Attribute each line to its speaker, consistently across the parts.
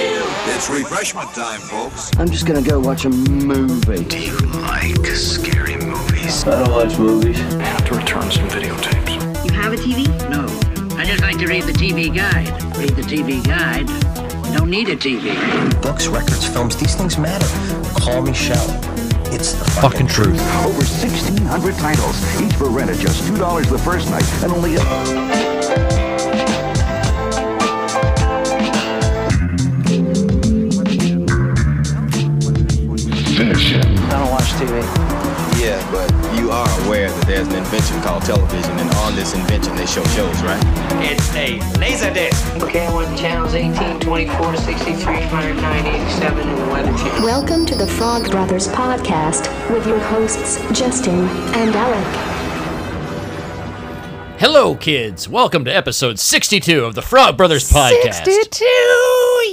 Speaker 1: It's refreshment time, folks.
Speaker 2: I'm just gonna go watch a movie.
Speaker 3: Do you like scary movies?
Speaker 4: I don't watch movies.
Speaker 3: I have to return some videotapes.
Speaker 5: You have a TV?
Speaker 6: No. I just like to read the TV guide. Read the TV guide. You don't need a TV.
Speaker 7: Books, records, films, these things matter. Call Michelle. It's the fucking,
Speaker 8: truth.
Speaker 9: Over 1,600 titles, each for rent at just $2 the first night and only a
Speaker 4: I don't watch TV.
Speaker 10: Yeah, but you are aware that there's an invention called television, and on this invention they show shows, right?
Speaker 11: It's a laser disc.
Speaker 6: Okay, I want channels 18, 24, 63, 109, 87, and the weather channel.
Speaker 12: Welcome to the Frog Brothers podcast with your hosts Justin and Alec.
Speaker 8: Hello, kids. Welcome to episode 62 of the Frog Brothers podcast. 62,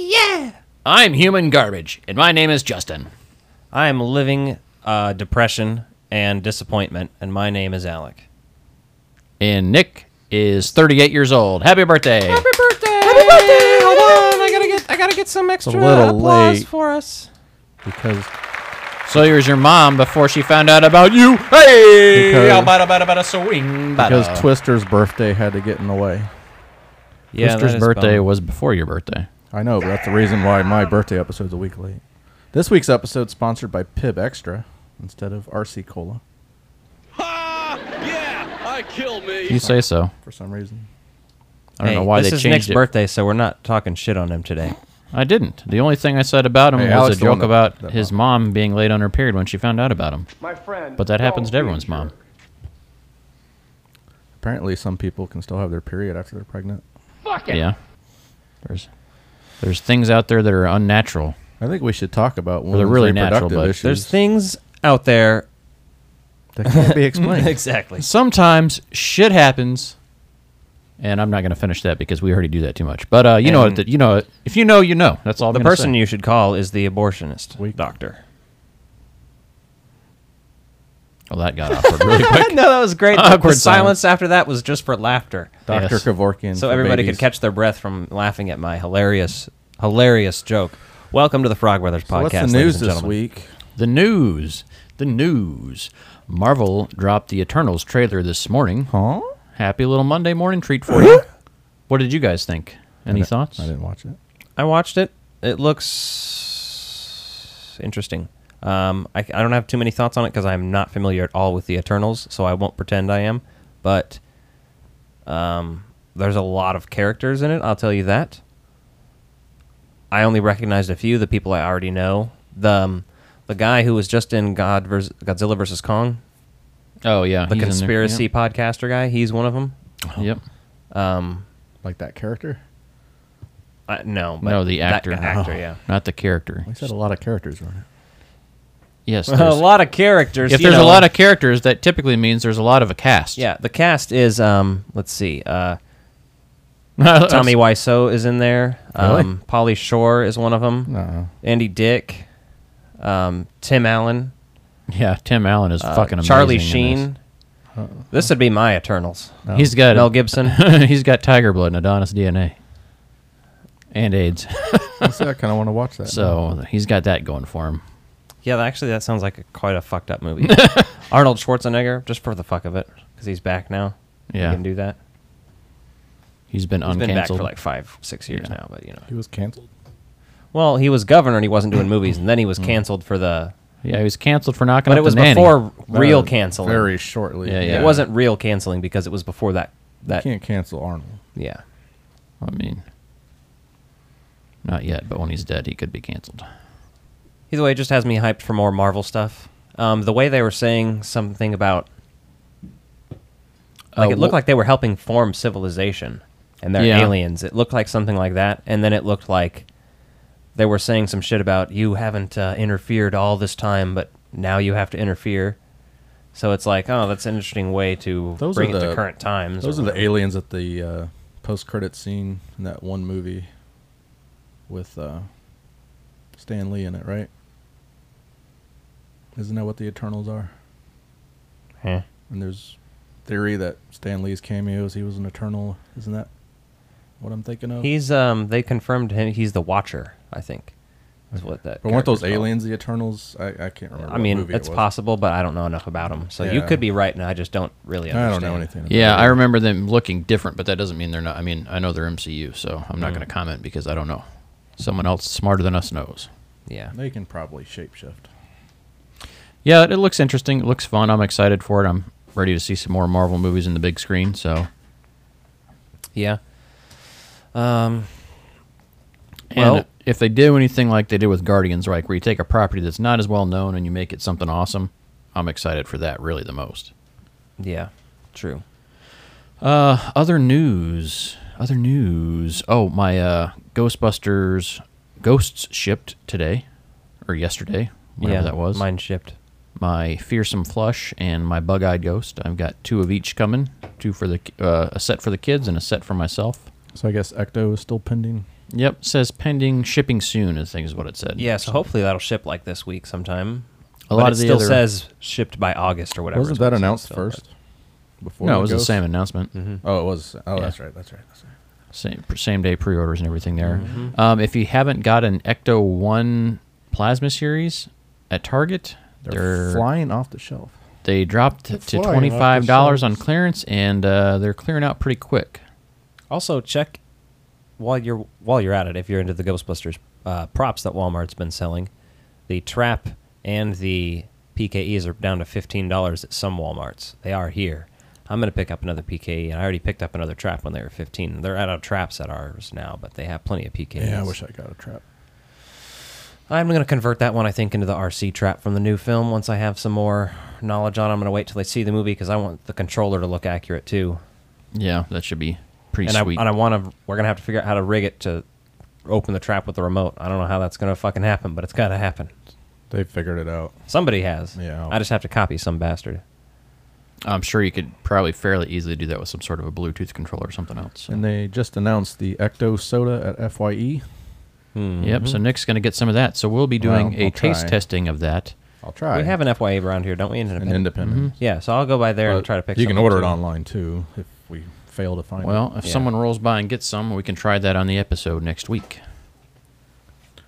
Speaker 8: yeah. I'm human garbage, and my name is Justin.
Speaker 13: I am living uh, depression and disappointment, and my name is Alec.
Speaker 8: And Nick is 38 years old. Happy birthday.
Speaker 13: birthday! Happy birthday! Hold on, I gotta get I gotta get some extra
Speaker 4: little
Speaker 13: applause
Speaker 4: late.
Speaker 13: for us.
Speaker 4: Because
Speaker 8: So here's your mom before she found out about you. Hey!
Speaker 4: Because-
Speaker 8: bada, bada, bada, swing, bada.
Speaker 4: because Twister's birthday had to get in the way.
Speaker 13: Yeah,
Speaker 8: Twister's birthday was before your birthday.
Speaker 4: I know, but that's the reason why my birthday episode's a week late. This week's episode sponsored by Pib Extra instead of RC Cola
Speaker 8: You say so.
Speaker 4: for some reason.
Speaker 8: I don't know why
Speaker 13: this
Speaker 8: they
Speaker 13: is
Speaker 8: changed
Speaker 13: Nick's
Speaker 8: it.
Speaker 13: birthday, so we're not talking shit on him today.
Speaker 8: I didn't. The only thing I said about him
Speaker 4: Hey,
Speaker 8: was
Speaker 4: Alex,
Speaker 8: a
Speaker 4: the one
Speaker 8: joke
Speaker 4: that-
Speaker 8: about
Speaker 4: that
Speaker 8: his mom being late on her period when she found out about him. My friend. But that happens to everyone's mom.
Speaker 4: Apparently, some people can still have their period after they're pregnant.
Speaker 8: Yeah. There's there's things out there that are unnatural.
Speaker 4: I think we should talk about women's
Speaker 8: really natural,
Speaker 4: reproductive
Speaker 8: but
Speaker 4: issues
Speaker 13: There's things out there.
Speaker 4: that can't be explained.
Speaker 13: exactly.
Speaker 8: Sometimes shit happens. And I'm not going to finish that because we already do that too much. But uh, you know
Speaker 13: And-
Speaker 8: that you know it. if you know you know. That's all.
Speaker 13: The
Speaker 8: I'm gonna
Speaker 13: person
Speaker 8: say.
Speaker 13: you should call is the abortionist
Speaker 4: Weak.
Speaker 13: doctor.
Speaker 8: Oh, that got awkward really quick.
Speaker 13: no, that was great.
Speaker 8: Awkward
Speaker 13: the silence after that was just for laughter.
Speaker 4: Dr.
Speaker 8: Yes.
Speaker 4: Kevorkian.
Speaker 13: so
Speaker 4: for
Speaker 13: everybody
Speaker 4: babies.
Speaker 13: could catch their breath from laughing at my hilarious, hilarious joke. Welcome to the Frog Brothers
Speaker 4: So
Speaker 13: podcast.
Speaker 4: what's the
Speaker 13: ladies
Speaker 4: news
Speaker 13: and
Speaker 4: this
Speaker 13: gentlemen.
Speaker 4: week?
Speaker 8: The news. The news. Marvel dropped the Eternals trailer this morning.
Speaker 4: Huh?
Speaker 8: Happy little Monday morning treat for you. What did you guys think? Any thoughts?
Speaker 4: I didn't watch it.
Speaker 13: I watched it. It looks interesting. Um, I, I don't have too many thoughts on it because I'm not familiar at all with the Eternals, so I won't pretend I am. But um, there's a lot of characters in it. I'll tell you that. I only recognized a few. The people I already know. The um, the guy who was just in God vers- Godzilla versus Kong,
Speaker 8: Oh yeah,
Speaker 13: the
Speaker 8: he's in there.
Speaker 13: conspiracy podcaster guy. He's one of them.
Speaker 8: Yep. yep.
Speaker 13: Um,
Speaker 4: Like that character?
Speaker 13: I, no, but
Speaker 8: No, the
Speaker 13: that
Speaker 8: actor. Oh.
Speaker 13: guy- actor, yeah.
Speaker 8: Not the character.
Speaker 4: We said a lot of characters on it.
Speaker 8: Yes.
Speaker 13: a
Speaker 8: there's-
Speaker 13: lot of characters.
Speaker 8: if
Speaker 13: you
Speaker 8: there's a
Speaker 13: know.
Speaker 8: lot of characters, that typically means there's a lot of a cast.
Speaker 13: Yeah, the cast is um let's see. Uh Tommy
Speaker 8: Tommy.
Speaker 13: Wiseau is in there. Um
Speaker 4: Really?
Speaker 13: Polly Shore is one of them.
Speaker 4: No.
Speaker 13: Andy Dick. Um Tim Allen.
Speaker 8: Yeah, Tim Allen is
Speaker 13: uh,
Speaker 8: fucking amazing.
Speaker 13: Charlie
Speaker 8: in this.
Speaker 13: Sheen. This would be my Eternals.
Speaker 8: He's got
Speaker 13: Mel Gibson.
Speaker 8: he's got tiger blood and Adonis DNA. And AIDS.
Speaker 4: See, I kind of want to watch that.
Speaker 8: so he's got that going for him.
Speaker 13: yeah, actually that sounds like a, quite a fucked up movie. Arnold Schwarzenegger just for the fuck of it cuz he's back now.
Speaker 8: Yeah.
Speaker 13: He can do that.
Speaker 8: He's been
Speaker 13: He's
Speaker 8: uncancelled.
Speaker 13: been back for like 5 6 years now, but you know.
Speaker 4: he was canceled.
Speaker 13: Well, he was governor and he wasn't doing movies and then he was canceled for the
Speaker 8: yeah, he was canceled for knocking
Speaker 13: but
Speaker 8: up
Speaker 13: it was
Speaker 8: the nanny.
Speaker 13: before real
Speaker 4: Uh,
Speaker 13: canceling.
Speaker 4: Very shortly.
Speaker 8: Yeah, yeah.
Speaker 13: It wasn't real canceling because it was before that.
Speaker 4: You
Speaker 13: That
Speaker 4: can't cancel Arnold.
Speaker 13: yeah.
Speaker 8: I mean, not yet, but when he's dead, he could be canceled.
Speaker 13: Either way, it just has me hyped for more Marvel stuff. Um, the way they were saying something about like it looked like they were helping form civilization, and they're
Speaker 8: Yeah.
Speaker 13: aliens. It looked like something like that, and then it looked like they were saying some shit about you haven't uh, interfered all this time, but now you have to interfere. So it's like, oh, that's an interesting way to
Speaker 4: Those
Speaker 13: bring
Speaker 4: are
Speaker 13: it
Speaker 4: the-
Speaker 13: to current times.
Speaker 4: Those
Speaker 13: or
Speaker 4: are the
Speaker 13: whatever.
Speaker 4: aliens at the uh, post-credit scene in that one movie with uh, Stan Lee in it, right? Isn't that what the Eternals are?
Speaker 13: Huh.
Speaker 4: And there's theory that Stan Lee's cameos, he was an Eternal. Isn't that what I'm thinking of?
Speaker 13: He's um. They confirmed him. He's the Watcher, I think. Is what that.
Speaker 4: But weren't those
Speaker 13: character's called.
Speaker 4: aliens the Eternals? I, I can't remember.
Speaker 13: I
Speaker 4: what
Speaker 13: mean,
Speaker 4: movie it
Speaker 13: it's
Speaker 4: was.
Speaker 13: possible, but I don't know enough about them. So you
Speaker 4: Yeah.
Speaker 13: could be right, and I just don't really
Speaker 4: I
Speaker 13: understand.
Speaker 4: don't know anything about
Speaker 14: Yeah, I remember them looking different, but that doesn't mean they're not. I mean, I know they're MCU, so I'm not
Speaker 4: Mm.
Speaker 14: going to comment because I don't know. Someone else smarter than us knows.
Speaker 13: Yeah.
Speaker 4: They can probably shapeshift.
Speaker 14: Yeah, it, it looks interesting. It looks fun. I'm excited for it. I'm ready to see some more Marvel movies in the big screen. So,
Speaker 13: Yeah. Um.
Speaker 14: and
Speaker 13: Well-
Speaker 14: if they do anything like they did with Guardians, like where you take a property that's not as well known and you make it something awesome, I'm excited for that really the most.
Speaker 13: Yeah. True.
Speaker 14: Uh, other news. Other news. Oh, my uh, Ghostbusters ghosts shipped today or yesterday, whatever
Speaker 13: yeah,
Speaker 14: that was.
Speaker 13: Mine shipped.
Speaker 14: my fearsome flush and my bug-eyed ghost. I've got two of each coming. Two for the uh, a set for the kids and a set for myself.
Speaker 4: So I guess Ecto is still pending.
Speaker 14: Yep, says pending shipping soon. I think is what it said.
Speaker 13: Yeah. So hopefully that'll ship like this week sometime.
Speaker 14: A
Speaker 13: But
Speaker 14: lot
Speaker 13: it
Speaker 14: of the
Speaker 13: still
Speaker 14: other-
Speaker 13: says shipped by August or whatever.
Speaker 4: Wasn't
Speaker 13: is what
Speaker 4: that
Speaker 13: it says
Speaker 4: announced
Speaker 13: still, but-
Speaker 4: first? Before
Speaker 14: no, it was the
Speaker 4: ghost?
Speaker 14: same announcement.
Speaker 13: Mm-hmm.
Speaker 4: Oh, it was. Oh,
Speaker 14: Yeah.
Speaker 4: that's right. That's right. That's right.
Speaker 14: Same same day pre-orders and everything there.
Speaker 13: Mm-hmm.
Speaker 14: Um, if you haven't got an Ecto One plasma series at Target,
Speaker 4: They're
Speaker 14: they're,
Speaker 4: flying off the shelf.
Speaker 14: they dropped
Speaker 5: They're
Speaker 14: to
Speaker 5: flying off the
Speaker 14: twenty five dollars on
Speaker 5: shelves.
Speaker 14: clearance, and uh, they're clearing out pretty quick.
Speaker 13: Also check while you're while you're at it if you're into the Ghostbusters uh, props that Walmart's been selling, the trap and the PKEs are down to fifteen dollars at some WalMarts. They are here. I'm gonna pick up another PKE, and I already picked up another trap when they were fifteen. They're out of traps at ours now, but they have plenty of PKEs.
Speaker 4: Yeah, I wish I got a trap.
Speaker 13: I'm going to convert that one, I think, into the RC trap from the new film. Once I have some more knowledge on, it, I'm going to wait till I see the movie because I want the controller to look accurate too.
Speaker 14: Yeah, that should be pretty
Speaker 13: and
Speaker 14: sweet.
Speaker 13: I, and I want to. We're going to have to figure out how to rig it to open the trap with the remote. I don't know how that's going to fucking happen, but it's got to happen.
Speaker 4: They figured it out.
Speaker 13: Somebody has.
Speaker 4: Yeah.
Speaker 13: I just have to copy some bastard.
Speaker 14: I'm sure you could probably fairly easily do that with some sort of a Bluetooth controller or something else. so.
Speaker 4: And they just announced the Ecto Soda at Fye.
Speaker 14: Yep. So Nick's going to get some of that. So we'll be doing
Speaker 4: Mm-hmm. Well,
Speaker 14: a
Speaker 4: I'll
Speaker 14: taste
Speaker 4: try.
Speaker 14: testing of that. Mm-hmm.
Speaker 4: I'll try.
Speaker 13: We have an FYA around here, don't we? An
Speaker 4: an
Speaker 13: independent.
Speaker 4: independent.
Speaker 13: Yeah, so I'll go by there and
Speaker 4: But
Speaker 13: try to pick.
Speaker 4: You can
Speaker 13: something,
Speaker 4: order it
Speaker 13: too.
Speaker 4: online too if we fail to find it.
Speaker 14: Well, if someone rolls by and gets some, we can try that on the episode next week.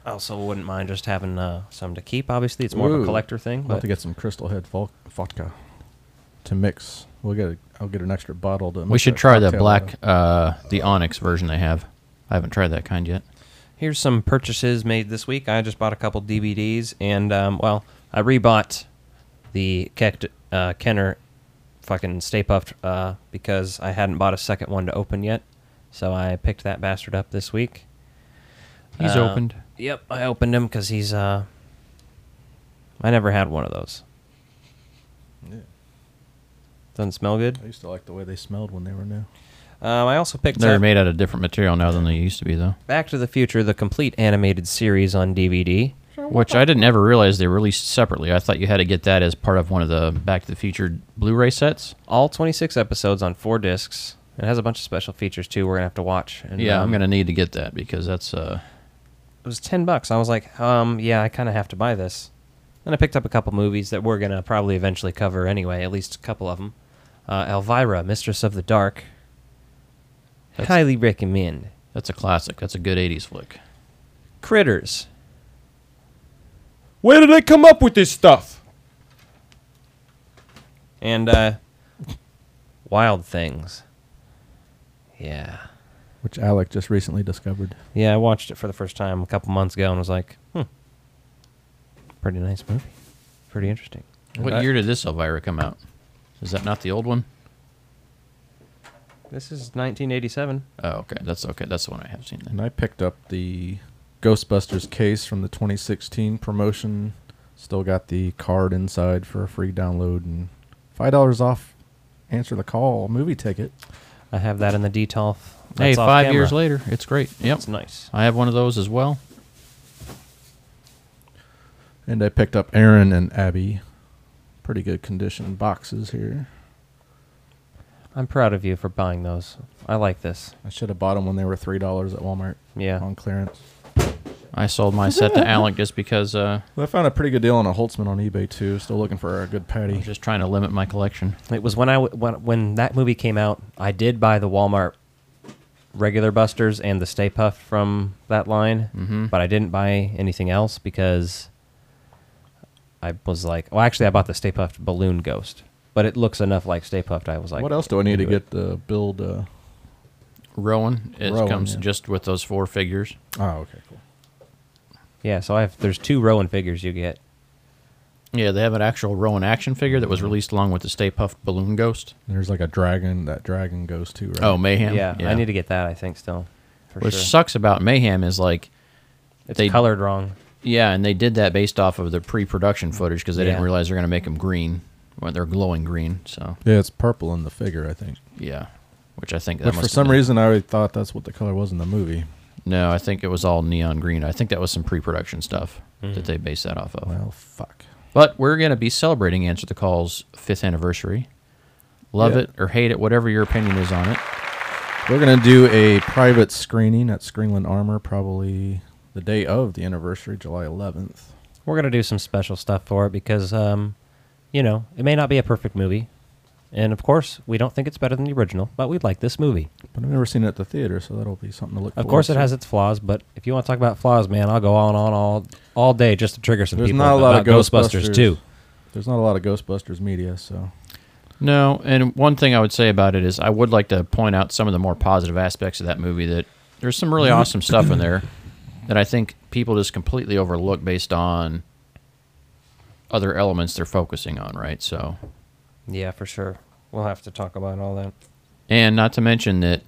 Speaker 13: Also, wouldn't mind just having uh, some to keep. Obviously, it's more of a
Speaker 4: Ooh.
Speaker 13: collector thing.
Speaker 4: We'll have
Speaker 13: But
Speaker 4: to get some Crystal Head vol- vodka to mix. We'll get. A, I'll get an extra bottle to.
Speaker 14: We
Speaker 4: mix
Speaker 14: should
Speaker 4: that
Speaker 14: try the
Speaker 4: cocktail
Speaker 14: black,
Speaker 4: with.
Speaker 14: uh, the Onyx version they have. I haven't tried that kind yet.
Speaker 13: Here's some purchases made this week. I just bought a couple DVDs, and um, well, I rebought the Keck, uh, Kenner fucking Stay Puffed uh, because I hadn't bought a second one to open yet. So I picked that bastard up this week.
Speaker 14: He's
Speaker 13: Uh,
Speaker 14: opened.
Speaker 13: Yep, I opened him because he's. Uh, I never had one of those.
Speaker 4: Yeah.
Speaker 13: Doesn't smell good.
Speaker 4: I used to like the way they smelled when they were new.
Speaker 13: Um, I also picked
Speaker 14: They're
Speaker 13: up
Speaker 14: made out of different material now than they used to be, though.
Speaker 13: Back to the Future: The Complete Animated Series on DVD.
Speaker 14: Which I didn't ever realize they released separately. I thought you had to get that as part of one of the Back to the Future Blu-ray sets.
Speaker 13: all 26 episodes on four discs. It has a bunch of special features too. We're gonna have to watch. And,
Speaker 14: Yeah,
Speaker 13: um,
Speaker 14: I'm going to need to get that because that's uh,
Speaker 13: It was 10 bucks. I was like, um, yeah, I kind of have to buy this. And I picked up a couple movies that we're gonna probably eventually cover anyway. At least a couple of them. Uh, Elvira, Mistress of the Dark.
Speaker 14: That's-
Speaker 13: Highly recommend.
Speaker 14: that's a classic. That's a good '80s flick.
Speaker 13: Critters. Where did they come up with this stuff? And uh, Wild Things. Yeah.
Speaker 4: Which Alec just recently discovered.
Speaker 13: Yeah, I watched it for the first time a couple months ago and was like, hmm, pretty nice movie. Pretty interesting.
Speaker 14: What
Speaker 4: I-
Speaker 14: year did this Elvira come out? Is that not the old one?
Speaker 13: This is 1987.
Speaker 14: Oh, okay. That's okay. That's the one I have seen then.
Speaker 4: And I picked up the Ghostbusters case from the 2016 promotion. Still got the card inside for a free download and five dollars off. Answer the call movie ticket.
Speaker 13: I have that in the detolf.
Speaker 14: Hey,
Speaker 13: That's off
Speaker 14: five
Speaker 13: camera.
Speaker 14: years later, it's great. Yep.
Speaker 13: It's nice.
Speaker 14: I have one of those as well.
Speaker 4: And I picked up Aaron and Abby. Pretty good condition boxes here.
Speaker 13: I'm proud of you for buying those. I like this.
Speaker 4: I should have bought them when they were three dollars at Walmart.
Speaker 13: Yeah.
Speaker 4: on clearance.
Speaker 14: I sold my set to Alec just because uh,
Speaker 4: Well, I found a pretty good deal on a Holtzman on eBay too. Still looking for a good
Speaker 14: I'm
Speaker 4: patty.
Speaker 14: just trying to limit my collection.
Speaker 13: It was when I w- when, when that movie came out. I did buy the Walmart regular Busters and the Stay Puff from that line,
Speaker 14: Mhm.
Speaker 13: but I didn't buy anything else because I was like, well, actually, I bought the Stay Puffed Balloon Ghost, but it looks enough like Stay Puffed. I was like,
Speaker 4: what else do I need to
Speaker 13: into
Speaker 4: get
Speaker 13: it.
Speaker 4: to build? Uh,
Speaker 14: Rowan. It
Speaker 4: Rowan,
Speaker 14: comes
Speaker 4: yeah.
Speaker 14: just with those four figures.
Speaker 4: Oh, okay, cool.
Speaker 13: Yeah, so I have there's two Rowan figures you get.
Speaker 14: Yeah, they have an actual Rowan action figure that was released along with the Stay Puffed Balloon Ghost.
Speaker 4: There's like a dragon. That dragon goes too. Right?
Speaker 14: Oh, Mayhem.
Speaker 13: Yeah, I need to get that. I think still, for
Speaker 14: Which
Speaker 13: sure.
Speaker 14: sucks about Mayhem is like
Speaker 13: It's colored wrong.
Speaker 14: Yeah, and they did that based off of the pre-production footage because they
Speaker 13: Yeah.
Speaker 14: didn't realize they're going to make them green when they're glowing green. So
Speaker 4: Yeah, it's purple in the figure, I think.
Speaker 14: yeah, which I think that
Speaker 4: But
Speaker 14: must
Speaker 4: for
Speaker 14: have
Speaker 4: some
Speaker 14: been-
Speaker 4: reason, I already thought that's what the color was in the movie.
Speaker 14: no, I think it was all neon green. I think that was some pre-production stuff
Speaker 13: Hmm.
Speaker 14: that they based that off of.
Speaker 4: Well, Oh, fuck.
Speaker 14: But we're going to be celebrating Answer the Call's fifth anniversary. Love
Speaker 4: Yeah.
Speaker 14: it or hate it, whatever your opinion is on it.
Speaker 4: We're gonna do a private screening at Screenland Armor probably the day of the anniversary, July 11th.
Speaker 13: We're gonna do some special stuff for it because, um, you know, it may not be a perfect movie, and of course, we don't think it's better than the original, but we like this movie.
Speaker 4: But I've never seen it at the theater, so that'll be something to look.
Speaker 13: Of
Speaker 4: forward
Speaker 13: course, it
Speaker 4: to.
Speaker 13: has its flaws, but if you want to talk about flaws, man, I'll go on on all all day just to trigger some
Speaker 4: There's
Speaker 13: people.
Speaker 4: not a lot of
Speaker 13: about
Speaker 4: Ghostbusters,
Speaker 13: too.
Speaker 4: There's not a lot of Ghostbusters media, so
Speaker 14: No, and one thing I would say about it is I would like to point out some of the more positive aspects of that movie that there's some really awesome stuff in there that I think people just completely overlook based on other elements they're focusing on, right? So,
Speaker 13: Yeah, for sure. We'll have to talk about all that.
Speaker 14: and not to mention that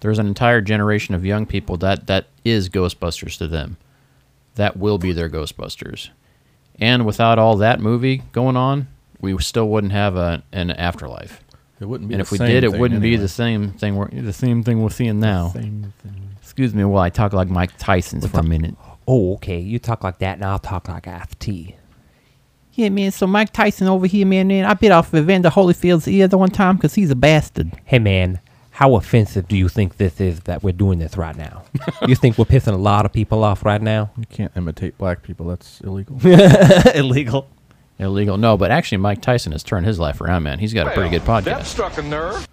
Speaker 14: there's an entire generation of young people that that is Ghostbusters to them. That will be their Ghostbusters. And without all that movie going on, we still wouldn't have a, an afterlife.
Speaker 4: it wouldn't be.
Speaker 14: and
Speaker 4: the
Speaker 14: if we
Speaker 4: same
Speaker 14: did, it
Speaker 4: thing
Speaker 14: wouldn't be
Speaker 4: anyway.
Speaker 14: the same thing. We're, the same thing we're seeing now.
Speaker 4: Same thing.
Speaker 14: Excuse me while I talk like Mike Tyson for a minute.
Speaker 13: Oh, okay. You talk like that, and I'll talk like FT.
Speaker 5: Yeah, man. So Mike Tyson over here, man, man. I bit off of Evander Holyfield's ear the one time because he's a bastard.
Speaker 13: Hey, man, how offensive do you think this is that we're doing this right now? you think we're pissing a lot of people off right now?
Speaker 4: You can't imitate black people. That's illegal.
Speaker 13: Illegal.
Speaker 14: Illegal. No, but actually, Mike Tyson has turned his life around, man. He's got a pretty good podcast.
Speaker 15: struck a nerve.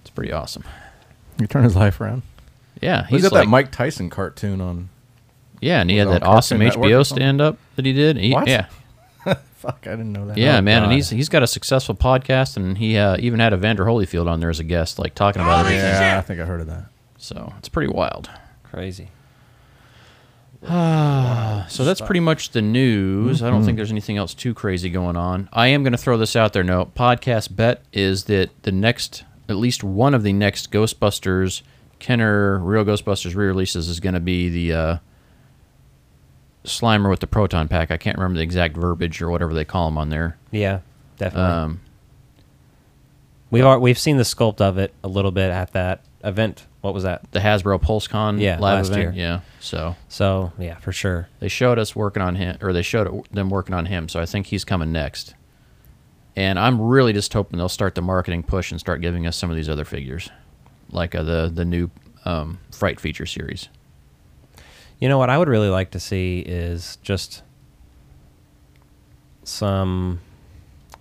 Speaker 14: It's pretty awesome.
Speaker 4: You turn his life around.
Speaker 14: Yeah, he's
Speaker 4: he's got that
Speaker 14: like-
Speaker 4: Mike Tyson cartoon on.
Speaker 14: Yeah, and he had
Speaker 4: was on
Speaker 14: that
Speaker 4: Cartoon
Speaker 14: awesome
Speaker 4: Network or
Speaker 14: HBO
Speaker 4: something.
Speaker 14: stand up that he did. He-
Speaker 4: What?
Speaker 14: Yeah.
Speaker 4: Fuck, I didn't know that.
Speaker 14: Yeah,
Speaker 4: Oh,
Speaker 14: man, and
Speaker 4: God.
Speaker 14: he's he's got a successful podcast, and he uh, even had Evander Holyfield on there as a guest, like talking about everything.
Speaker 4: Oh, Yeah, I think I heard of that.
Speaker 14: So it's pretty wild.
Speaker 13: Crazy.
Speaker 14: Ah, so that's pretty much the news. I don't
Speaker 13: Mm-hmm.
Speaker 14: think there's anything else too crazy going on. I am going to throw this out there. No, podcast bet is that the next, at least one of the next Ghostbusters Kenner Real Ghostbusters re-releases is going to be the uh, Slimer with the proton pack. I can't remember the exact verbiage or whatever they call them on there.
Speaker 13: Yeah, definitely.
Speaker 14: Um,
Speaker 13: We've al- we've seen the sculpt of it a little bit at that event. What was that?
Speaker 14: The Hasbro PulseCon
Speaker 13: yeah,
Speaker 14: live
Speaker 13: last
Speaker 14: event.
Speaker 13: year.
Speaker 14: Yeah, so
Speaker 13: So yeah, for sure.
Speaker 14: They showed us working on him, or they showed it- them working on him. So I think he's coming next. And I'm really just hoping they'll start the marketing push and start giving us some of these other figures, like uh, the the new um, Fright feature series.
Speaker 13: You know what I would really like to see is just some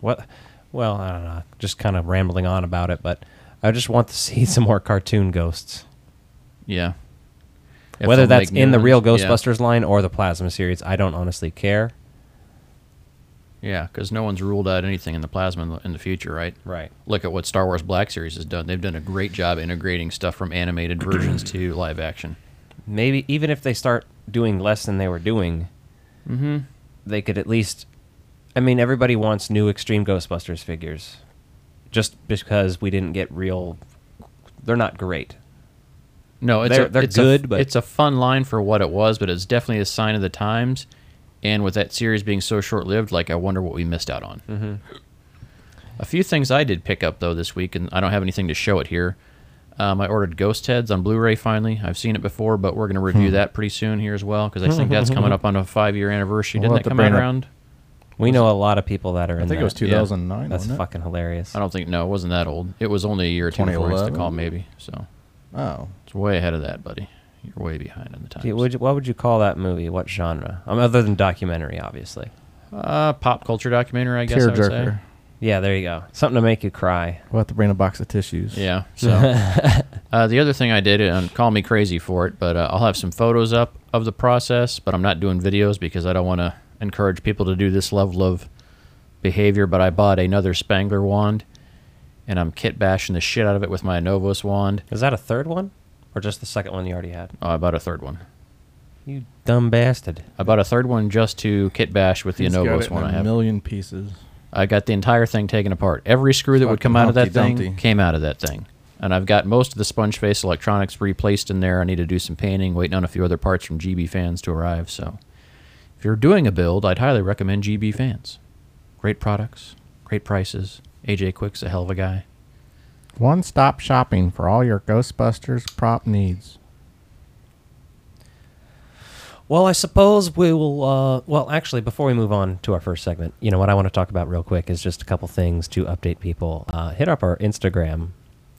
Speaker 13: what well, I don't know, just kind of rambling on about it, but I just want to see some more cartoon ghosts.
Speaker 14: Yeah. If
Speaker 13: Whether
Speaker 14: they'll
Speaker 13: that's
Speaker 14: make new
Speaker 13: in the real
Speaker 14: ones, yeah.
Speaker 13: Ghostbusters line or the Plasma series, I don't honestly care.
Speaker 14: Yeah, because no one's ruled out anything in the plasma in the, in the future, right?
Speaker 13: Right.
Speaker 14: Look at what Star Wars Black Series has done. They've done a great job integrating stuff from animated versions to live action.
Speaker 13: Maybe even if they start doing less than they were doing,
Speaker 14: Mm-hmm.
Speaker 13: they could at least I mean everybody wants new extreme Ghostbusters figures. Just because we didn't get real they're not great.
Speaker 14: No, it's
Speaker 13: They're-
Speaker 14: a,
Speaker 13: they're
Speaker 14: it's
Speaker 13: good,
Speaker 14: a,
Speaker 13: but-
Speaker 14: it's a fun line for what it was, but it's definitely a sign of the times. And with that series being so short lived, like I wonder what we missed out on.
Speaker 13: Mhm.
Speaker 14: A few things I did pick up though this week, and I don't have anything to show it here. Um, I ordered Ghost Heads on Blu-ray finally. I've seen it before, but we're going to review
Speaker 13: Hmm.
Speaker 14: that pretty soon here as well because I think that's coming up on a five-year anniversary.
Speaker 13: We'll
Speaker 14: Didn't
Speaker 13: have
Speaker 14: that
Speaker 13: to
Speaker 14: come out
Speaker 13: bring up-
Speaker 14: around?
Speaker 13: We know a lot of people that are
Speaker 4: I
Speaker 13: in
Speaker 4: think it
Speaker 13: that.
Speaker 4: was 2009,
Speaker 13: That's
Speaker 4: wasn't it?
Speaker 13: fucking hilarious.
Speaker 14: I don't think no, it wasn't that old. It was only a year or two before it's the
Speaker 4: 2011?
Speaker 14: call, maybe. So
Speaker 4: Oh,
Speaker 14: it's way ahead of that, buddy. You're way behind on the times.
Speaker 13: Yeah, would you- what would you call that movie? What genre? Um, other than documentary, obviously.
Speaker 14: Uh, pop culture documentary, I guess. I would say.
Speaker 4: tearjerker.
Speaker 13: Yeah, there you go. Something to make you cry.
Speaker 4: We'll have to bring a box of tissues.
Speaker 14: Yeah. So I Uh, the other thing I did, and call me crazy for it, but uh, I'll have some photos up of the process, but I'm not doing videos because I don't want to encourage people to do this level of behavior. But I bought another Spangler wand, and I'm kit bashing the shit out of it with my Novos wand.
Speaker 13: Is that a third one, or just the second one you already had?
Speaker 14: Oh, I bought a third one.
Speaker 13: You dumb bastard!
Speaker 14: I bought a third one just to kit bash with the
Speaker 4: He's got it
Speaker 14: Novos
Speaker 4: in
Speaker 14: one
Speaker 4: a
Speaker 14: I have.
Speaker 4: million pieces.
Speaker 14: I got the entire thing taken apart. Every screw that would come out of that
Speaker 4: Fucking
Speaker 14: thing
Speaker 4: Humpty Dumpty.
Speaker 14: came out of that thing. And I've got most of the sponge face electronics replaced in there. I need to do some painting, waiting on a few other parts from GB fans to arrive. So if you're doing a build, I'd highly recommend GB fans. Great products, great prices. AJ Quick's a hell of a guy.
Speaker 4: One stop shopping for all your Ghostbusters prop needs.
Speaker 13: Well, I suppose we will. Uh, well, actually, before we move on to our first segment, you know what I want to talk about real quick is just a couple things to update people. Uh, hit up our Instagram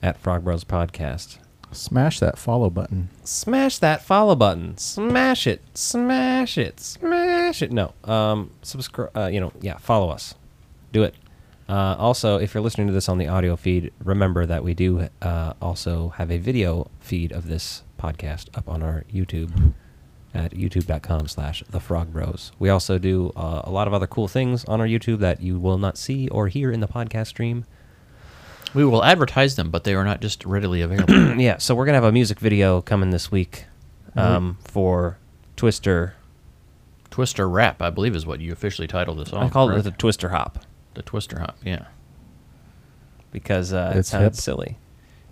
Speaker 13: at Frog Bros Podcast.
Speaker 4: Smash that follow button.
Speaker 13: Smash that follow button. Smash it. Smash it. Smash it. No. Um. Subscribe. Uh, you know. Yeah. Follow us. Do it. Uh, also, if you're listening to this on the audio feed, remember that we do uh, also have a video feed of this podcast up on our YouTube at youtube.com slash the frog bros. We also do uh, a lot of other cool things on our YouTube that you will not see or hear in the podcast stream.
Speaker 14: We will advertise them, but they are not just readily available.
Speaker 13: yeah, so we're gonna have a music video coming this week um, for Twister.
Speaker 14: Twister Rap, I believe, is what you officially titled the song.
Speaker 13: I call it
Speaker 14: correct?
Speaker 13: the Twister Hop
Speaker 14: the Twister Hop, yeah.
Speaker 13: because uh, it
Speaker 4: It's
Speaker 13: sounds
Speaker 4: hip.
Speaker 13: silly.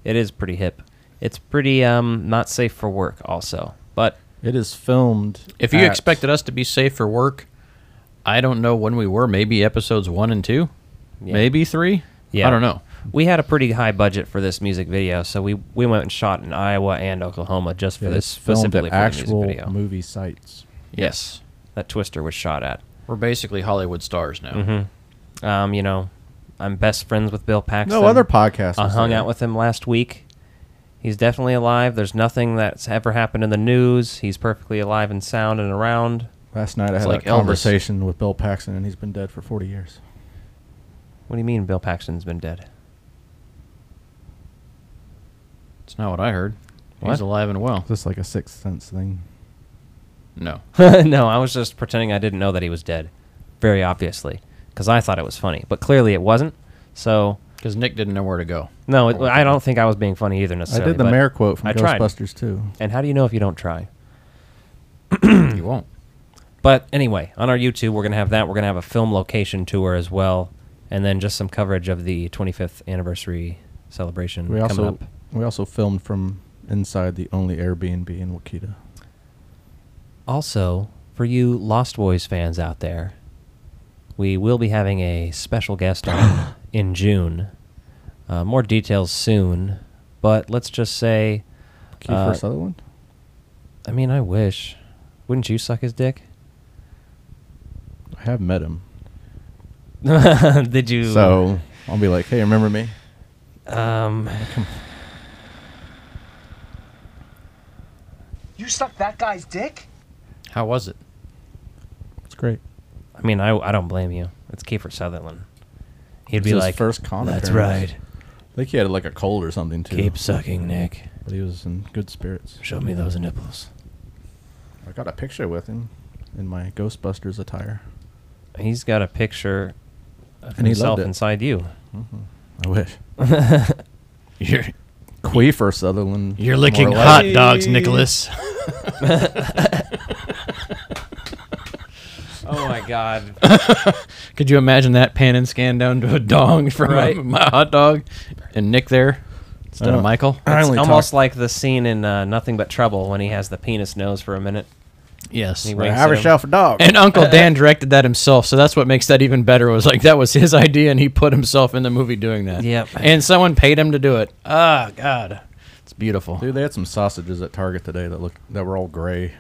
Speaker 13: It is pretty hip. It's pretty um, not safe for work, also. But
Speaker 4: It is filmed.
Speaker 14: If you
Speaker 4: at-
Speaker 14: expected us to be safe for work, I don't know when we were. Maybe episodes one and two,
Speaker 13: Yeah.
Speaker 14: maybe three.
Speaker 13: yeah,
Speaker 14: I don't know.
Speaker 13: We had a pretty high budget for this music video, so we we went and shot in Iowa and Oklahoma just for
Speaker 4: yeah,
Speaker 13: this
Speaker 4: it's filmed
Speaker 13: specifically
Speaker 4: at
Speaker 13: for the
Speaker 4: actual
Speaker 13: music video.
Speaker 4: movie sites.
Speaker 14: Yes,
Speaker 13: that Twister was shot at.
Speaker 14: we're basically Hollywood stars now.
Speaker 13: Mm-hmm. Um, you know, I'm best friends with Bill Paxton.
Speaker 4: other podcast
Speaker 13: I
Speaker 4: was
Speaker 13: hung
Speaker 4: there.
Speaker 13: out with him last week. He's definitely alive. There's nothing that's ever happened in the news. He's perfectly alive and sound and around.
Speaker 4: Last night I
Speaker 14: It's
Speaker 4: had
Speaker 14: like
Speaker 4: a
Speaker 14: Elvis.
Speaker 4: conversation with Bill Paxton, and he's been dead for 40 years.
Speaker 13: What do you mean Bill Paxton's been dead?
Speaker 14: It's not what I heard.
Speaker 13: What?
Speaker 14: He's alive and well.
Speaker 4: Is this like a sixth sense thing?
Speaker 14: No,
Speaker 13: no, I was just pretending I didn't know that he was dead. Very obviously, because I thought it was funny, but clearly it wasn't. So
Speaker 14: because Nick didn't know where to go.
Speaker 13: no, it, I don't think I was being funny either
Speaker 4: I
Speaker 13: necessarily.
Speaker 4: did the
Speaker 13: but
Speaker 4: mayor quote from
Speaker 13: I tried.
Speaker 4: Ghostbusters too.
Speaker 13: And how do you know if you don't try? Hmm.
Speaker 14: you won't.
Speaker 13: But anyway, on our YouTube, we're going to have that. We're going to have a film location tour as well, and then just some coverage of the 25th anniversary celebration
Speaker 4: We
Speaker 13: coming
Speaker 4: also
Speaker 13: up.
Speaker 4: we also filmed from inside the only Airbnb in Wakita.
Speaker 13: Also, for you Lost Boys fans out there, we will be having a special guest on in June. Uh, more details soon, but let's just say,
Speaker 4: Kiefer
Speaker 13: Uh,
Speaker 4: Sutherland.
Speaker 13: I mean, I wish. Wouldn't you suck his dick?
Speaker 4: I have met him,
Speaker 13: Did you?
Speaker 4: so I'll be like, "Hey, remember me?"
Speaker 13: Um,
Speaker 11: You suck that guy's dick?
Speaker 14: How was it?
Speaker 4: It's great.
Speaker 13: I mean, I, I don't blame you. It's Kiefer Sutherland. He'd
Speaker 4: It's
Speaker 13: be
Speaker 4: his
Speaker 13: like,
Speaker 4: first con
Speaker 13: That's
Speaker 4: appearance."
Speaker 13: right.
Speaker 4: I think he had like a cold or something too.
Speaker 13: Keep sucking, Nick.
Speaker 4: But he was in good spirits.
Speaker 13: Show me those nipples.
Speaker 4: I got a picture with him in my Ghostbusters attire.
Speaker 13: He's got a picture of
Speaker 4: And he
Speaker 13: himself
Speaker 4: loved it.
Speaker 13: inside you.
Speaker 4: I wish.
Speaker 14: You're
Speaker 4: Queefer Sutherland.
Speaker 14: you're
Speaker 4: more
Speaker 14: licking
Speaker 4: like-
Speaker 14: hot dogs, Nicholas.
Speaker 13: Oh my god.
Speaker 14: Could you imagine that pan and scan down to a dong for
Speaker 13: Right.
Speaker 14: my, my hot dog and Nick there instead
Speaker 4: Uh,
Speaker 14: of Michael?
Speaker 4: I
Speaker 13: It's
Speaker 4: only
Speaker 13: almost
Speaker 4: talked-
Speaker 13: like the scene in uh, Nothing But Trouble when he has the penis nose for a minute.
Speaker 14: Yes.
Speaker 13: He
Speaker 4: I
Speaker 13: winks
Speaker 4: have
Speaker 13: at
Speaker 4: a
Speaker 13: him.
Speaker 4: shelf for dog.
Speaker 14: And Uncle Dan directed that himself, so that's what makes that even better. Was like that was his idea, and he put himself in the movie doing that.
Speaker 13: Yep.
Speaker 14: And someone paid him to do it. Ah, God, it's beautiful.
Speaker 4: Dude, they had some sausages at Target today that look that were all gray.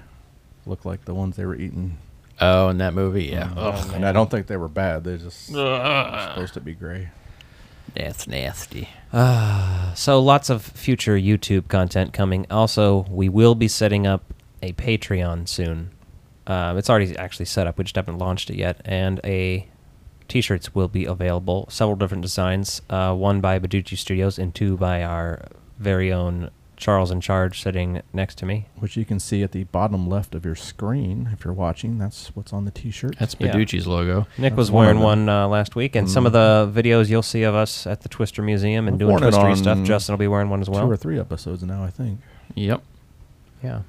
Speaker 4: Looked like the ones they were eating.
Speaker 14: Oh, in that movie, yeah. Oh, Ugh,
Speaker 4: and I don't think they were bad. They're just supposed to be gray.
Speaker 14: that's nasty.
Speaker 13: So lots of future YouTube content coming. Also, we will be setting up a Patreon soon. Um, it's already actually set up. We just haven't launched it yet. And a t-shirts will be available. Several different designs. Uh, one by Baducci Studios and two by our very own Charles in charge sitting next to me.
Speaker 4: Which you can see at the bottom left of your screen if you're watching. That's what's on the T-shirt.
Speaker 14: That's Beducci's logo.
Speaker 13: Nick
Speaker 4: That's
Speaker 13: was
Speaker 4: one
Speaker 13: wearing
Speaker 4: of
Speaker 13: one
Speaker 4: them. Mm-hmm.
Speaker 13: uh, last week, and some of the videos you'll see of us at the Twister Museum and
Speaker 4: I've
Speaker 13: doing
Speaker 4: worn it
Speaker 13: Twistery stuff.
Speaker 4: on
Speaker 13: Justin will be wearing one as well.
Speaker 4: Two or three episodes now, I think.
Speaker 14: Yep.
Speaker 13: Yeah.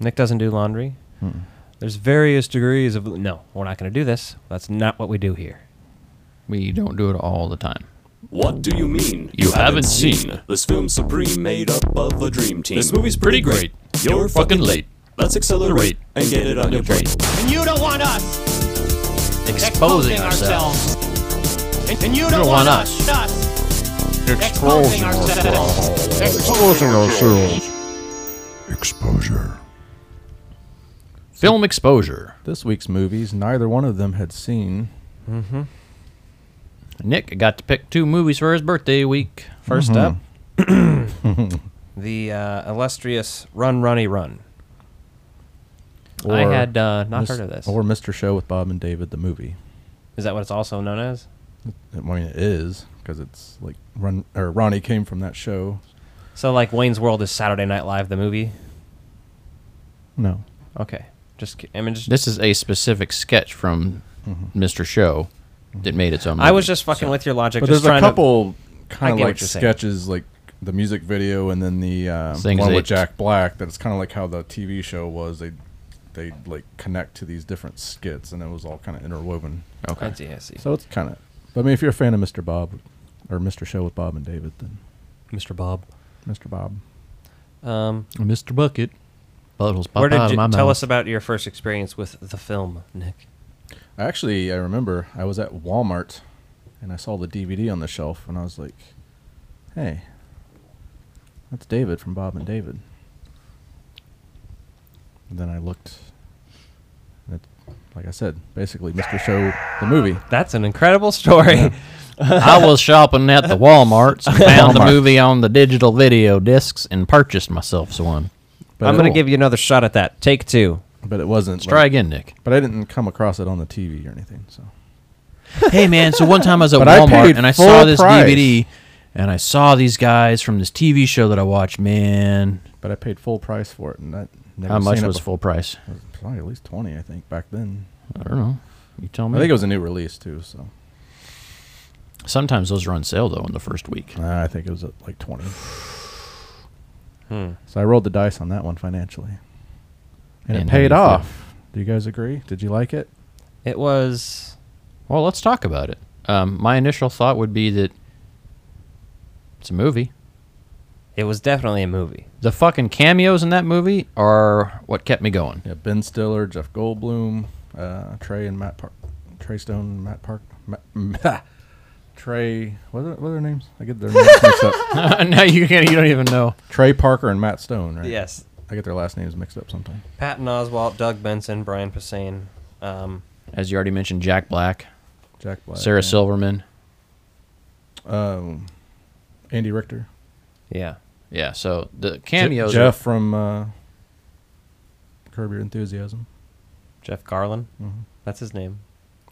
Speaker 13: Nick doesn't do laundry.
Speaker 4: Mm-mm.
Speaker 13: There's various degrees of no. We're not going to do this. That's not what we do here.
Speaker 14: We don't do it all the time.
Speaker 15: What do you mean?
Speaker 14: You haven't seen.
Speaker 15: This film supreme made up of a dream team.
Speaker 14: This movie's pretty great.
Speaker 15: You're fucking late. Let's accelerate and get it on your plate.
Speaker 16: And you don't want us
Speaker 14: Exposing ourselves.
Speaker 16: And, and you, don't, want, us. us. Exposing ourselves. Exposing
Speaker 4: Exposure.
Speaker 14: Film exposure.
Speaker 4: This week's movies, neither one of them had seen.
Speaker 13: Mm-hmm.
Speaker 14: Nick got to pick two movies for his birthday week.
Speaker 13: 1st
Speaker 4: Mhm.
Speaker 13: up, the uh, illustrious Run Runny Run. I
Speaker 4: Or
Speaker 13: had uh, not
Speaker 4: Mis-
Speaker 13: heard of this.
Speaker 4: Or Mr. Show with Bob and David, the movie.
Speaker 13: Is that what it's also known as?
Speaker 4: I mean, it is because it's like run or Ronnie came from that show.
Speaker 13: So like Wayne's World is Saturday Night Live the movie.
Speaker 4: No,
Speaker 13: Okay, just ki- I mean just
Speaker 14: This is a specific sketch from
Speaker 4: Mm-hmm.
Speaker 14: Mr. Show that made its own.
Speaker 13: I was
Speaker 14: movie.
Speaker 13: just fucking with your logic.
Speaker 4: but
Speaker 13: just
Speaker 4: there's a
Speaker 13: trying to-
Speaker 4: couple
Speaker 13: I
Speaker 4: kind
Speaker 13: get
Speaker 4: of
Speaker 13: what
Speaker 4: like
Speaker 13: you're saying.
Speaker 4: sketches, like the music video and then the um,
Speaker 14: Things
Speaker 4: one with
Speaker 14: they-
Speaker 4: Jack Black. That it's kind of like how the TV show was. They they like connect to these different skits, and it was all kind of interwoven.
Speaker 14: Okay.
Speaker 13: I see, I see.
Speaker 4: So it's kind of. I mean, if you're a fan of Mr. Bob or Mr. Show with Bob and David, then
Speaker 13: Mr. Bob.
Speaker 4: Mr. Bob.
Speaker 13: Um,
Speaker 14: Mr. Bucket. Bottles pop
Speaker 13: where
Speaker 14: out
Speaker 13: did
Speaker 14: of
Speaker 13: you
Speaker 14: my
Speaker 13: tell
Speaker 14: mouth.
Speaker 13: us about your first experience with the film, Nick?
Speaker 4: Actually, I remember I was at Walmart and I saw the DVD on the shelf and I was like, hey, that's David from Bob and David. And then I looked. And it, like I said, basically, Mr. Show, the movie.
Speaker 13: That's an incredible story.
Speaker 14: I was shopping at the Walmarts, and found the
Speaker 4: Walmart.
Speaker 14: movie on the digital video discs, and purchased myself one.
Speaker 4: But
Speaker 13: I'm
Speaker 4: it-
Speaker 13: going to give you another shot at that. Take two.
Speaker 4: But it wasn't.
Speaker 14: Let's try again, Nick.
Speaker 4: But I didn't come across it on the TV or anything. So
Speaker 14: hey man, so one time I was at
Speaker 4: But I
Speaker 14: Walmart
Speaker 4: paid
Speaker 14: and I
Speaker 4: full
Speaker 14: saw this
Speaker 4: price.
Speaker 14: DVD and I saw these guys from this TV show that I watched, man.
Speaker 4: But I paid full price for it, and that never
Speaker 14: How much
Speaker 4: seen it
Speaker 14: was
Speaker 4: before.
Speaker 14: full price?
Speaker 4: It was probably at least twenty, I think, back then.
Speaker 14: I don't know. You tell me.
Speaker 4: I think it was a new release too. So
Speaker 14: Sometimes those are on sale though in the first week.
Speaker 4: Uh, I think it was at like 20.
Speaker 13: Hmm.
Speaker 4: So I rolled the dice on that one financially. And,
Speaker 14: And
Speaker 4: it
Speaker 14: how do you
Speaker 4: paid
Speaker 14: feel?
Speaker 4: off. Do you guys agree? Did you like it?
Speaker 13: It was.
Speaker 14: Well, let's talk about it. Um, my initial thought would be that it's a movie.
Speaker 13: It was definitely a movie.
Speaker 14: The fucking cameos in that movie are what kept me going.
Speaker 4: Yeah, Ben Stiller, Jeff Goldblum, uh, Trey and Matt Park. Trey Stone and Matt Park. Matt, Trey. What are, what are their names? I get their names mixed up.
Speaker 14: now you can't. You don't even know.
Speaker 4: Trey Parker and Matt Stone, right?
Speaker 13: Yes.
Speaker 4: I get their last names mixed up sometimes.
Speaker 13: Patton Oswalt, Doug Benson, Brian Posehn. Um,
Speaker 14: As you already mentioned, Jack Black,
Speaker 4: Jack Black.
Speaker 14: Sarah
Speaker 4: yeah.
Speaker 14: Silverman.
Speaker 4: Um, Andy Richter.
Speaker 13: yeah.
Speaker 14: Yeah. So the
Speaker 4: Je-
Speaker 14: cameos.
Speaker 4: Jeff from uh, Curb Your Enthusiasm.
Speaker 13: Jeff Garland.
Speaker 4: Mhm.
Speaker 13: That's his name.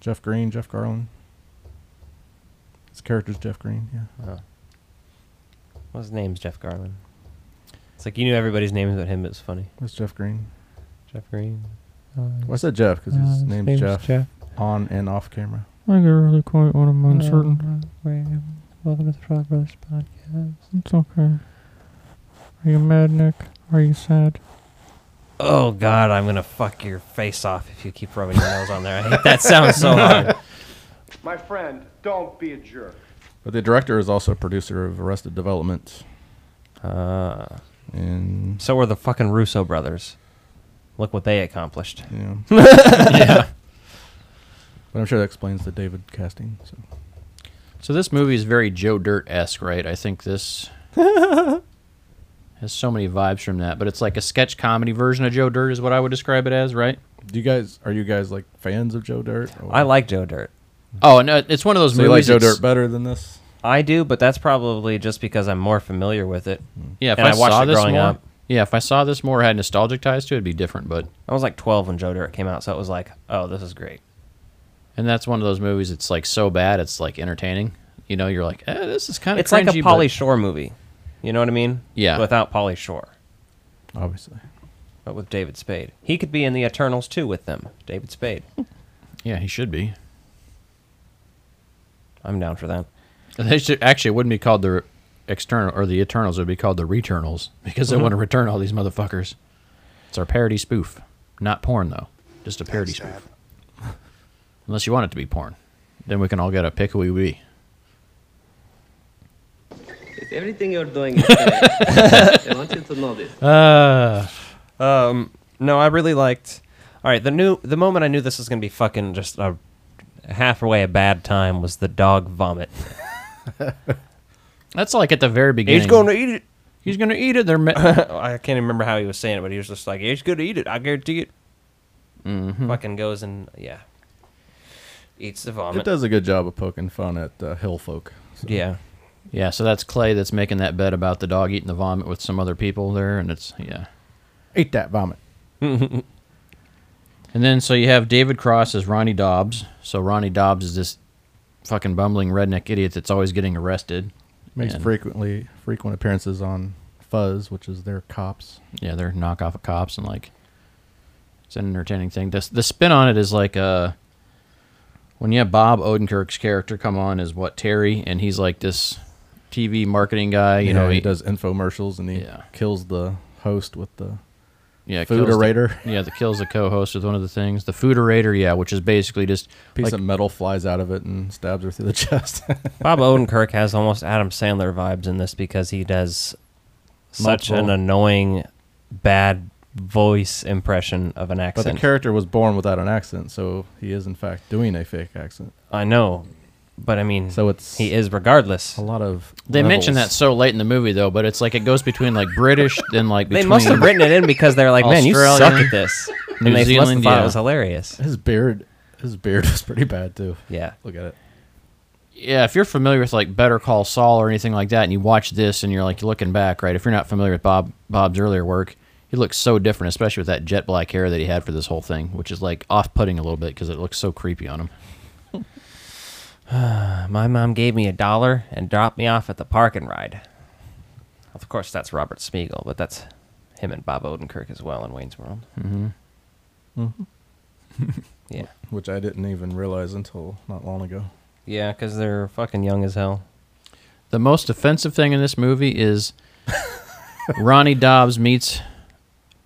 Speaker 4: Jeff Green, Jeff Garland. His character's Jeff Green, yeah.
Speaker 13: Oh. Well, his name's Jeff Garland. It's like you knew everybody's names but him. It's funny.
Speaker 4: That's Jeff Green.
Speaker 13: Jeff Green.
Speaker 4: Well, I said Jeff because his
Speaker 5: Uh,
Speaker 4: name's,
Speaker 5: name's
Speaker 4: Jeff,
Speaker 5: Jeff.
Speaker 4: on and off camera.
Speaker 5: I got really quiet when I'm uncertain.
Speaker 16: Welcome to the Frog Brothers podcast.
Speaker 5: It's okay. Are you mad, Nick? Are you sad?
Speaker 13: Oh God, I'm gonna fuck your face off if you keep rubbing your nose on there. I hate that sound so hard.
Speaker 11: My friend, don't be a jerk.
Speaker 4: But the director is also a producer of Arrested Development.
Speaker 13: Uh,
Speaker 4: And,
Speaker 13: so were the fucking Russo brothers. Look what they accomplished.
Speaker 4: you know. yeah. But I'm sure that explains the David casting. So.
Speaker 14: So this movie is very Joe Dirt esque, right? I think this has so many vibes from that, but it's like a sketch comedy version of Joe Dirt, is what I would describe it as, right?
Speaker 4: Do you guys, are you guys like fans of Joe Dirt? or-
Speaker 13: I like Joe Dirt.
Speaker 14: Oh no, it's one of those
Speaker 4: so you like
Speaker 14: movies.
Speaker 4: Joe
Speaker 14: that's-
Speaker 4: Dirt better than this?
Speaker 13: I do, but that's probably just because I'm more familiar with it.
Speaker 14: Yeah, if
Speaker 13: And
Speaker 14: I,
Speaker 13: I watched
Speaker 14: saw
Speaker 13: it
Speaker 14: this
Speaker 13: growing
Speaker 14: more,
Speaker 13: up.
Speaker 14: yeah, if I saw this more, had nostalgic ties to it, it'd be different. But
Speaker 13: I was like 12 when Joe Dirt came out, so it was like, oh, this is great.
Speaker 14: and that's one of those movies. It's like so bad, it's like entertaining. You know, you're like, eh, this is kind of
Speaker 13: It's like a Polly Shore movie. You know what I mean?
Speaker 14: Yeah.
Speaker 13: Without Polly Shore,
Speaker 4: obviously,
Speaker 13: but with David Spade, he could be in the Eternals too with them. David Spade.
Speaker 14: Yeah, he should be.
Speaker 13: I'm down for that.
Speaker 14: They should actually it wouldn't be called the external or the Eternals. It would be called the Returnals because they
Speaker 13: Mhm.
Speaker 14: want to return all these motherfuckers. It's our parody spoof, not porn though. Just a parody spoof. Unless you want it to be porn, then we can all get a pick who we be.
Speaker 17: If everything you're doing is correct, I want you to know this.
Speaker 13: Uh, um, no, I really liked. All right, the new the moment I knew this was gonna be fucking just a halfway a bad time was the dog vomit.
Speaker 14: That's like at the very beginning.
Speaker 13: He's gonna eat it. Oh,
Speaker 14: He's gonna eat it. They're.
Speaker 13: I can't even remember how he was saying it, but he was just like, "He's gonna eat it. I guarantee it."
Speaker 14: Mhm.
Speaker 13: Fucking goes and yeah, eats the vomit.
Speaker 4: it does a good job of poking fun at uh, hill folk. so.
Speaker 13: Yeah.
Speaker 14: Yeah, so that's Clay that's making that bet about the dog eating the vomit with some other people there, and it's yeah.
Speaker 4: Eat that vomit.
Speaker 13: and
Speaker 14: then so you have David Cross as Ronnie Dobbs. So Ronnie Dobbs is this fucking bumbling redneck idiot that's always getting arrested.
Speaker 4: Makes
Speaker 14: And-
Speaker 4: frequently frequent appearances on Fuzz, which is their cops.
Speaker 14: Yeah, they're knockoff of cops and like it's an entertaining thing. This the spin on it is like uh when you have Bob Odenkirk's character come on as what Terry and he's like this TV marketing guy, you
Speaker 4: Yeah,
Speaker 14: know,
Speaker 4: he does infomercials and he kills the host with the
Speaker 14: yeah,
Speaker 4: food
Speaker 14: kills the-
Speaker 4: orator.
Speaker 14: yeah, that kills the co-host with one of the things. The food orator, yeah, which is basically just
Speaker 4: Piece
Speaker 14: like-
Speaker 4: of metal flies out of it and stabs her through the chest.
Speaker 13: Bob Odenkirk has almost Adam Sandler vibes in this because he does such an
Speaker 4: Multiple.
Speaker 13: annoying, bad voice impression of an
Speaker 4: But
Speaker 13: accent.
Speaker 4: the character was born without an accent, so he is in fact doing a fake accent.
Speaker 13: I know, but I mean,
Speaker 4: so it's
Speaker 13: he is regardless.
Speaker 4: A lot of
Speaker 14: They mention that so late in the movie though, but it's like it goes between like British then like
Speaker 13: They
Speaker 14: between
Speaker 13: must have written it in because they're like, "Man, you suck
Speaker 14: Australian,
Speaker 13: at this."
Speaker 14: New
Speaker 13: And they must have
Speaker 14: Zealand,
Speaker 13: thought it
Speaker 14: yeah.
Speaker 13: was hilarious.
Speaker 4: His beard, his beard was pretty bad too.
Speaker 13: Yeah,
Speaker 4: look at it.
Speaker 14: yeah, if you're familiar with like Better Call Saul or anything like that, and you watch this and you're like looking back, right? If you're not familiar with Bob Bob's earlier work, he looks so different, especially with that jet black hair that he had for this whole thing, which is like off-putting a little bit because it looks so creepy on him.
Speaker 13: Uh, My mom gave me a dollar and dropped me off at the park and ride. Of course, that's Robert Spiegel, but that's him and Bob Odenkirk as well in Wayne's World.
Speaker 14: Mm-hmm.
Speaker 4: Mm-hmm.
Speaker 13: Yeah.
Speaker 4: Which I didn't even realize until not long ago.
Speaker 13: Yeah, because they're fucking young as hell.
Speaker 14: The most offensive thing in this movie is Ronnie Dobbs meets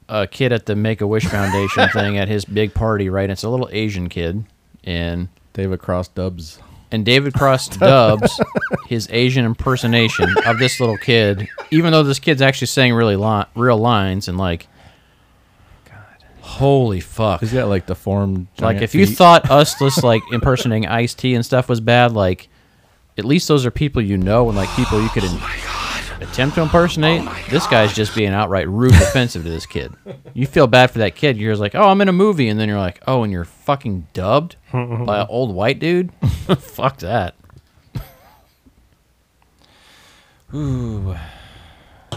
Speaker 14: a kid at the Make a Wish Foundation thing at his big party, right? It's a little Asian kid, and
Speaker 4: David Cross dubs,
Speaker 14: and David Cross dubs his Asian impersonation of this little kid, even though this kid's actually saying really li- real lines and like. Holy fuck!
Speaker 4: He's got like deformed.
Speaker 14: Like
Speaker 4: giant
Speaker 14: if you
Speaker 4: feet.
Speaker 14: thought us just like impersonating Ice T and stuff was bad, like at least those are people you know and like people you could in- attempt to impersonate. this guy's just being outright rude, and offensive to this kid. You feel bad for that kid. You're just like, oh, I'm in a movie, and then you're like, oh, and you're fucking dubbed by an old white dude. Fuck that.
Speaker 13: Ooh.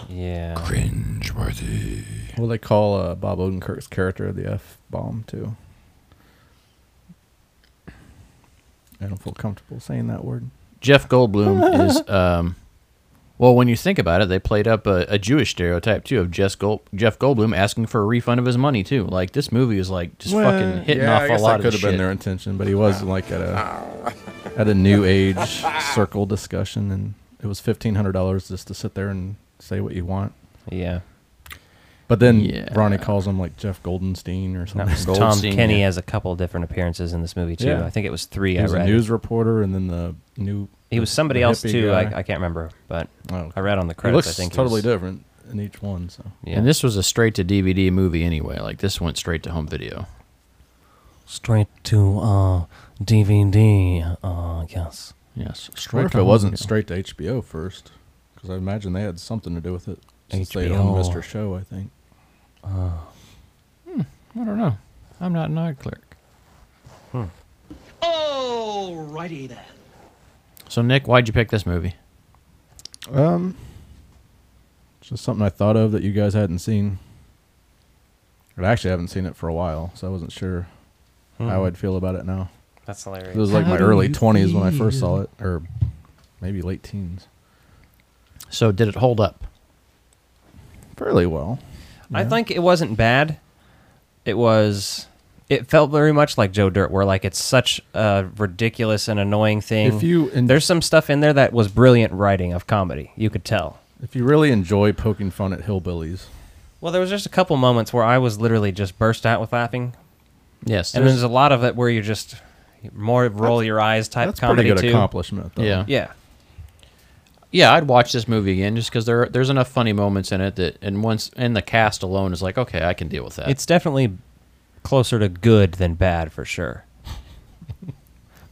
Speaker 13: Yeah.
Speaker 4: Cringeworthy. What do they call uh, Bob Odenkirk's character the F bomb too? I don't feel comfortable saying that word.
Speaker 14: Jeff Goldblum is. Um, well, when you think about it, they played up a, a Jewish stereotype too of Jeff, Gold, Jeff Goldblum asking for a refund of his money too. Like this movie is like just fucking hitting
Speaker 4: yeah,
Speaker 14: off
Speaker 4: I
Speaker 14: a
Speaker 4: guess
Speaker 14: lot
Speaker 4: that
Speaker 14: of
Speaker 4: could
Speaker 14: the
Speaker 4: have been
Speaker 14: shit.
Speaker 4: their intention, but he was like at a at a new age circle discussion, and it was fifteen hundred dollars just to sit there and say what you want.
Speaker 13: Yeah.
Speaker 4: But then Ronnie calls him like Jeff Goldenstein or
Speaker 13: That
Speaker 4: something.
Speaker 13: was Tom Kenny has a couple different appearances in this movie too.
Speaker 4: Yeah.
Speaker 13: I think it was three.
Speaker 4: He was
Speaker 13: I
Speaker 4: a
Speaker 13: read.
Speaker 4: news reporter, and then the new
Speaker 13: he was
Speaker 4: the
Speaker 13: somebody else
Speaker 4: hippie
Speaker 13: too. I,
Speaker 4: guy.
Speaker 13: I can't remember, but
Speaker 4: Oh.
Speaker 13: I read on the
Speaker 4: He
Speaker 13: credits.
Speaker 4: looks
Speaker 13: I think he
Speaker 4: totally
Speaker 13: was-
Speaker 4: different in each one. So
Speaker 13: Yeah.
Speaker 14: And this was a straight to DVD movie anyway. Like this went straight to home video.
Speaker 13: Straight to uh, DVD. Uh, yes.
Speaker 14: Yes.
Speaker 4: What if it wasn't straight to HBO first? Because I imagine they had something to do with it. Since they own
Speaker 13: HBO.
Speaker 4: Mr. Show, I think.
Speaker 14: I don't know. I'm not an eye clerk.
Speaker 16: Alrighty then.
Speaker 14: So Nick, why'd you pick this movie?
Speaker 4: Um, it's just something I thought of that you guys hadn't seen. But I actually haven't seen it for a while, so I wasn't sure how
Speaker 13: Hmm.
Speaker 4: I'd feel about it now.
Speaker 13: That's
Speaker 4: It
Speaker 13: hilarious.
Speaker 4: was like
Speaker 13: How
Speaker 4: my
Speaker 13: do
Speaker 4: early
Speaker 13: you
Speaker 4: 20s when I first
Speaker 13: feel?
Speaker 4: saw it, or maybe late teens.
Speaker 14: So did it hold up?
Speaker 4: fairly well.
Speaker 13: I think it wasn't bad. It was. It felt very much like Joe Dirt, where like it's such a ridiculous and annoying thing.
Speaker 4: If you
Speaker 13: Hmm. there's some stuff in there that was brilliant writing of comedy. You could tell.
Speaker 4: If you really enjoy poking fun at hillbillies,
Speaker 13: Well, there was just a couple moments where I was literally just burst out with laughing.
Speaker 14: Yes,
Speaker 13: and
Speaker 14: there's-
Speaker 13: there's a lot of it where you're just more roll your eyes type
Speaker 4: that's pretty
Speaker 13: comedy
Speaker 4: good
Speaker 13: too.
Speaker 4: accomplishment, though.
Speaker 14: Yeah.
Speaker 13: Yeah.
Speaker 14: Yeah, I'd watch this movie again just because there there's enough funny moments in it that, and once and the cast alone is like, okay, I can deal with that.
Speaker 13: It's definitely closer to good than bad for sure.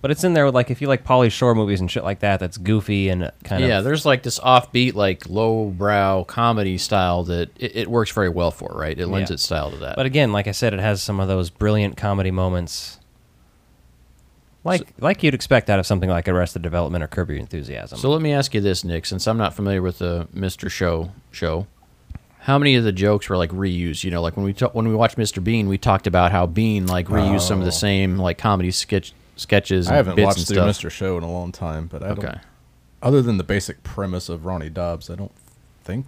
Speaker 13: but it's in there with like if you like Polly Shore movies and shit like that. That's goofy and kind
Speaker 14: yeah,
Speaker 13: of
Speaker 14: there's like this offbeat, like lowbrow comedy style that it, it works very well for, right? It lends
Speaker 13: Yeah.
Speaker 14: its style to that.
Speaker 13: But again, like I said, it has some of those brilliant comedy moments. Like like you'd expect out of something like Arrested Development or Curb Your Enthusiasm.
Speaker 14: So let me ask you this, Nick, since I'm not familiar with the Mr. Show show, how many of the jokes were like reused? You know, like when we ta- when we watched Mr. Bean, we talked about how Bean like reused some of the same like comedy sketch sketches.
Speaker 4: Oh. I
Speaker 14: and
Speaker 4: haven't
Speaker 14: bits
Speaker 4: watched
Speaker 14: and
Speaker 4: through
Speaker 14: stuff.
Speaker 4: Mr. Show in a long time, but I
Speaker 14: Okay.
Speaker 4: don't. Other than the basic premise of Ronnie Dobbs, I don't think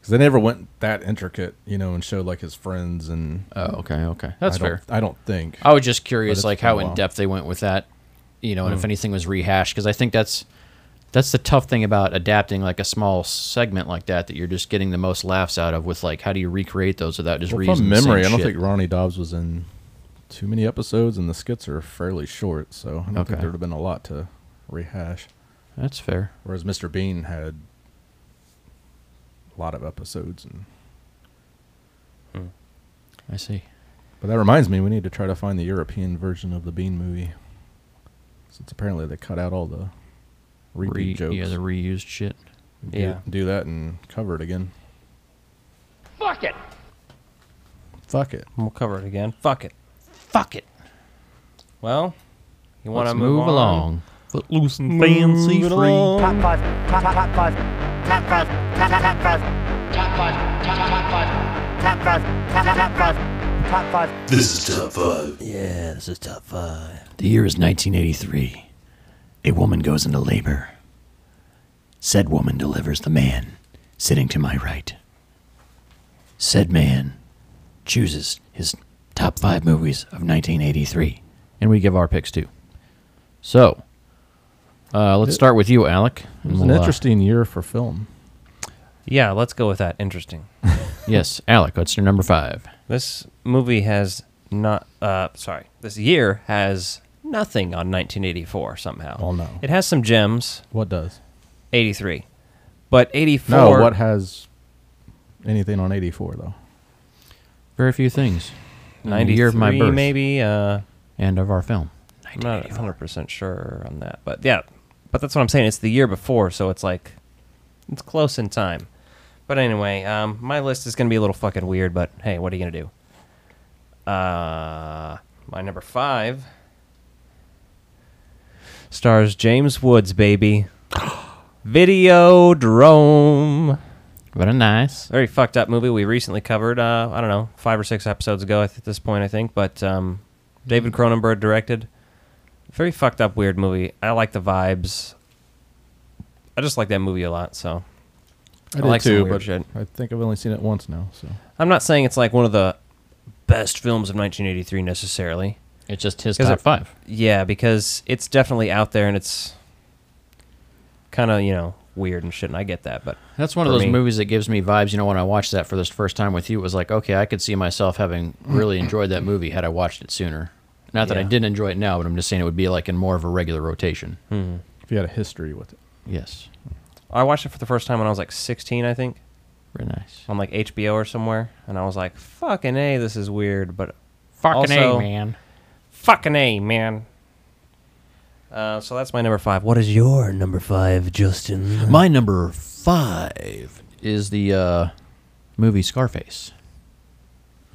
Speaker 4: because they never went that intricate, you know, and showed like his friends and.
Speaker 14: Oh, okay, okay, that's
Speaker 4: I don't-
Speaker 14: fair.
Speaker 4: I don't think.
Speaker 14: I was just
Speaker 4: But
Speaker 14: curious,
Speaker 4: it's
Speaker 14: like
Speaker 4: been a
Speaker 14: how in
Speaker 4: while.
Speaker 14: depth they went with that, you know, and if
Speaker 4: Mm.
Speaker 14: anything was rehashed, because I think that's that's the tough thing about adapting like a small segment like that that you're just getting the most laughs out of. With like, how do you recreate those without just
Speaker 4: Well,
Speaker 14: reusing
Speaker 4: from
Speaker 14: the same
Speaker 4: memory, I don't
Speaker 14: shit?
Speaker 4: think Ronnie Dobbs was in too many episodes, and the skits are fairly short, so I don't
Speaker 14: Okay.
Speaker 4: think there'd have been a lot to rehash.
Speaker 14: That's fair.
Speaker 4: Whereas Mr. Bean had a lot of episodes, and
Speaker 14: I see.
Speaker 4: But that reminds me, we need to try to find the European version of the Bean movie, since apparently they cut out all the repeat
Speaker 14: Re-
Speaker 4: jokes.
Speaker 14: yeah, the reused shit.
Speaker 4: Do,
Speaker 14: Yeah.
Speaker 4: do that and cover it again.
Speaker 16: Fuck it.
Speaker 4: Fuck it.
Speaker 13: We'll cover it again. Fuck it.
Speaker 14: Fuck it.
Speaker 13: Well, you want to
Speaker 14: Let's move
Speaker 13: on?
Speaker 14: along. Footloose and
Speaker 13: fancy free.
Speaker 16: Top five. Top, top, top five. Top five. Top, top, top five. Top five. Top, top, top five. Top five. Top, top, top five. Top five.
Speaker 14: This is top five. Yeah, this is top five. The year is 1983. A woman goes into labor.
Speaker 18: Said woman delivers the man sitting to my right. Said man chooses his top five movies of 1983.
Speaker 14: And we give our picks too. So, uh, let's
Speaker 4: It-
Speaker 14: start with you, Alec. uh,
Speaker 4: It was an interesting year for film.
Speaker 13: Yeah, let's go with that. Interesting.
Speaker 14: yes, Alec, what's your number five?
Speaker 13: This movie has not. Uh, sorry, this year has nothing on 1984 somehow. Oh
Speaker 4: no,
Speaker 13: it has some gems.
Speaker 4: What does?
Speaker 13: 83, but 84.
Speaker 4: No, what has anything on '84 though?
Speaker 14: Very few things.
Speaker 13: Ninety
Speaker 14: The year of my birth.
Speaker 13: maybe. Uh,
Speaker 14: and of our film.
Speaker 13: I'm not 100 percent sure on that, but yeah, but that's what I'm saying. It's the year before, so it's like it's close in time. But anyway, um, my list is gonna be a little fucking weird, but hey, what are you gonna do? Uh, my number five stars James Woods, baby. Videodrome.
Speaker 14: Very nice.
Speaker 13: Very fucked up movie we recently covered. Uh, I don't know, five or six episodes ago at this point, I think. But um, David Cronenberg directed. Very fucked up, weird movie. I like the vibes. I just like that movie a lot. So
Speaker 4: I, did
Speaker 13: some
Speaker 4: too,
Speaker 13: weird
Speaker 4: but I think I've only seen it once now. So
Speaker 13: I'm not saying it's like one of the best films of 1983 necessarily.
Speaker 14: It's just his
Speaker 13: 'Cause
Speaker 14: top
Speaker 13: it-
Speaker 14: five.
Speaker 13: Yeah, because it's definitely out there and it's kind of you know weird and shit, and I get that. But
Speaker 14: That's one of
Speaker 13: for
Speaker 14: those
Speaker 13: me-
Speaker 14: movies that gives me vibes. You know, when I watched that for this first time with you, it was like, okay, I could see myself having really enjoyed that movie had I watched it sooner. Not that I
Speaker 13: Yeah.
Speaker 14: didn't enjoy it now, but I'm just saying it would be like in more of a regular rotation.
Speaker 4: If you had a history with it,
Speaker 14: Yes.
Speaker 13: I watched it for the first time when I was like 16, I think.
Speaker 14: Very nice.
Speaker 13: On like HBO or somewhere, and I was like, "Fucking a, this is weird," but
Speaker 14: Fucking A,
Speaker 13: also-
Speaker 14: man.
Speaker 13: Fucking a, man. Uh, so that's my number five. What is your number five, Justin?
Speaker 14: My number five is the uh, movie Scarface.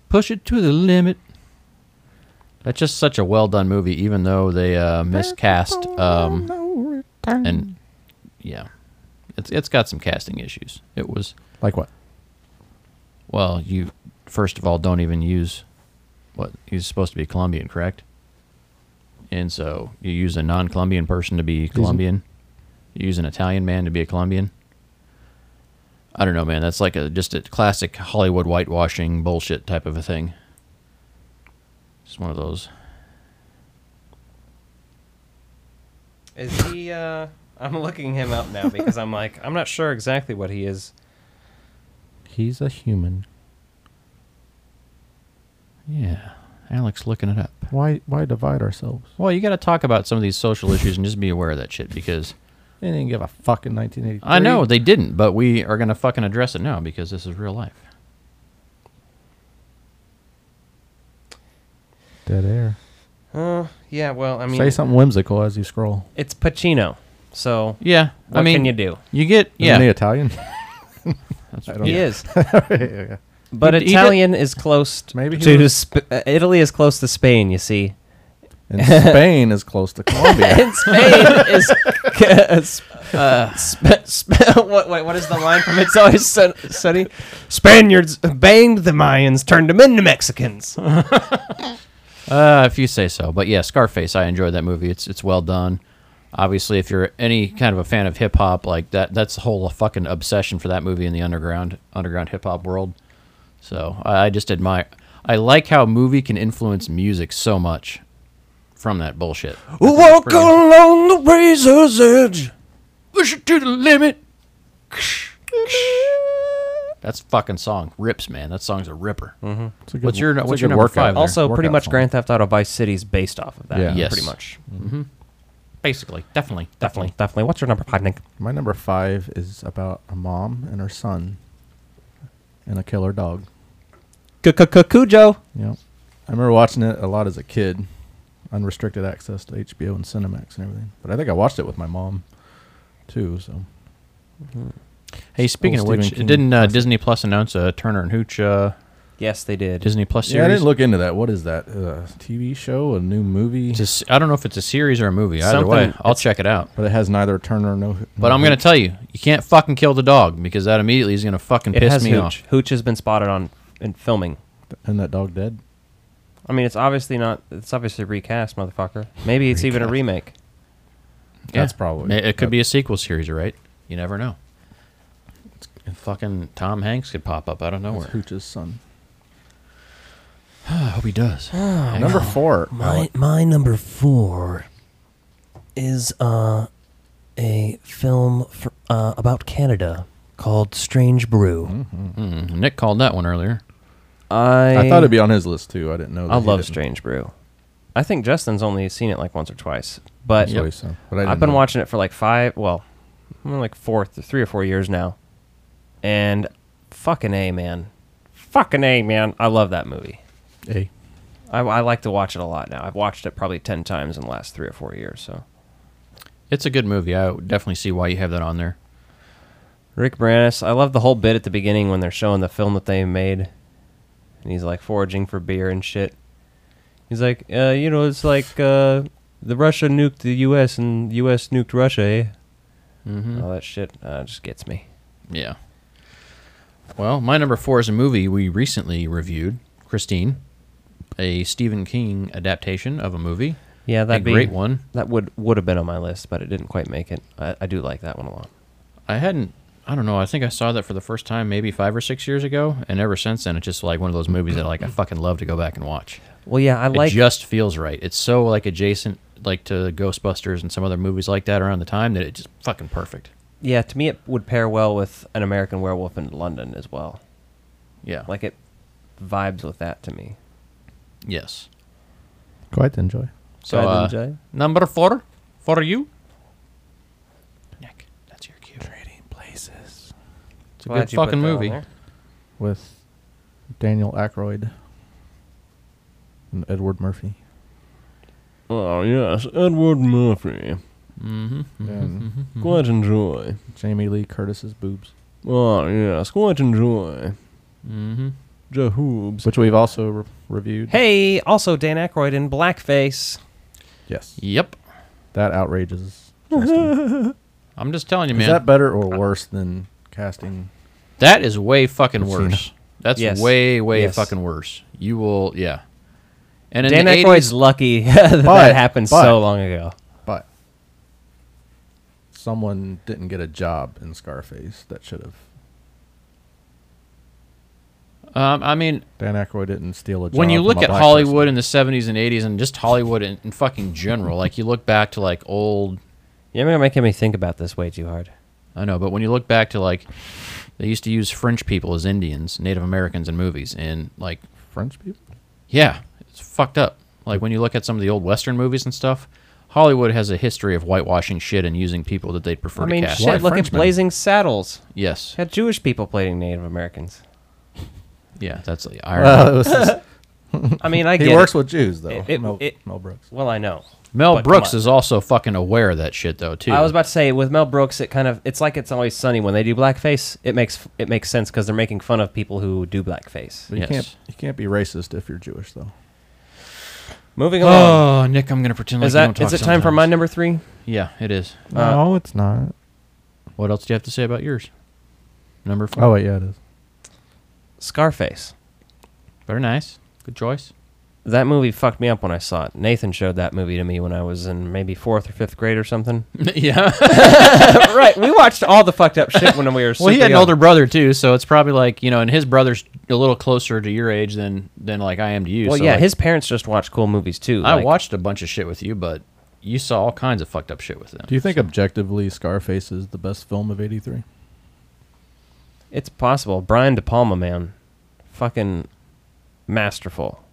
Speaker 14: Push it to the limit. That's just such a well done movie, even though they uh, miscast. Um, and yeah, it's it's got some casting issues. It was
Speaker 4: like what?
Speaker 14: Well, you first of all don't even use what he's supposed to be Colombian, correct? And so you use a non-Colombian person to be Colombian. You use an Italian man to be a Colombian. I don't know, man. That's like a just a classic Hollywood whitewashing bullshit type of a thing. Just one of those.
Speaker 13: Is he? Uh, I'm looking him up now because I'm like I'm not sure exactly what he is.
Speaker 14: He's a human. Yeah, Alex, looking it up.
Speaker 4: Why why divide ourselves?
Speaker 14: Well, you got to talk about some of these social issues and just be aware of that shit because
Speaker 4: They didn't give a fuck in 1983.
Speaker 14: I know they didn't, but we are going to fucking address it now because this is real life.
Speaker 4: Dead air.
Speaker 13: Uh, yeah. Well, I mean,
Speaker 4: Say something whimsical as you scroll.
Speaker 13: It's Pacino. So
Speaker 14: Yeah,
Speaker 13: what
Speaker 14: I mean,
Speaker 13: can you do?
Speaker 14: You get yeah.
Speaker 4: Isn't he Italian?
Speaker 14: That's
Speaker 4: I
Speaker 14: right.
Speaker 4: don't
Speaker 13: He
Speaker 4: know.
Speaker 13: is.
Speaker 4: Yeah.
Speaker 13: But
Speaker 4: He- he did-
Speaker 13: Italian is close
Speaker 4: Maybe he
Speaker 13: to
Speaker 4: was-
Speaker 13: Sp- uh, Italy is close to Spain. You see,
Speaker 4: And Spain is close to Colombia.
Speaker 13: and Spain is. Uh, sp- sp- what, wait, what is the line from It's Always Sun- Sunny? Spaniards banged the Mayans, turned them into Mexicans.
Speaker 14: Uh, if you say so. But yeah, Scarface, I enjoyed that movie. It's it's well done. Obviously, if you're any kind of a fan of hip hop, like that, that's the whole fucking obsession for that movie in the underground underground hip hop world. So I, I just admire. I like how a movie can influence music so much from that bullshit.
Speaker 16: Walk along the razor's edge.
Speaker 14: Push it to the limit. That's fucking song rips, man. That song's a ripper.
Speaker 13: Hmm.
Speaker 14: Mm-hmm.
Speaker 4: It's a good-
Speaker 14: what's your
Speaker 4: it's a
Speaker 14: what's
Speaker 4: good
Speaker 14: your number
Speaker 4: workout.
Speaker 14: five? there?
Speaker 13: also, pretty
Speaker 4: Workout
Speaker 13: much
Speaker 4: song.
Speaker 13: Grand Theft Auto Vice City is based off of that.
Speaker 4: Yeah.
Speaker 14: Yes.
Speaker 13: pretty much.
Speaker 14: Mm-hmm. Basically, definitely,
Speaker 13: Definitely, definitely. What's your number five, Nick?
Speaker 4: My number five is about a mom and her son and a killer dog.
Speaker 13: Cujo.
Speaker 4: Yep. I remember watching it a lot as a kid, unrestricted access to HBO and Cinemax and everything. But I think I watched it with my mom too. So
Speaker 14: Hey, speaking of
Speaker 4: Stephen
Speaker 14: which,
Speaker 4: King
Speaker 14: didn't uh, Disney Plus announce a Turner and Hooch uh,
Speaker 13: Yes, they did.
Speaker 14: Disney Plus series?
Speaker 4: yeah, I didn't look into that. What is that? A TV show? A new movie?
Speaker 14: It's a s- I don't know if it's a series or a movie. Either
Speaker 13: Something-
Speaker 14: way, I'll
Speaker 13: it's-
Speaker 14: check it out.
Speaker 4: But it has neither Turner no.
Speaker 14: But I'm going to tell you, you can't fucking kill the dog because that immediately is going to fucking
Speaker 13: It
Speaker 14: piss
Speaker 13: has
Speaker 14: me
Speaker 13: Hooch.
Speaker 14: off.
Speaker 13: Hooch has been spotted on in filming.
Speaker 4: And that dog dead.
Speaker 13: I mean, it's obviously not. It's obviously recast, motherfucker. Maybe it's even a remake.
Speaker 4: That's probably-
Speaker 14: Ma- It could
Speaker 4: that-
Speaker 14: be a sequel series, right? You never know. And fucking Tom Hanks could pop up out of
Speaker 4: That's
Speaker 14: nowhere.
Speaker 4: Hooch's son.
Speaker 14: I hope he does. Hang
Speaker 4: Number
Speaker 14: on.
Speaker 4: four.
Speaker 7: My my number four is uh, a film for, uh, about Canada called Strange Brew.
Speaker 14: Mm, Nick called that one earlier.
Speaker 13: I
Speaker 4: I thought it'd be on his list too. I didn't know. That
Speaker 13: I
Speaker 4: he
Speaker 13: love
Speaker 4: didn't.
Speaker 13: Strange Brew. I think Justin's only seen it like once or twice, but,
Speaker 4: That's what he said, but I didn't
Speaker 13: I've been
Speaker 4: know.
Speaker 13: watching it for like five, well, I'm in, like four, th- three or four years now, and fucking a man, fucking a man, I love that movie.
Speaker 4: Hey,
Speaker 13: I, I like to watch it a lot now. I've watched it probably ten times in the last three or four years. So
Speaker 14: It's a good movie. I would definitely see why you have that on there.
Speaker 13: Rick Moranis, I love the whole bit at the beginning when they're showing the film that they made, and he's like foraging for beer and shit. He's like, uh, you know, it's like uh, the Russia nuked the U.S. and U.S. nuked Russia, eh?
Speaker 14: Mm-hmm.
Speaker 13: All that shit uh, just gets me.
Speaker 14: Yeah. Well, my number four is a movie we recently reviewed, Christine, a Stephen King adaptation of a movie.
Speaker 13: Yeah, that'd
Speaker 14: a
Speaker 13: be
Speaker 14: great one.
Speaker 13: That would would have been on my list, but it didn't quite make it. I, I do like that one a lot.
Speaker 14: I hadn't. I don't know. I think I saw that for the first time maybe five or six years ago, and ever since then, it's just like one of those movies that like I fucking love to go back and watch.
Speaker 13: Well, yeah, I
Speaker 14: it
Speaker 13: like.
Speaker 14: just feels right. It's so like adjacent, like to Ghostbusters and some other movies like that around the time that it just fucking perfect.
Speaker 13: yeah, to me, it would pair well with an American Werewolf in London as well.
Speaker 14: Yeah.
Speaker 13: Like it vibes with that to me.
Speaker 14: Yes.
Speaker 4: quite enjoy.
Speaker 14: So
Speaker 13: Go ahead,
Speaker 14: uh,
Speaker 13: Jay.
Speaker 14: number four for you, Nick. That's your cue.
Speaker 4: Trading places
Speaker 14: It's a
Speaker 13: Glad
Speaker 14: good
Speaker 13: you put
Speaker 14: fucking
Speaker 13: that on
Speaker 14: movie.
Speaker 13: there.
Speaker 4: with Daniel Aykroyd and Edward Murphy.
Speaker 7: Oh yes, Edward Murphy.
Speaker 14: Mm-hmm.
Speaker 4: And
Speaker 7: Quite enjoy.
Speaker 4: Jamie Lee Curtis's boobs,
Speaker 7: Oh yes, quite enjoy.
Speaker 14: Mm-hmm.
Speaker 7: Jahoobs.
Speaker 4: which we've also re- reviewed.
Speaker 13: Hey, also Dan Aykroyd in blackface.
Speaker 4: Yes,
Speaker 14: Yep.
Speaker 4: that outrages. Justin.
Speaker 14: I'm just telling you,
Speaker 4: Is
Speaker 14: man.
Speaker 4: that better or worse than casting?
Speaker 14: that is way fucking
Speaker 4: I've seen
Speaker 14: worse. That's
Speaker 13: Yes.
Speaker 14: way, way
Speaker 13: Yes.
Speaker 14: fucking worse. You will, yeah. And in
Speaker 13: Dan
Speaker 14: the
Speaker 13: Aykroyd's
Speaker 14: 80s,
Speaker 13: lucky that,
Speaker 4: But-
Speaker 13: that happened
Speaker 4: but-
Speaker 13: so long ago.
Speaker 4: But someone didn't get a job in Scarface that should have
Speaker 14: Um, I mean,
Speaker 4: Dan Aykroyd didn't steal a job.
Speaker 14: when you
Speaker 4: from
Speaker 14: look
Speaker 4: a
Speaker 14: at
Speaker 4: black
Speaker 14: Hollywood in the 70s and 80s and just Hollywood in, in fucking general, like you look back to like old.
Speaker 13: You're not making me think about this way too hard.
Speaker 14: I know, but when you look back to like, they used to use French people as Indians, Native Americans in movies, and like.
Speaker 4: French people?
Speaker 14: Yeah, it's fucked up. Like when you look at some of the old Western movies and stuff, Hollywood has a history of whitewashing shit and using people that they'd prefer
Speaker 13: I mean,
Speaker 14: to cast.
Speaker 13: shit, look at Blazing Saddles.
Speaker 14: Yes.
Speaker 13: Had Jewish people playing Native Americans.
Speaker 14: Yeah, that's the irony.
Speaker 4: Well, this is-
Speaker 13: I mean, I
Speaker 4: He
Speaker 13: get
Speaker 4: works
Speaker 13: it.
Speaker 4: with Jews, though,
Speaker 13: It- it-
Speaker 4: Mel-
Speaker 13: it-
Speaker 4: Mel Brooks.
Speaker 13: Well, I know.
Speaker 14: Mel
Speaker 13: But come
Speaker 14: Brooks
Speaker 13: on.
Speaker 14: is also fucking aware of that shit though too.
Speaker 13: I was about to say with Mel Brooks, it kind of it's like it's always sunny when they do blackface. It makes it makes sense because they're making fun of people who do blackface.
Speaker 4: But you can't you can't be racist if you're Jewish, though.
Speaker 13: Moving along.
Speaker 14: Oh, Nick, I'm gonna pretend
Speaker 13: is
Speaker 14: like you
Speaker 13: that
Speaker 14: don't
Speaker 13: is
Speaker 14: talk
Speaker 13: it time for
Speaker 14: sometimes.
Speaker 13: my number three?
Speaker 14: Yeah, it is.
Speaker 4: no, it's not.
Speaker 14: What else do you have to say about yours? Number four.
Speaker 4: Oh wait, yeah, it is.
Speaker 13: Scarface.
Speaker 14: Very nice. Good choice.
Speaker 13: That movie fucked me up when I saw it. Nathan showed that movie to me when I was in maybe fourth or fifth grade or something.
Speaker 14: Yeah.
Speaker 13: right. We watched all the fucked up shit when we were.
Speaker 14: Well, he had
Speaker 13: super
Speaker 14: an
Speaker 13: young.
Speaker 14: older brother too, so it's probably like you know, and his brother's a little closer to your age than than like I am to you.
Speaker 13: Well,
Speaker 14: so,
Speaker 13: yeah,
Speaker 14: like,
Speaker 13: his parents just watch cool movies too.
Speaker 14: I
Speaker 13: like-
Speaker 14: watched a bunch of shit with you, but you saw all kinds of fucked up shit with them.
Speaker 4: Do you think objectively Scarface is the best film of '83?
Speaker 13: It's possible. Brian De Palma, man. Fucking masterful.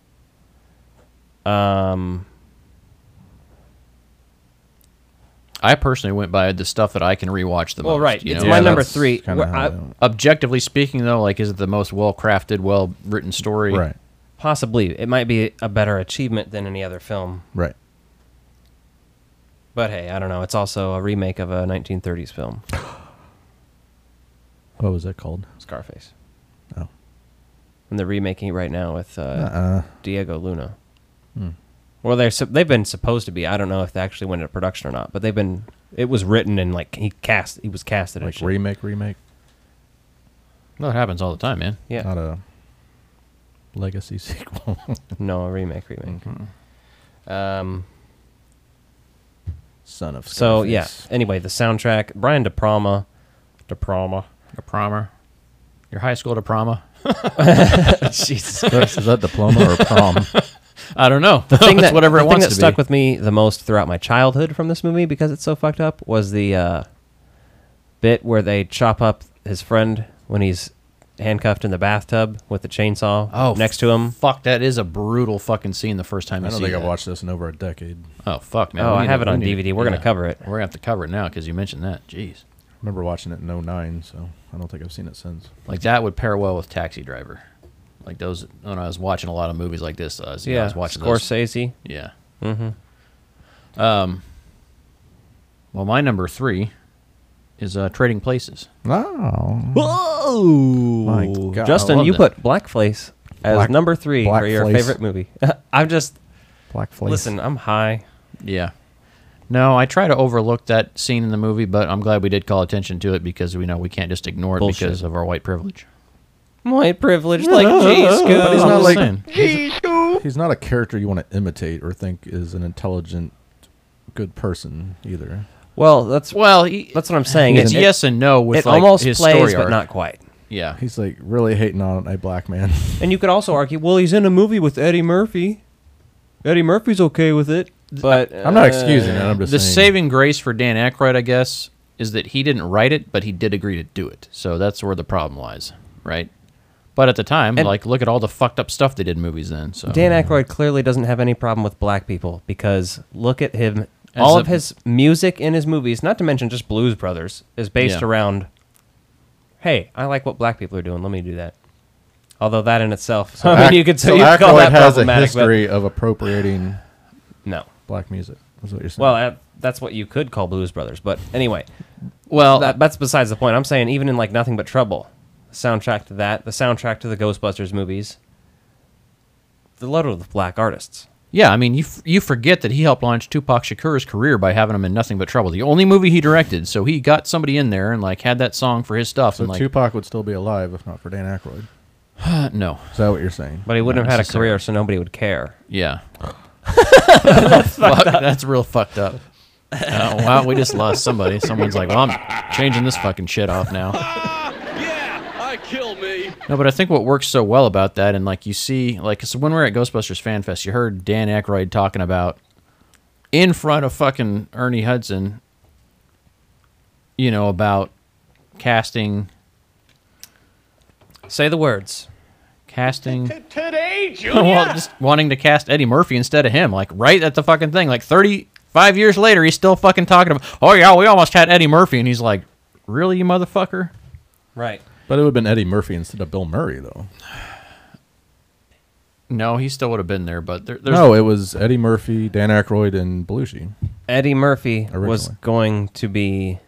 Speaker 13: Um,
Speaker 14: I personally went by the stuff that I can rewatch the
Speaker 13: Well,
Speaker 14: most.
Speaker 13: right.
Speaker 14: you
Speaker 13: It's
Speaker 14: know? uh,
Speaker 13: my Yeah, number that's three. kinda Where how I- I-
Speaker 14: objectively speaking, though, like is it the most well crafted, well written story?
Speaker 4: Right.
Speaker 13: possibly. It might be a better achievement than any other film.
Speaker 4: Right.
Speaker 13: But hey, I don't know. It's also a remake of a 1930s film,
Speaker 4: What was that called?
Speaker 13: Scarface.
Speaker 4: Oh.
Speaker 13: And they're remaking it right now with uh,
Speaker 4: Uh-uh.
Speaker 13: Diego Luna.
Speaker 4: Hmm.
Speaker 13: Well, they're sup- they've been supposed to be. I don't know if they actually went into production or not, but they've been. It was written and like he cast. He was casted. and
Speaker 4: Like
Speaker 13: shit.
Speaker 4: remake, remake,
Speaker 14: No, it happens all the time, man.
Speaker 13: Yeah.
Speaker 4: not a legacy sequel.
Speaker 13: No, a remake, remake.
Speaker 4: Mm-hmm.
Speaker 13: Um,
Speaker 4: Son of
Speaker 13: so yeah.
Speaker 4: Scarface.
Speaker 13: Anyway, the soundtrack, Brian De Palma, De Palma.
Speaker 14: A promer. Your high school diploma.
Speaker 13: Jesus
Speaker 4: Christ, is that diploma or prom?
Speaker 14: I don't know.
Speaker 13: The thing
Speaker 14: It's
Speaker 13: that
Speaker 14: whatever it
Speaker 13: the thing
Speaker 14: wants
Speaker 13: that
Speaker 14: to
Speaker 13: stuck
Speaker 14: be.
Speaker 13: with me the most throughout my childhood from this movie because it's so fucked up was the uh, bit where they chop up his friend when he's handcuffed in the bathtub with the chainsaw
Speaker 14: Oh,
Speaker 13: next to him.
Speaker 14: Fuck, that is a brutal fucking scene. The first time
Speaker 4: I
Speaker 14: you
Speaker 4: don't
Speaker 14: see
Speaker 4: think
Speaker 14: that.
Speaker 4: I've watched this in over a decade.
Speaker 14: Oh fuck, man!
Speaker 13: Oh,
Speaker 14: We
Speaker 13: I
Speaker 14: need
Speaker 13: have
Speaker 14: to-
Speaker 13: it
Speaker 14: we
Speaker 13: on
Speaker 14: need to-
Speaker 13: DVD. We're gonna
Speaker 14: yeah.
Speaker 13: cover it.
Speaker 14: We're gonna have to cover it now because you mentioned that. Jeez,
Speaker 4: I remember watching it in 09, so I don't think I've seen it since.
Speaker 14: like that would pair well with Taxi Driver. Like those when I was watching a lot of movies like this. Uh, yeah, I was watching those.
Speaker 13: Scorsese.
Speaker 14: Yeah.
Speaker 13: Mm-hmm.
Speaker 14: Um, well, my number three is uh, Trading Places.
Speaker 4: Oh.
Speaker 13: Whoa!
Speaker 4: My God.
Speaker 13: Justin,
Speaker 14: I
Speaker 13: you
Speaker 14: loved
Speaker 13: put Blackface as
Speaker 4: Black-
Speaker 13: number three for your
Speaker 4: Blackface.
Speaker 13: favorite movie. I'm just
Speaker 4: Blackface.
Speaker 13: listen. I'm high.
Speaker 14: Yeah. No, I try to overlook that scene in the movie, but I'm glad we did call attention to it because we know we can't just ignore it
Speaker 13: Bullshit.
Speaker 14: because of our white privilege.
Speaker 13: White privilege, like geez,
Speaker 4: But he's
Speaker 14: I'm just
Speaker 4: not like
Speaker 14: saying.
Speaker 4: he's, he's not a character you want to imitate or think is an intelligent, good person either.
Speaker 13: Well, that's
Speaker 14: Well, he,
Speaker 13: that's what I'm saying.
Speaker 14: It's
Speaker 13: It-
Speaker 14: yes and no with,
Speaker 13: it
Speaker 14: like,
Speaker 13: almost
Speaker 14: his
Speaker 13: plays,
Speaker 14: story
Speaker 13: but
Speaker 14: arc.
Speaker 13: not quite.
Speaker 14: Yeah.
Speaker 4: He's like really hating on a black man.
Speaker 13: And you could also argue, well, he's in a movie with Eddie Murphy. Eddie Murphy's okay with it, uh, but
Speaker 4: I'm not excusing it. I'm just
Speaker 14: the
Speaker 4: saying.
Speaker 14: saving grace for Dan Aykroyd, I guess, is that he didn't write it, but he did agree to do it. So that's where the problem lies, right? But at the time,
Speaker 13: And-
Speaker 14: like, look at all the fucked up stuff they did in movies then. So
Speaker 13: Dan Aykroyd clearly doesn't have any problem with black people because look at him.
Speaker 14: As
Speaker 13: All
Speaker 14: a-
Speaker 13: of his music in his movies, not to mention just Blues Brothers, is based
Speaker 14: Yeah.
Speaker 13: around. Hey, I like what black people are doing. Let me do that. Although that in itself, I mean,
Speaker 4: Ac-
Speaker 13: you could
Speaker 4: so
Speaker 13: you could call
Speaker 4: Aykroyd
Speaker 13: that
Speaker 4: has a
Speaker 13: problematic, but-
Speaker 4: history of appropriating
Speaker 13: no.
Speaker 4: black music. Is what you're saying.
Speaker 13: Well, that- that's what you could call Blues Brothers, but anyway.
Speaker 14: Well,
Speaker 13: that, that's besides the point. I'm saying even in like nothing but trouble, the soundtrack to that, the soundtrack to the Ghostbusters movies, the load of the black artists.
Speaker 14: yeah, I mean, you f- you forget that he helped launch Tupac Shakur's career by having him in Nothing But Trouble, the only movie he directed. So he got somebody in there and like had that song for his stuff.
Speaker 4: so
Speaker 14: and like, uh,
Speaker 4: Tupac would still be alive if not for Dan Aykroyd.
Speaker 14: no,
Speaker 4: Is that what you're saying?
Speaker 13: But he wouldn't
Speaker 14: Not
Speaker 13: have had a
Speaker 14: necessarily.
Speaker 13: career, so nobody would care.
Speaker 14: yeah, Fuck, that's real fucked up. Uh, wow, we just lost somebody. Someone's like, well, I'm changing this fucking shit off now.
Speaker 19: I kill me.
Speaker 14: No, but I think what works so well about that, and like you see, like 'cause when we were at Ghostbusters Fan Fest, you heard Dan Aykroyd talking about in front of fucking Ernie Hudson, you know, about casting.
Speaker 13: Say the words.
Speaker 14: Casting.
Speaker 16: Today,
Speaker 14: well, just wanting to cast Eddie Murphy instead of him, like right at the fucking thing. Like 35 years later, he's still fucking talking about, oh yeah, we almost had Eddie Murphy. And he's like, really, you motherfucker?
Speaker 13: Right.
Speaker 4: But it would have been Eddie Murphy instead of Bill Murray, though.
Speaker 14: No, he still would have been there, but there, there's.
Speaker 4: No, it was Eddie Murphy, Dan Aykroyd, and Belushi.
Speaker 13: Eddie Murphy was
Speaker 4: Originally.
Speaker 13: going to be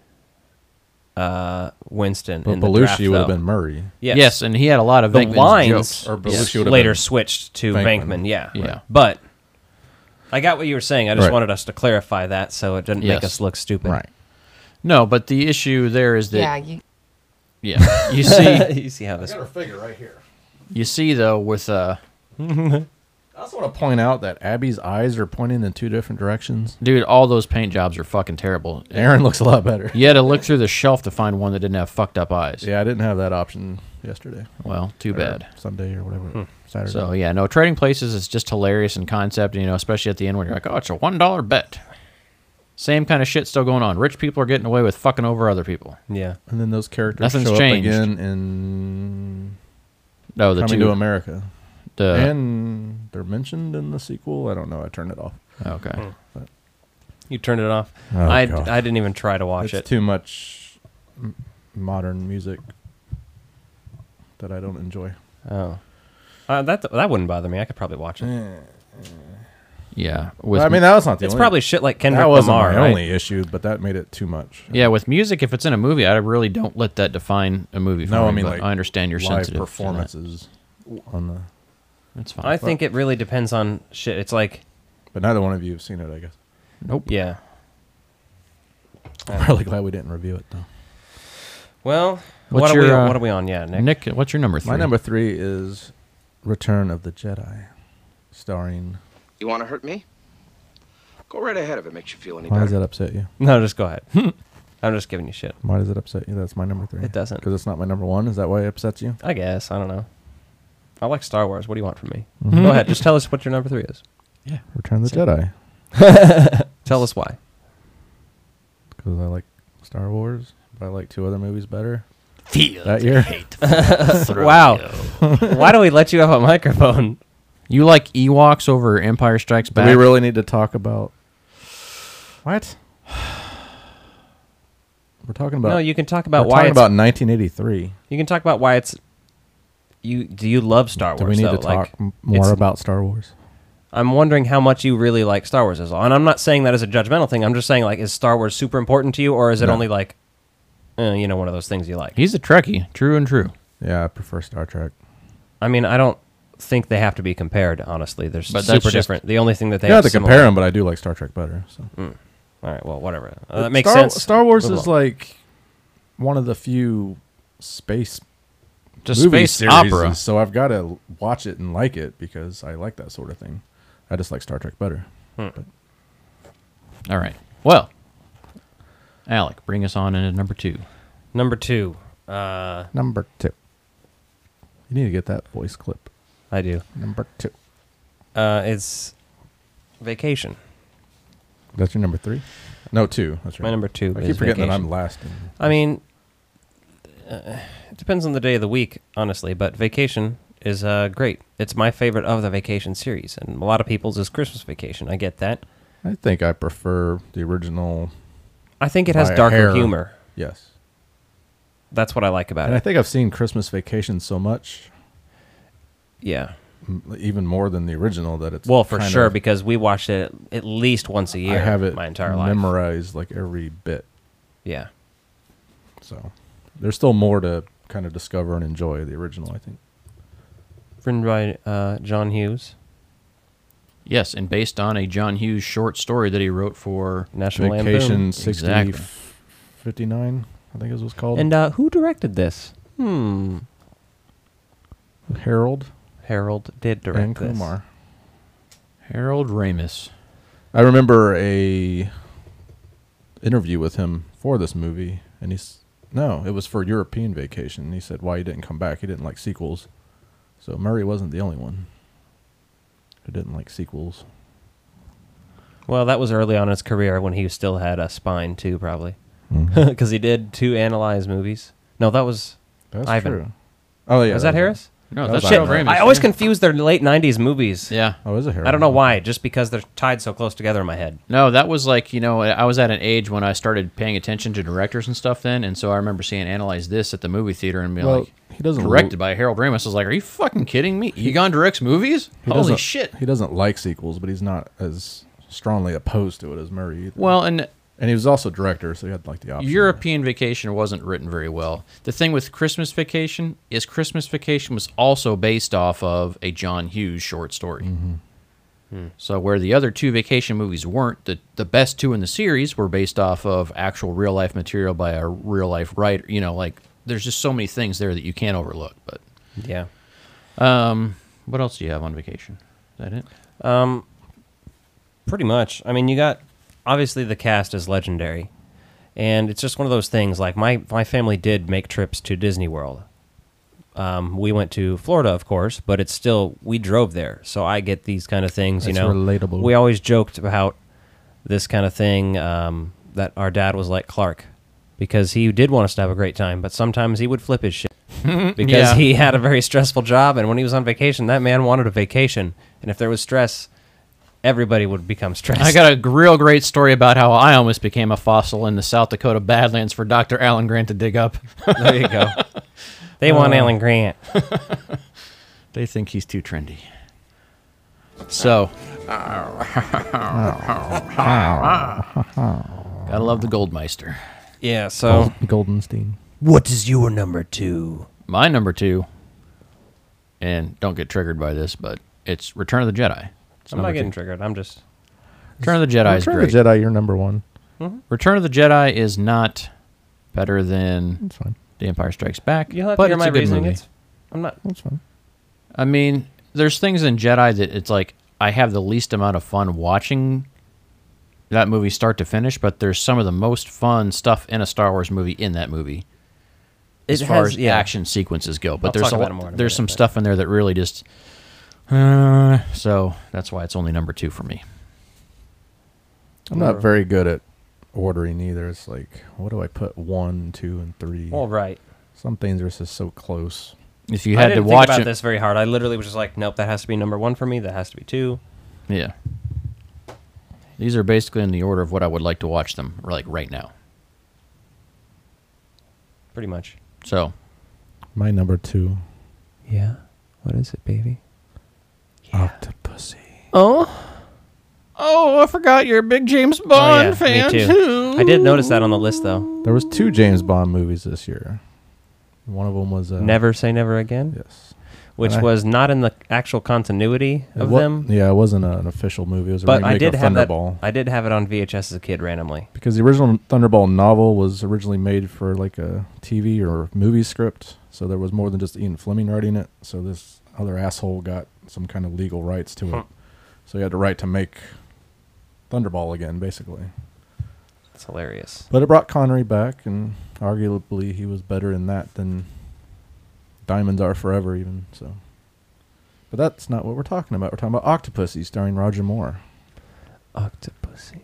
Speaker 13: uh, Winston.
Speaker 4: But
Speaker 13: in the
Speaker 4: Belushi
Speaker 13: draft,
Speaker 4: would have
Speaker 13: though.
Speaker 4: been Murray.
Speaker 13: Yes.
Speaker 14: Yes, and he had a lot of
Speaker 13: the
Speaker 14: Venkman's
Speaker 13: lines
Speaker 14: jokes. Or Belushi
Speaker 13: yes,
Speaker 14: would have
Speaker 13: later
Speaker 14: been
Speaker 13: switched to
Speaker 14: Venkman.
Speaker 13: Bankman. Yeah,
Speaker 14: Yeah. Right.
Speaker 13: But I got what you were saying. I just
Speaker 14: Right.
Speaker 13: wanted us to clarify that so it didn't
Speaker 14: Yes.
Speaker 13: make us look stupid.
Speaker 4: Right.
Speaker 14: No, but the issue there is that.
Speaker 13: Yeah,
Speaker 14: you. Yeah, you see,
Speaker 13: you see how this.
Speaker 4: figure right here.
Speaker 14: you see though with uh,
Speaker 4: I also want to point out that Abby's eyes are pointing in two different directions.
Speaker 14: dude, all those paint jobs are fucking terrible.
Speaker 4: Aaron looks a lot better.
Speaker 14: You had to look through the shelf to find one that didn't have fucked up eyes.
Speaker 4: Yeah, I didn't have that option yesterday.
Speaker 14: Well, too
Speaker 4: Or
Speaker 14: bad.
Speaker 4: Sunday or whatever.
Speaker 13: Hmm.
Speaker 4: Saturday.
Speaker 14: So yeah, no trading places is just hilarious in concept, you know, especially at the end when you're like, oh, it's a one dollar bet. Same kind of shit still going on. Rich people are getting away with fucking over other people.
Speaker 13: Yeah.
Speaker 4: And then those characters
Speaker 14: Nothing's
Speaker 4: show
Speaker 14: changed.
Speaker 4: up again in
Speaker 14: No, the
Speaker 4: Coming
Speaker 14: two- Uh,
Speaker 4: to America.
Speaker 14: the-
Speaker 4: and they're mentioned in the sequel. I don't know. I turned it off.
Speaker 14: oh, Okay.
Speaker 4: But
Speaker 13: You turned it off.
Speaker 4: Oh,
Speaker 13: I,
Speaker 4: God.
Speaker 13: I didn't even try to watch
Speaker 4: it's
Speaker 13: it.
Speaker 4: too much m- modern music that I don't enjoy.
Speaker 13: Oh. Uh, that that wouldn't bother me. I could probably watch it.
Speaker 14: Yeah.
Speaker 4: Well, I mean, that was not the
Speaker 13: It's
Speaker 4: only.
Speaker 13: probably shit like Kendrick
Speaker 4: That wasn't
Speaker 13: Lamar.
Speaker 4: my
Speaker 13: right?
Speaker 4: only issue, but that made it too much.
Speaker 14: Yeah, with music, if it's in a movie, I really don't let that define a movie. For
Speaker 4: No,
Speaker 14: me,
Speaker 4: I mean
Speaker 14: but
Speaker 4: like
Speaker 14: I understand your
Speaker 4: live
Speaker 14: sensitive to that.
Speaker 4: performances on the.
Speaker 14: That's fine.
Speaker 13: I think it really depends on shit. It's like,
Speaker 4: But neither one of you have seen it, I guess.
Speaker 14: Nope.
Speaker 13: yeah.
Speaker 4: I'm really glad we didn't review it though.
Speaker 13: Well,
Speaker 14: What's
Speaker 13: what,
Speaker 14: your,
Speaker 13: are we,
Speaker 14: uh,
Speaker 13: what are we on? Yeah, Nick.
Speaker 14: Nick, what's your number three?
Speaker 4: My number three is Return of the Jedi, starring.
Speaker 1: You want to hurt me? Go right ahead if it makes you feel any
Speaker 4: Why does
Speaker 1: better.
Speaker 4: that upset you?
Speaker 13: No, just go ahead. I'm just giving you shit.
Speaker 4: Why does it upset you? That's my number three.
Speaker 13: It doesn't.
Speaker 4: because it's not my number one. Is that why it upsets you?
Speaker 13: I guess. I don't know. I like Star Wars. What do you want from me?
Speaker 4: Mm-hmm.
Speaker 13: Go ahead. Just tell us what your number three is.
Speaker 4: Return of the Jedi,
Speaker 13: Jedi. tell us why.
Speaker 4: because I like Star Wars, but I like two other movies better.
Speaker 13: Feel
Speaker 4: that year.
Speaker 13: wow. why do we let you have a microphone?
Speaker 14: You like Ewoks over Empire Strikes
Speaker 4: Do
Speaker 14: Back?
Speaker 4: we really need to talk about? What? We're talking about.
Speaker 13: No, you can talk about
Speaker 4: we're
Speaker 13: why
Speaker 4: Talking
Speaker 13: it's-
Speaker 4: about 1983.
Speaker 13: You can talk about why it's. You do you love Star Wars?
Speaker 4: Do we need
Speaker 13: though?
Speaker 4: to
Speaker 13: Like,
Speaker 4: talk m- more
Speaker 13: it's-
Speaker 4: about Star Wars?
Speaker 13: I'm wondering how much you really like Star Wars as well. And I'm not saying that as a judgmental thing. I'm just saying like, is Star Wars super important to you, or is it
Speaker 4: No.
Speaker 13: only like, uh, you know, one of those things you like?
Speaker 14: He's a Trekkie, true and true.
Speaker 4: Yeah, I prefer Star Trek.
Speaker 13: I mean, I don't think they have to be compared. Honestly, they're
Speaker 14: But that's
Speaker 13: super
Speaker 14: just-
Speaker 13: different. The only thing that they
Speaker 4: You don't
Speaker 13: have
Speaker 4: have to compare them, but I do like Star Trek better. So
Speaker 13: similar- Mm. All right, well, whatever. Uh,
Speaker 4: But
Speaker 13: that makes
Speaker 4: Star,
Speaker 13: sense.
Speaker 4: Star Wars
Speaker 13: Move
Speaker 4: is
Speaker 13: on.
Speaker 4: like one of the few space
Speaker 14: Just
Speaker 4: movie
Speaker 14: space
Speaker 4: series,
Speaker 14: opera.
Speaker 4: So I've got to watch it and like it because I like that sort of thing. I just like Star Trek better.
Speaker 13: Hmm.
Speaker 4: But
Speaker 14: All right. Well, Alec, bring us on into number two.
Speaker 13: number two. Uh,
Speaker 4: number two, you need to get that voice clip.
Speaker 13: I do.
Speaker 4: Number two.
Speaker 13: Uh, it's vacation.
Speaker 4: That's your number three. No, two. That's right.
Speaker 13: My number two.
Speaker 4: I
Speaker 13: is
Speaker 4: keep forgetting that
Speaker 13: vacation.
Speaker 4: I'm last. in-
Speaker 13: I mean, uh, it depends on the day of the week, honestly. But vacation is uh, great. It's my favorite of the vacation series, and a lot of people's is Christmas vacation. I get that.
Speaker 4: I think I prefer the original.
Speaker 13: I think it has
Speaker 4: by a
Speaker 13: darker
Speaker 4: hair.
Speaker 13: humor.
Speaker 4: Yes,
Speaker 13: That's what I like about
Speaker 4: and
Speaker 13: it.
Speaker 4: I think I've seen Christmas Vacation so much,
Speaker 13: yeah.
Speaker 4: m- even more than the original, that it's
Speaker 13: Well, for
Speaker 4: kind
Speaker 13: sure,
Speaker 4: of-
Speaker 13: because we watched it at least once a year.
Speaker 4: I have it
Speaker 13: my entire life.
Speaker 4: memorized like every bit.
Speaker 13: Yeah.
Speaker 4: So there's still more to kind of discover and enjoy the original. I think.
Speaker 13: Written by uh, John Hughes,
Speaker 14: Yes, and based on a John Hughes short story that he wrote for
Speaker 13: National
Speaker 4: Vacation
Speaker 13: Lampoon.
Speaker 4: 60,
Speaker 14: Exactly.
Speaker 4: 59, I think is what's called.
Speaker 13: And uh, who directed this? Hmm.
Speaker 4: Harold
Speaker 13: Harold did direct
Speaker 4: and
Speaker 13: this.
Speaker 4: Kumar.
Speaker 14: Harold Ramis.
Speaker 4: I remember a interview with him for this movie, and he's No, it was for European vacation. And he said why he didn't come back. He didn't like sequels. So Murray wasn't the only one who didn't like sequels.
Speaker 13: Well, that was early on in his career when he still had a spine too, probably,
Speaker 4: Mm-hmm.
Speaker 13: because he did two analyze movies. No, that was
Speaker 4: That's
Speaker 13: Ivan.
Speaker 4: true. Oh, yeah,
Speaker 13: was
Speaker 4: that
Speaker 13: that,
Speaker 4: was-
Speaker 13: Harris?
Speaker 4: No, That that's was
Speaker 13: Shit,
Speaker 4: Harold Ramis,
Speaker 13: I always
Speaker 4: yeah.
Speaker 13: confuse their late '90s movies.
Speaker 14: Yeah.
Speaker 4: Oh, is it Harold
Speaker 13: I don't know why, just because they're tied so close together in my head.
Speaker 14: No, that was like you know I was at an age when I started paying attention to directors and stuff then, and so I remember seeing analyze this at the movie theater and being
Speaker 4: Well,
Speaker 14: like,
Speaker 4: he doesn't
Speaker 14: directed
Speaker 4: lo-
Speaker 14: by Harold Ramis. I was like, are you fucking kidding me? Egon directs movies? Holy
Speaker 4: doesn't-
Speaker 14: shit!
Speaker 4: He doesn't like sequels, but he's not as strongly opposed to it as Murray either.
Speaker 14: Well, and
Speaker 4: and he was also director, so he had like the option.
Speaker 14: European Vacation wasn't written very well. The thing with Christmas Vacation is Christmas Vacation was also based off of a John Hughes short story. So where the other two vacation movies weren't, the the best two in the series were based off of actual real life material by a real life writer. You know, like there's just so many things there that you can't overlook. But
Speaker 13: yeah,
Speaker 14: um, what else do you have on vacation? Is that it?
Speaker 13: Um, pretty much. I mean, you got obviously the cast is legendary, and it's just one of those things. Like my my family did make trips to Disney World. Um, we went to Florida, of course, but it's still we drove there, so I get these kind of things. you
Speaker 4: That's
Speaker 13: know,
Speaker 4: relatable.
Speaker 13: We always joked about this kind of thing um, that our dad was like Clark because he did want us to have a great time, but sometimes he would flip his shit because
Speaker 14: Yeah.
Speaker 13: he had a very stressful job, and when he was on vacation, that man wanted a vacation, and if there was stress, everybody would become stressed.
Speaker 14: I got a real great story about how I almost became a fossil in the South Dakota Badlands for Dr. Alan Grant to dig up.
Speaker 13: There you go. They want Alan Grant.
Speaker 14: they think he's too trendy. So, gotta love the Goldmeister.
Speaker 13: Yeah,
Speaker 14: so-
Speaker 4: Goldenstein.
Speaker 7: What is your number two?
Speaker 14: My number two, and don't get triggered by this, but it's Return of the Jedi. It's
Speaker 13: I'm not
Speaker 14: number
Speaker 13: getting
Speaker 14: two.
Speaker 13: triggered. I'm just
Speaker 14: Return of the Jedi is
Speaker 4: Return
Speaker 14: great.
Speaker 4: of the Jedi, you're number one.
Speaker 14: Return of the Jedi is not better than The Empire Strikes Back.
Speaker 13: You'll have
Speaker 14: but
Speaker 13: to hear
Speaker 14: it's
Speaker 13: my
Speaker 14: a good
Speaker 13: reasoning.
Speaker 14: movie.
Speaker 13: It's, I'm not.
Speaker 4: That's fine.
Speaker 14: I mean, there's things in Jedi that it's like I have the least amount of fun watching that movie start to finish, but there's some of the most fun stuff in a Star Wars movie in that movie. As
Speaker 13: It
Speaker 14: far
Speaker 13: has-
Speaker 14: as
Speaker 13: yeah.
Speaker 14: action sequences go, but
Speaker 13: I'll
Speaker 14: there's
Speaker 13: talk
Speaker 14: a
Speaker 13: about
Speaker 14: lot-
Speaker 13: it more in a
Speaker 14: there's
Speaker 13: minute,
Speaker 14: some
Speaker 13: but-
Speaker 14: stuff in there that really just uh, so that's why it's only number 2 for me.
Speaker 4: I'm not very good at ordering either. It's like, what do I put? One, two, and three.
Speaker 13: Well, right.
Speaker 4: Some things are just so close.
Speaker 14: If you
Speaker 13: I
Speaker 14: had to
Speaker 13: didn't
Speaker 14: watch
Speaker 13: think about
Speaker 14: it-
Speaker 13: this very hard. I literally was just like, nope, that has to be number one for me. That has to be two.
Speaker 14: Yeah. These are basically in the order of what I would like to watch them like right now.
Speaker 13: Pretty much.
Speaker 14: So,
Speaker 4: My number two,
Speaker 13: Yeah. What is it, baby?
Speaker 4: Octopussy.
Speaker 13: Oh.
Speaker 14: Oh, I forgot you're a big James Bond fan
Speaker 13: me too. I did notice that on the list though.
Speaker 4: There was two James Bond movies this year. One of them was uh,
Speaker 13: Never say never again.
Speaker 4: Yes.
Speaker 13: Which
Speaker 4: And I-
Speaker 13: was not in the actual continuity
Speaker 4: it
Speaker 13: of
Speaker 4: wa-
Speaker 13: them,
Speaker 4: Yeah, it wasn't an official movie. It was a
Speaker 13: but
Speaker 4: remake
Speaker 13: I did
Speaker 4: of
Speaker 13: have that.
Speaker 4: Thunderball.
Speaker 13: I did have it on VHS as a kid randomly.
Speaker 4: because the original Thunderball novel was originally made for like a TV or movie script, so there was more than just Ian Fleming writing it. So this other asshole got some kind of legal rights to
Speaker 13: Hmm.
Speaker 4: it, so he had the right to make Thunderball again, basically.
Speaker 13: It's hilarious.
Speaker 4: But it brought Connery back, and arguably he was better in that than Diamonds Are Forever, even so. But that's not what we're talking about. We're talking about Octopussy, starring Roger Moore.
Speaker 13: Octopussy.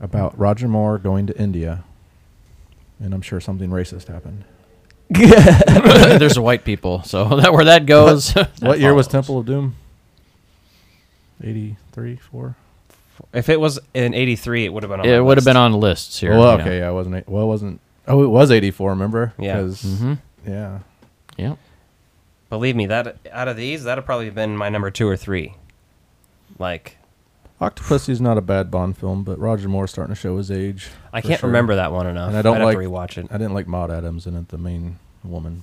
Speaker 4: About Roger Moore going to India, and I'm sure something racist happened.
Speaker 14: There's white people, so that where that goes.
Speaker 4: What,
Speaker 14: that
Speaker 4: what year was
Speaker 14: follows.
Speaker 4: Temple of Doom? 83, 4?
Speaker 13: If it was in '83, it would have been. on
Speaker 14: It
Speaker 13: my
Speaker 14: would have
Speaker 13: list.
Speaker 14: been on lists here.
Speaker 4: Well,
Speaker 14: yeah.
Speaker 4: okay, yeah, it wasn't. eight- Well, it wasn't. Oh, it was 84, remember?
Speaker 13: Yeah. Mm-hmm.
Speaker 4: 'Cause-
Speaker 14: Mhm.
Speaker 4: Yeah.
Speaker 14: Yep.
Speaker 13: Believe me, that out of these, that'd probably have been my number two or three. Like
Speaker 4: Octopussy is not a bad Bond film, but Roger Moore's starting to show his age.
Speaker 13: I
Speaker 4: for
Speaker 13: can't
Speaker 4: sure.
Speaker 13: remember that one enough.
Speaker 4: And I don't
Speaker 13: I'd have
Speaker 4: like
Speaker 13: to rewatch it. Mm.
Speaker 4: I didn't like Maud Adams in it, the main woman.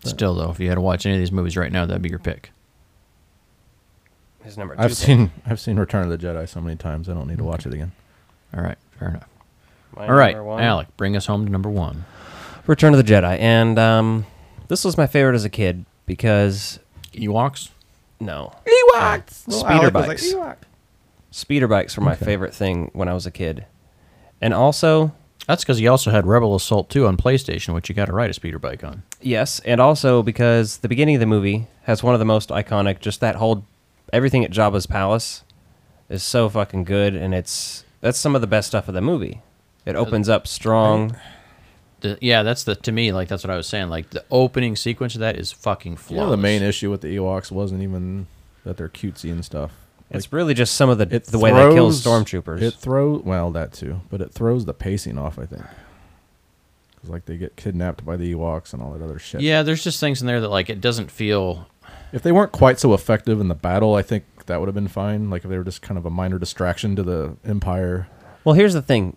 Speaker 4: But
Speaker 14: Still though, if you had to watch any of these movies right now, that'd be your pick.
Speaker 13: his number. Two
Speaker 4: I've
Speaker 13: pick.
Speaker 4: seen I've seen Return of the Jedi so many times. I don't need to watch it again.
Speaker 14: All right, fair enough.
Speaker 13: My
Speaker 14: All right,
Speaker 13: number one.
Speaker 14: Alec, bring us home to number one.
Speaker 13: Return of the Jedi, and um, this was my favorite as a kid because
Speaker 14: Ewoks.
Speaker 13: No,
Speaker 14: Ewoks.
Speaker 13: Uh, speeder bikes. speeder bikes were my favorite thing when I was a kid, and also
Speaker 14: That's because he also had Rebel Assault 2 on PlayStation, which you got to ride a speeder bike on.
Speaker 13: Yes, and also because the beginning of the movie has one of the most iconic. Just that whole everything at Jabba's palace is so fucking good, and it's that's some of the best stuff of the movie. It opens up strong.
Speaker 14: The- yeah, that's the to me like that's what I was saying. Like the opening sequence of that is fucking
Speaker 4: You
Speaker 14: flawless.
Speaker 4: know, the main issue with the Ewoks wasn't even that they're cutesy and stuff.
Speaker 13: It's really just some of the- the way they kill stormtroopers.
Speaker 4: It throws well that too, but it throws the pacing off. I think because like they get kidnapped by the Ewoks and all that other shit.
Speaker 14: Yeah, there's just things in there that like it doesn't feel
Speaker 4: If they weren't quite so effective in the battle, I think that would have been fine. Like if they were just kind of a minor distraction to the Empire.
Speaker 13: Well, here's the thing.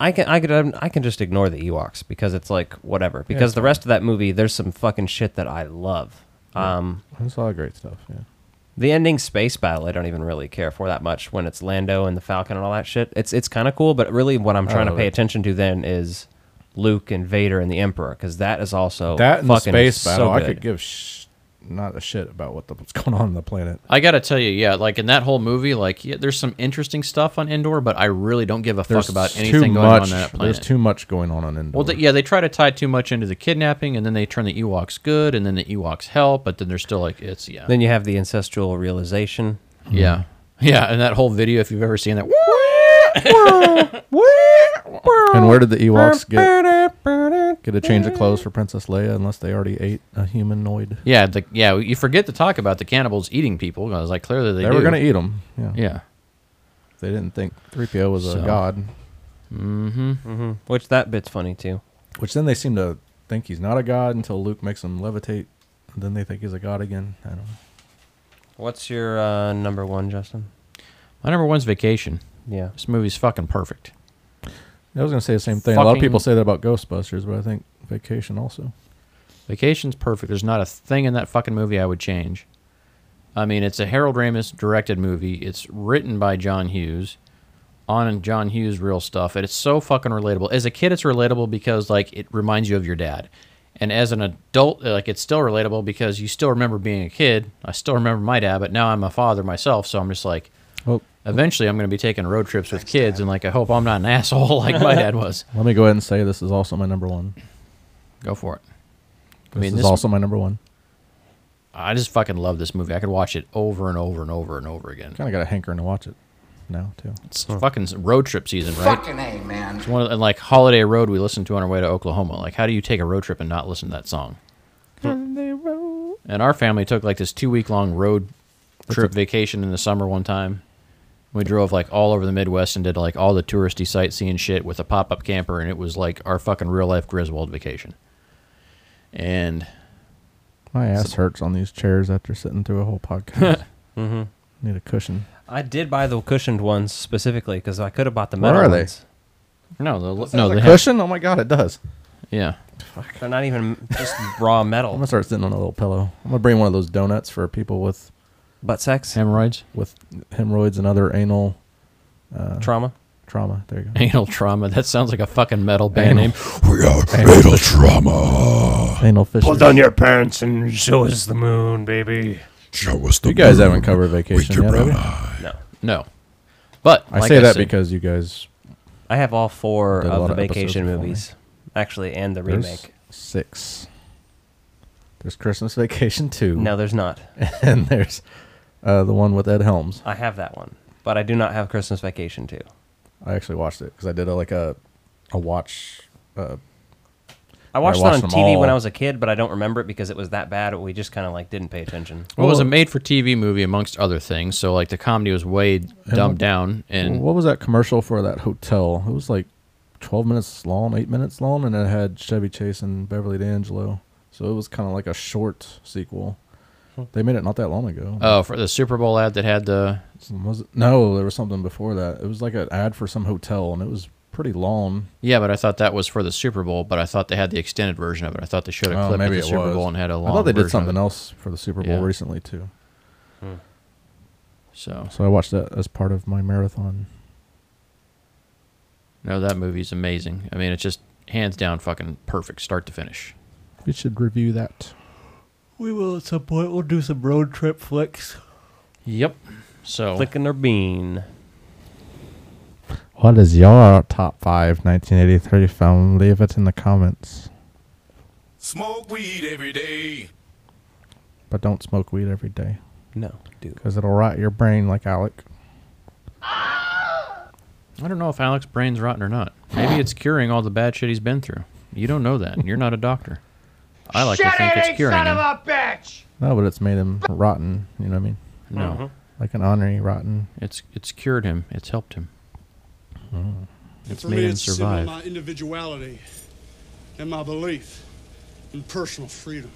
Speaker 13: I can I could I can just ignore the Ewoks because it's like whatever. Because
Speaker 4: it's
Speaker 13: the rest of that movie, there's some fucking shit that I love. Um,
Speaker 4: There's a lot of great stuff. Yeah.
Speaker 13: the ending space battle, I don't even really care for that much. When it's Lando and the Falcon and all that shit, it's it's kind of cool. But really, what I'm
Speaker 4: I
Speaker 13: trying to
Speaker 4: love
Speaker 13: pay
Speaker 4: it.
Speaker 13: attention to then is Luke and Vader and the Emperor because that is also
Speaker 4: that and the
Speaker 13: fucking
Speaker 4: space
Speaker 13: so
Speaker 4: battle, I
Speaker 13: good.
Speaker 4: could give sh- not a shit about what the, what's going on on the planet.
Speaker 14: I gotta tell you, yeah, like in that whole movie, like yeah, there's some interesting stuff on Endor, but I really don't give a
Speaker 4: There's
Speaker 14: fuck about
Speaker 4: too
Speaker 14: anything going
Speaker 4: much,
Speaker 14: on that
Speaker 4: There's
Speaker 14: planet.
Speaker 4: too much going on on Endor.
Speaker 14: well, th- yeah, they try to tie too much into the kidnapping, and then they turn the Ewoks good, and then the Ewoks help, but then they're still like it's yeah,
Speaker 13: Then you have the ancestral realization.
Speaker 14: yeah, yeah, and that whole video, if you've ever seen that,
Speaker 4: and where did the Ewoks get get a change of clothes for Princess Leia unless they already ate a humanoid?
Speaker 14: yeah, the, yeah, you forget to talk about the cannibals eating people. 'cause, like clearly they
Speaker 4: They, were
Speaker 14: do.
Speaker 4: going to eat them. Yeah.
Speaker 14: yeah.
Speaker 4: They didn't think 3PO was a
Speaker 14: So.
Speaker 4: god,
Speaker 14: Mm-hmm.
Speaker 13: hmm Which that bit's funny too.
Speaker 4: which then they seem to think he's not a god until Luke makes him levitate. And then they think he's a god again. I don't know.
Speaker 13: What's your uh, number one, Justin?
Speaker 14: My number one's Vacation.
Speaker 13: Yeah.
Speaker 14: this movie's fucking perfect.
Speaker 4: I was going to say the same thing. A lot of people
Speaker 14: Fucking-
Speaker 4: say that about Ghostbusters, but I think Vacation also.
Speaker 14: Vacation's perfect. There's not a thing in that fucking movie I would change. I mean, it's a Harold Ramis directed movie. It's written by John Hughes on John Hughes real stuff, and it's so fucking relatable. As a kid, it's relatable because like it reminds you of your dad, and as an adult, like it's still relatable because you still remember being a kid. I still remember my dad, but now I'm a father myself, so I'm just like,
Speaker 4: Well-
Speaker 14: eventually I'm going to be taking road trips with kids, and like I hope I'm not an asshole like my dad was.
Speaker 4: Let me go ahead and say this is also my number one.
Speaker 14: Go for it.
Speaker 4: This is also my number one.
Speaker 14: I just fucking love this movie. I could watch it over and over and over and over again.
Speaker 4: Kind of got a hankering to watch it now too.
Speaker 14: It's fucking road trip season, right?
Speaker 16: Fucking A, man.
Speaker 14: It's one of, and like Holiday Road we listened to on our way to Oklahoma. Like, how do you take a road trip and not listen to that song? And our family took like this two week long road trip vacation in the summer one time. We drove like all over the Midwest and did like all the touristy sightseeing shit with a pop up camper, and it was like our fucking real life Griswold vacation. And
Speaker 4: My ass hurts on these chairs after sitting through a whole podcast.
Speaker 13: Mhm.
Speaker 4: Need a cushion.
Speaker 13: I did buy the cushioned ones specifically because I could have bought the metal
Speaker 4: Where are they?
Speaker 13: ones.
Speaker 14: no, the,
Speaker 4: No,
Speaker 14: no,
Speaker 4: the
Speaker 14: they have-
Speaker 4: cushion? Oh my god, it does.
Speaker 14: yeah.
Speaker 13: They're not even just raw
Speaker 4: I'm
Speaker 13: metal.
Speaker 4: gonna start sitting on a little pillow. I'm gonna bring one of those donuts for people with
Speaker 13: Butt sex,
Speaker 14: Hemorrhoids,
Speaker 4: with hemorrhoids and other anal uh,
Speaker 13: trauma.
Speaker 4: trauma. There you go.
Speaker 14: anal trauma. That sounds like a fucking metal band
Speaker 4: Anal.
Speaker 14: name.
Speaker 4: We are anal trauma. Anal fish.
Speaker 19: Pull down your pants and show us the moon, baby. Show us
Speaker 4: You guys haven't covered vacation yet. have you?
Speaker 13: No,
Speaker 14: No. But
Speaker 4: I
Speaker 14: like
Speaker 4: say that
Speaker 14: said-
Speaker 4: because you guys
Speaker 13: I have all four
Speaker 4: Did a
Speaker 13: of
Speaker 4: lot
Speaker 13: the
Speaker 4: of episodes
Speaker 13: vacation
Speaker 4: before me.
Speaker 13: movies, actually, and the
Speaker 4: there's
Speaker 13: remake.
Speaker 4: six. There's Christmas Vacation two.
Speaker 13: No, there's not.
Speaker 4: and there's uh, the one with Ed Helms.
Speaker 13: I have that one, but I do not have Christmas Vacation too.
Speaker 4: I actually watched it because I did a, like a a watch. Uh,
Speaker 13: I watched,
Speaker 4: watched
Speaker 13: it on
Speaker 4: them
Speaker 13: TV when I
Speaker 4: all.
Speaker 13: was a kid, but I don't remember it because it was that bad. We just kind of like didn't pay attention.
Speaker 14: Well, it was a made for TV movie amongst other things, so like the comedy was way dumbed down and
Speaker 4: what was that commercial for that hotel? It was like twelve minutes long, eight minutes long, and it had Chevy Chase and Beverly D'Angelo. So it was kind of like a short sequel. They made it not that long ago.
Speaker 14: oh for the Super Bowl ad that had the
Speaker 4: was it? No, there was something before that. It was like an ad for some hotel, and it was pretty long.
Speaker 14: yeah, but I thought that was for the Super Bowl, but I thought they had the extended version of it. I thought they showed a
Speaker 4: Oh,
Speaker 14: clip of
Speaker 4: maybe
Speaker 14: the
Speaker 4: it
Speaker 14: Super
Speaker 4: was.
Speaker 14: Bowl and had a long.
Speaker 4: I thought they
Speaker 14: version
Speaker 4: did
Speaker 14: of
Speaker 4: something
Speaker 14: it.
Speaker 4: else for the Super Bowl
Speaker 14: Yeah.
Speaker 4: recently too.
Speaker 14: So
Speaker 4: So I watched that as part of my marathon.
Speaker 14: no, that movie's amazing. I mean, it's just hands down fucking perfect, start to finish.
Speaker 4: We should review that.
Speaker 20: We will at some point. We'll do some road trip flicks.
Speaker 14: Yep. So
Speaker 13: Flicking their bean.
Speaker 4: What is your top five 1983 film? Leave it in the comments.
Speaker 21: Smoke weed every day.
Speaker 4: But don't smoke weed every day.
Speaker 13: No, do
Speaker 4: Because it'll rot your brain like Alec.
Speaker 14: I don't know if Alex's brain's rotten or not. Maybe it's curing all the bad shit he's been through. You don't know that. and You're not a doctor. I like to think it's curing him.
Speaker 16: a bitch!
Speaker 4: No, but it's made him rotten. You know what I mean?
Speaker 14: No. Mhm.
Speaker 4: Like an honorary rotten.
Speaker 14: It's it's cured him. It's helped him. It's
Speaker 22: For
Speaker 14: made
Speaker 22: me,
Speaker 14: him
Speaker 22: it's a symbol of
Speaker 14: survive.
Speaker 22: My individuality and my belief in personal freedom.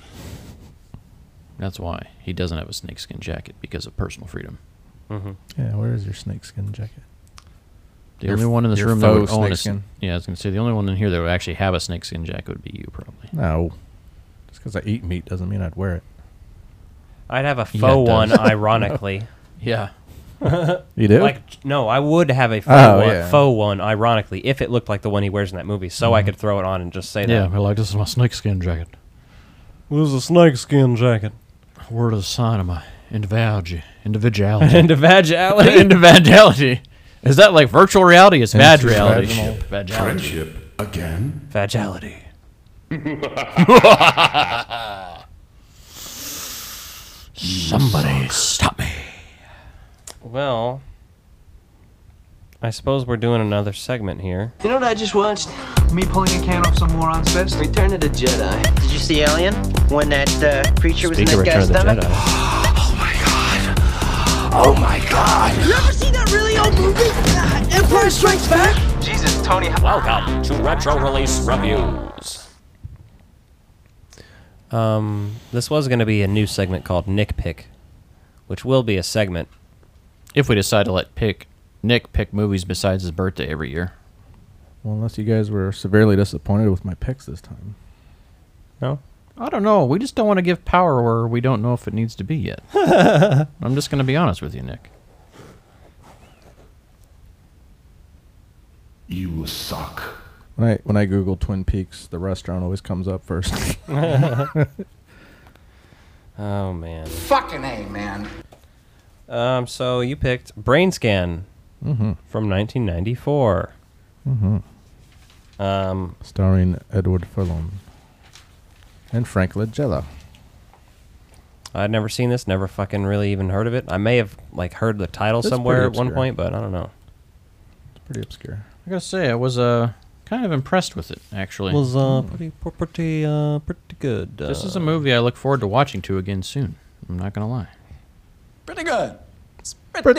Speaker 14: That's why he doesn't have a snakeskin jacket because of personal freedom. Mm-hmm.
Speaker 4: Yeah, where is your snakeskin jacket?
Speaker 14: The
Speaker 4: Your
Speaker 14: only
Speaker 4: f-
Speaker 14: one in this
Speaker 4: your
Speaker 14: room that would
Speaker 4: faux
Speaker 14: own a s-
Speaker 4: snakeskin.
Speaker 14: yeah, I was gonna say the only one in here that would actually have a snakeskin jacket would be you, probably.
Speaker 4: No. Just because I eat meat doesn't mean I'd wear it.
Speaker 13: I'd have a
Speaker 14: Yeah,
Speaker 13: faux
Speaker 14: it
Speaker 13: one,
Speaker 14: does.
Speaker 13: ironically.
Speaker 14: Yeah.
Speaker 4: You do?
Speaker 13: Like, no, I would have a faux,
Speaker 4: Oh,
Speaker 13: one,
Speaker 4: yeah. Mm-hmm.
Speaker 13: faux one, ironically, if it looked like the one he wears in that movie, so I could throw it on and just say
Speaker 14: Yeah,
Speaker 13: that.
Speaker 14: I like this is my snakeskin jacket.
Speaker 20: Where's the snakeskin jacket?
Speaker 14: Word of the sign of my individuality. Individuality.
Speaker 13: Individuality?
Speaker 14: individuality. Is that like virtual reality? It's vag reality.
Speaker 21: Vaginal.
Speaker 14: Vagality.
Speaker 21: Friendship again?
Speaker 13: Vagality.
Speaker 18: Somebody stop me.
Speaker 13: Well, I suppose we're doing another segment here.
Speaker 23: You know what I just watched? Me pulling a can off some moron's fist. Return of the Jedi. Did you see Alien? When that uh, creature was in that guy's stomach?
Speaker 16: Oh my god! You ever seen that really old movie? Uh, Empire Strikes Back? Jesus, Tony.
Speaker 15: Welcome to Retro Release Reviews.
Speaker 13: Um, this was going to be a new segment called Nick Pick, which will be a segment.
Speaker 14: If we decide to let pick Nick pick movies besides his birthday every year.
Speaker 4: Well, unless you guys were severely disappointed with my picks this time.
Speaker 14: I don't know. We just don't want to give power where we don't know if it needs to be yet. I'm just going to be honest with you, Nick.
Speaker 21: You suck.
Speaker 4: When I when I Google Twin Peaks, the restaurant always comes up first.
Speaker 13: oh man.
Speaker 16: Fucking A, man.
Speaker 13: Um, so you picked Brain Scan
Speaker 4: Mhm.
Speaker 13: from 1994.
Speaker 4: Mhm.
Speaker 13: Um,
Speaker 4: Starring Edward Furlong and Frank Langella.
Speaker 13: I'd never seen this, never fucking really even heard of it. I may have like heard the title
Speaker 14: It's
Speaker 13: somewhere
Speaker 14: pretty
Speaker 13: at one
Speaker 14: obscure.
Speaker 13: point, but I don't know.
Speaker 4: It's pretty obscure.
Speaker 14: I got to say, I was uh, kind of impressed with it, actually.
Speaker 13: Was uh, pretty pretty uh, pretty good.
Speaker 14: this is
Speaker 13: uh,
Speaker 14: a movie I look forward to watching to again soon. I'm not going to lie.
Speaker 16: Pretty good. It's
Speaker 4: pretty,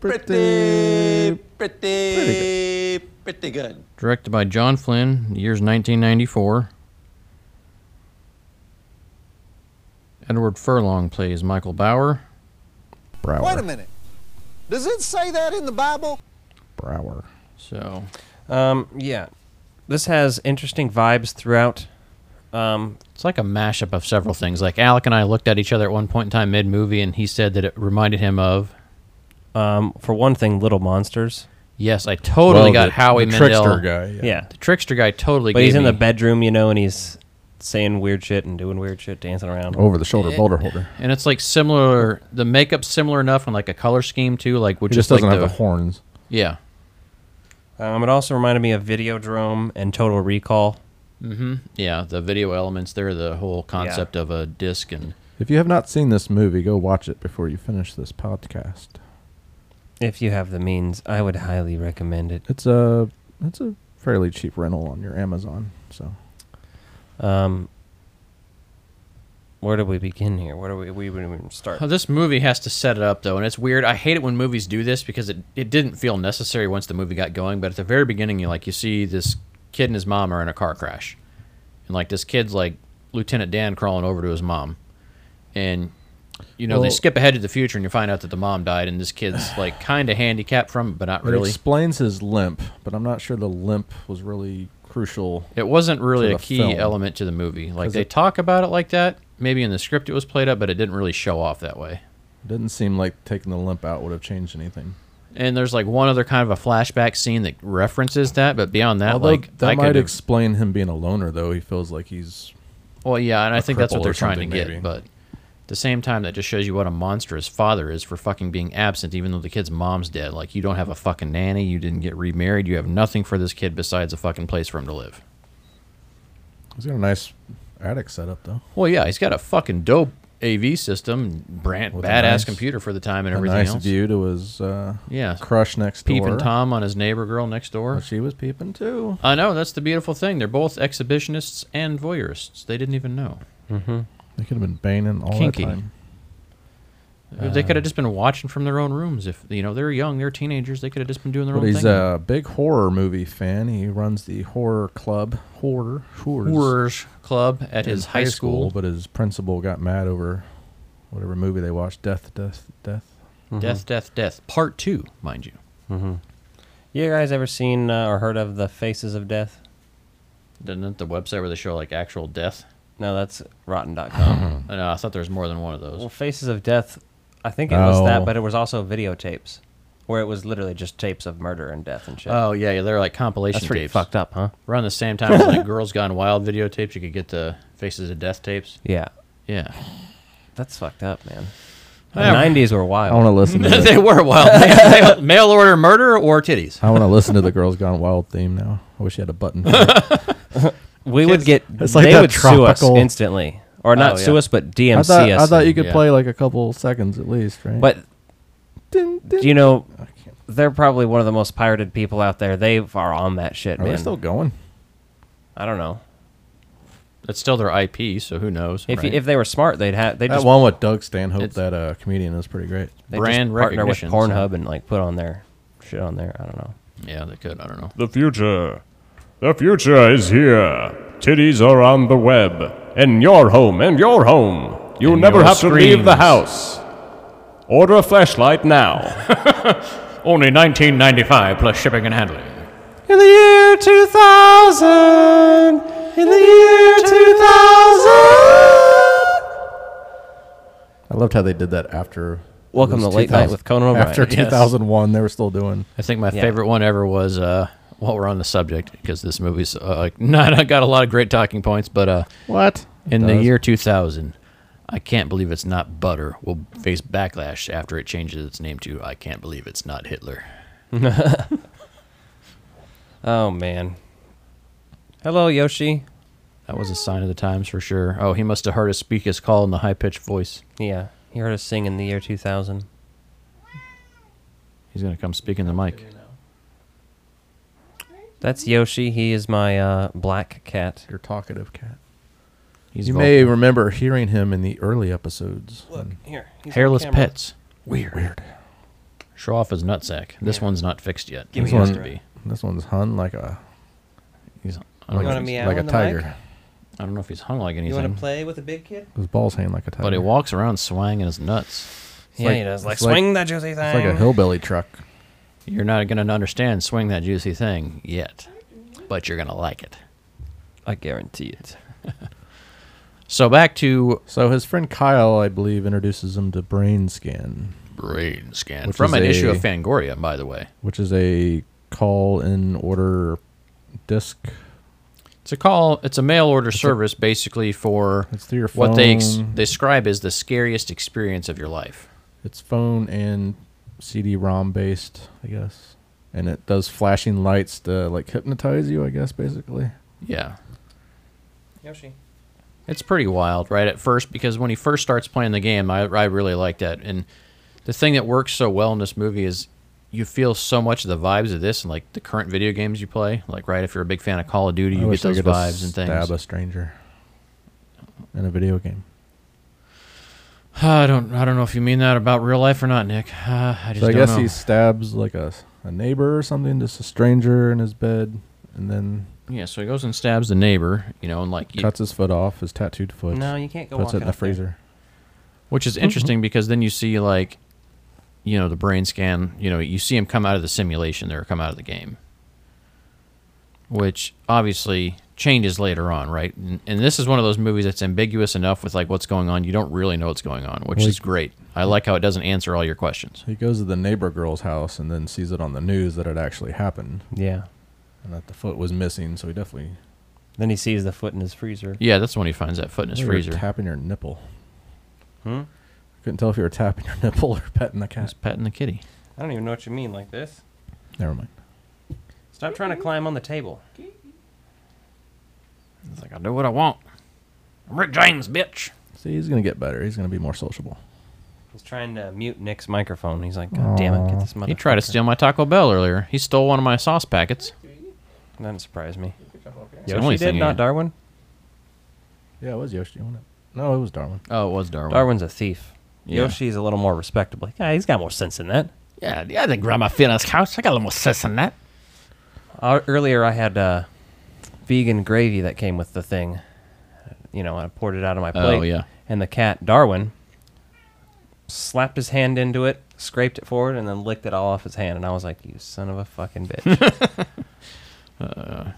Speaker 16: pretty, pretty, pretty good.
Speaker 14: Directed by John Flynn, the year's 1994. Edward Furlong plays Michael Bauer.
Speaker 4: Brower.
Speaker 24: Wait a minute. Does it say that in the Bible?
Speaker 4: Brower.
Speaker 14: So,
Speaker 13: um, yeah, this has interesting vibes throughout. Um,
Speaker 14: It's like a mashup of several things. Like Alec and I looked at each other at one point in time mid movie, and he said that it reminded him of.
Speaker 13: Um, for one thing, Little Monsters.
Speaker 14: Yes, I totally
Speaker 13: Well,
Speaker 14: got
Speaker 13: the-
Speaker 14: Howie
Speaker 13: the
Speaker 14: Mandel.
Speaker 13: trickster guy, yeah. Yeah.
Speaker 14: the trickster guy totally.
Speaker 13: but
Speaker 14: gave
Speaker 13: he's in
Speaker 14: me-
Speaker 13: the bedroom, you know, and he's saying weird shit and doing weird shit, dancing around.
Speaker 4: Over the shoulder
Speaker 14: Eh.
Speaker 4: boulder holder.
Speaker 14: and it's like similar. The makeup's similar enough, and like a color scheme too. Like which
Speaker 4: He just
Speaker 14: is like
Speaker 4: doesn't have the horns.
Speaker 14: Yeah,
Speaker 13: Um, it also reminded me of Videodrome and Total Recall.
Speaker 14: hmm yeah. The video elements there, the whole concept of a disc, and
Speaker 4: If you have not seen this movie, go watch it before you finish this podcast.
Speaker 13: If you have the means, I would highly recommend it.
Speaker 4: It's a it's a fairly cheap rental on your Amazon. So
Speaker 13: Um, where do we begin here? Where do we we would even start?
Speaker 14: Oh, this movie has to set it up though, and it's weird. I hate it when movies do this because it, it didn't feel necessary once the movie got going. But at the very beginning, you like you see this kid and his mom are in a car crash, and like this kid's like Lieutenant Dan crawling over to his mom, and you know they
Speaker 4: Well-
Speaker 14: skip ahead to the future and you find out that the mom died and this kid's like kind of handicapped from it, but not
Speaker 4: It
Speaker 14: really.
Speaker 4: explains his limp, but I'm not sure the limp was really crucial.
Speaker 14: It wasn't really
Speaker 4: to
Speaker 14: a
Speaker 4: the
Speaker 14: key
Speaker 4: film.
Speaker 14: element to the movie. Like
Speaker 4: 'Cause
Speaker 14: they
Speaker 4: it-
Speaker 14: talk about it like that. Maybe in the script it was played up, but it didn't really show off that way.
Speaker 4: Didn't seem like taking the limp out would have changed anything.
Speaker 14: And there's like one other kind of a flashback scene that references that, but beyond that,
Speaker 4: Although
Speaker 14: like
Speaker 4: that
Speaker 14: I
Speaker 4: might
Speaker 14: could.
Speaker 4: explain him being a loner, though. He feels like he's
Speaker 14: well, yeah, and I
Speaker 4: a
Speaker 14: think that's what
Speaker 4: cripple
Speaker 14: they're
Speaker 4: or
Speaker 14: trying to
Speaker 4: something,
Speaker 14: get.
Speaker 4: maybe.
Speaker 14: But At the same time, that just shows you what a monster his father is for fucking being absent, even though the kid's mom's dead. Like, you don't have a fucking nanny, you didn't get remarried, you have nothing for this kid besides a fucking place for him to live.
Speaker 4: He's got a nice attic setup though.
Speaker 14: Well, yeah, he's got a fucking dope AV system, brand,
Speaker 4: With a
Speaker 14: badass
Speaker 4: nice-
Speaker 14: computer for the time and
Speaker 4: a
Speaker 14: everything
Speaker 4: nice
Speaker 14: else.
Speaker 4: view to his uh,
Speaker 14: yeah,
Speaker 4: crush next door.
Speaker 14: Peeping Tom on his neighbor girl next door.
Speaker 4: she was peeping too.
Speaker 14: I know that's the beautiful thing. They're both exhibitionists and voyeurists. They didn't even know.
Speaker 4: Mm-hmm. They could have been baning all
Speaker 14: Kinky.
Speaker 4: that time.
Speaker 14: they could have just been watching from their own rooms. If you know they're young, they're teenagers. They could have just been doing their
Speaker 4: But
Speaker 14: own
Speaker 4: he's
Speaker 14: thing.
Speaker 4: a big horror movie fan. He runs the horror club, horror, horrors,
Speaker 14: Horrors club at
Speaker 4: in
Speaker 14: his high school.
Speaker 4: But his principal got mad over whatever movie they watched, Death, Death, Death.
Speaker 14: Death, death, death. Part two, mind you.
Speaker 13: Mm-hmm. You guys ever seen uh, or heard of the Faces of Death?
Speaker 14: Didn't it the website where they show like actual death?
Speaker 13: No, that's rotten.com.
Speaker 14: I know. I thought there was more than one of those.
Speaker 13: Well, Faces of Death, I think it was
Speaker 14: Oh.
Speaker 13: that, but it was also videotapes, where it was literally just tapes of murder and death and shit.
Speaker 14: Oh yeah, yeah, they're like compilation
Speaker 13: That's pretty
Speaker 14: tapes.
Speaker 13: fucked up, huh?
Speaker 14: Around the same time as like Girls Gone Wild videotapes, you could get the Faces of Death tapes.
Speaker 13: Yeah.
Speaker 14: Yeah.
Speaker 13: That's fucked up, man. The
Speaker 14: Yeah.
Speaker 13: 90s were wild.
Speaker 4: I wanna listen to
Speaker 14: they were wild. Mail, mail order murder or titties.
Speaker 4: I want to listen to the Girls Gone Wild theme now. I wish you had a button. for it.
Speaker 13: We would get.
Speaker 4: It's like
Speaker 13: they
Speaker 4: that
Speaker 13: would sue us
Speaker 4: tropical-
Speaker 13: instantly, or not
Speaker 4: Oh, yeah.
Speaker 13: sue us, but DMC
Speaker 4: I thought,
Speaker 13: us.
Speaker 4: I thought you could
Speaker 13: Yeah.
Speaker 4: play like a couple seconds at least, right?
Speaker 13: But do you know they're probably one of the most pirated people out there. They are on that shit,
Speaker 4: Are they
Speaker 13: man.
Speaker 4: still going?
Speaker 13: I don't know.
Speaker 14: That's still their IP, so who knows?
Speaker 13: If
Speaker 14: right?
Speaker 13: if they were smart, they'd have they
Speaker 4: that
Speaker 13: just
Speaker 4: one with Doug Stanhope,
Speaker 13: It's-
Speaker 4: that uh, comedian, is pretty great.
Speaker 13: they
Speaker 14: brand
Speaker 13: just partner with
Speaker 14: recognition, so-
Speaker 13: Pornhub and like put on their shit on there. I don't know.
Speaker 14: Yeah, they could. I don't know.
Speaker 2: The future. The future is here. Titties are on the web. In your home, in your home. You
Speaker 15: In
Speaker 2: never
Speaker 15: your
Speaker 2: have to leave the
Speaker 15: screens.
Speaker 2: house. Order a flashlight now.
Speaker 14: Only 19.95 plus shipping and handling.
Speaker 16: In the year 2000, in the year 2000.
Speaker 4: I loved how they did that after.
Speaker 13: Welcome
Speaker 4: it was
Speaker 13: to Late Night
Speaker 4: 2000
Speaker 13: with Conan O'Brien.
Speaker 4: After
Speaker 13: Oh, Yes.
Speaker 4: 2001, they were still doing.
Speaker 14: I think my
Speaker 13: Yeah.
Speaker 14: favorite one ever was uh, while we're on the subject because this movie's uh, not got a lot of great talking points, but uh,
Speaker 4: What?
Speaker 14: in
Speaker 4: It
Speaker 14: the
Speaker 4: does.
Speaker 14: year 2000, I can't believe it's not butter will face backlash after it changes its name to I can't believe it's not Hitler.
Speaker 13: oh man. Hello, Yoshi.
Speaker 14: That was a sign of the times for sure. Oh, he must have heard us speak his call in the high pitched voice.
Speaker 13: Yeah, he heard us sing in the year 2000.
Speaker 14: He's gonna come speak in the mic.
Speaker 13: That's Yoshi. He is my uh, black cat.
Speaker 4: Your talkative cat.
Speaker 14: He's
Speaker 4: you
Speaker 14: vocal.
Speaker 4: may remember hearing him in the early episodes.
Speaker 13: Look,
Speaker 4: when-
Speaker 13: here, he's on
Speaker 14: Hairless
Speaker 13: camera.
Speaker 14: pets. Weird. Show off his nutsack. This one's not fixed yet.
Speaker 13: Give
Speaker 14: It
Speaker 4: this,
Speaker 13: me
Speaker 14: has
Speaker 13: his
Speaker 14: to be.
Speaker 4: one, this one's hung like a.
Speaker 14: He's
Speaker 13: You
Speaker 14: know
Speaker 13: wanna
Speaker 14: if he's-
Speaker 13: meow
Speaker 4: like a
Speaker 13: in the
Speaker 4: tiger.
Speaker 13: mic?
Speaker 14: I don't know if he's hung like
Speaker 13: You
Speaker 14: anything.
Speaker 13: want to play with a big kid?
Speaker 4: His balls hang like a tiger.
Speaker 14: But he walks around swinging his nuts.
Speaker 13: Yeah, he does. Like, swing that juicy
Speaker 4: It's like a
Speaker 13: thing.
Speaker 4: hillbilly truck.
Speaker 14: You're not going to understand swing that juicy thing yet, but you're going to like it.
Speaker 13: I guarantee it.
Speaker 14: So back to
Speaker 4: So his friend Kyle, I believe, introduces him to Brain Scan.
Speaker 14: Brain Scan.
Speaker 4: Which
Speaker 14: From
Speaker 4: is
Speaker 14: an issue of
Speaker 4: a-
Speaker 14: Fangoria, by the way.
Speaker 4: which is a call in order disc.
Speaker 14: It's a call. It's a mail order service, basically for
Speaker 4: It's through your
Speaker 14: what they ex-
Speaker 4: phone.
Speaker 14: describe as the scariest experience of your life.
Speaker 4: It's phone and CD-ROM based, I guess, and it does flashing lights to like hypnotize you, I guess, basically.
Speaker 14: Yeah.
Speaker 13: Yoshi.
Speaker 14: It's pretty wild, right? At first, because when he first starts playing the game, I, I really like that. And the thing that works so well in this movie is you feel so much of the vibes of this and like the current video games you play. Like, right, if you're a big fan of Call of Duty,
Speaker 4: I
Speaker 14: you
Speaker 4: wish
Speaker 14: get
Speaker 4: I
Speaker 14: those
Speaker 4: could just
Speaker 14: vibes and things.
Speaker 4: Stab a stranger in a video game.
Speaker 14: I don't, I don't know if you mean that about real life or not, Nick. Uh, I just
Speaker 4: So I
Speaker 14: don't
Speaker 4: guess
Speaker 14: know.
Speaker 4: he stabs like a a neighbor or something, just a stranger in his bed, and then
Speaker 14: yeah. So he goes and stabs the neighbor, you know, and like you-
Speaker 4: cuts his foot off, his tattooed foot.
Speaker 13: No, you can't go
Speaker 4: Puts it in
Speaker 13: walking
Speaker 4: the
Speaker 13: up there.
Speaker 4: freezer.
Speaker 14: which is interesting because then you see like, you know, the brain scan. You know, you see him come out of the simulation there, come out of the game, which obviously changes later on, right? And, and this is one of those movies that's ambiguous enough with like what's going on. You don't really know what's going on, which
Speaker 4: Well,
Speaker 14: is
Speaker 4: he-
Speaker 14: great. I like how it doesn't answer all your questions.
Speaker 4: He goes to the neighbor girl's house and then sees it on the news that it actually happened.
Speaker 13: Yeah.
Speaker 4: And that the foot was missing, so he definitely
Speaker 13: Then he sees the foot in his freezer.
Speaker 14: Yeah, that's when he finds that foot in his
Speaker 4: You're
Speaker 14: freezer.
Speaker 4: tapping your nipple.
Speaker 13: Hmm?
Speaker 4: Couldn't tell if you were tapping your nipple or petting the cat.
Speaker 14: petting the kitty.
Speaker 13: I don't even know what you mean like this.
Speaker 4: Never mind.
Speaker 13: Stop trying to climb on the table.
Speaker 14: It's like I do what I want. I'm Rick James, bitch.
Speaker 4: See, he's gonna get better. He's gonna be more sociable.
Speaker 13: He's trying to mute Nick's microphone. He's like, God damn it, get this mother.
Speaker 14: He tried to steal my Taco Bell earlier. He stole one of my sauce packets.
Speaker 13: Doesn't surprise me.
Speaker 14: It's the
Speaker 13: Yoshi
Speaker 14: only
Speaker 13: did,
Speaker 14: thing he
Speaker 13: not
Speaker 14: had.
Speaker 13: Darwin.
Speaker 4: Yeah, it was Yoshi, wasn't it? No, it was Darwin.
Speaker 14: Oh, it was Darwin.
Speaker 13: Darwin's a thief.
Speaker 14: Yeah.
Speaker 13: Yoshi's a little more respectable. Yeah, he's got more sense than that.
Speaker 14: Yeah, yeah, I think Grandma Fiona's house. I got a little more sense than that.
Speaker 13: Uh, earlier, I had uh, vegan gravy that came with the thing. You know, I poured it out of my
Speaker 14: Oh,
Speaker 13: plate.
Speaker 14: yeah.
Speaker 13: And the cat Darwin slapped his hand into it, scraped it forward, and then licked it all off his hand. And I was like, "You son of a fucking bitch!"
Speaker 14: Uh,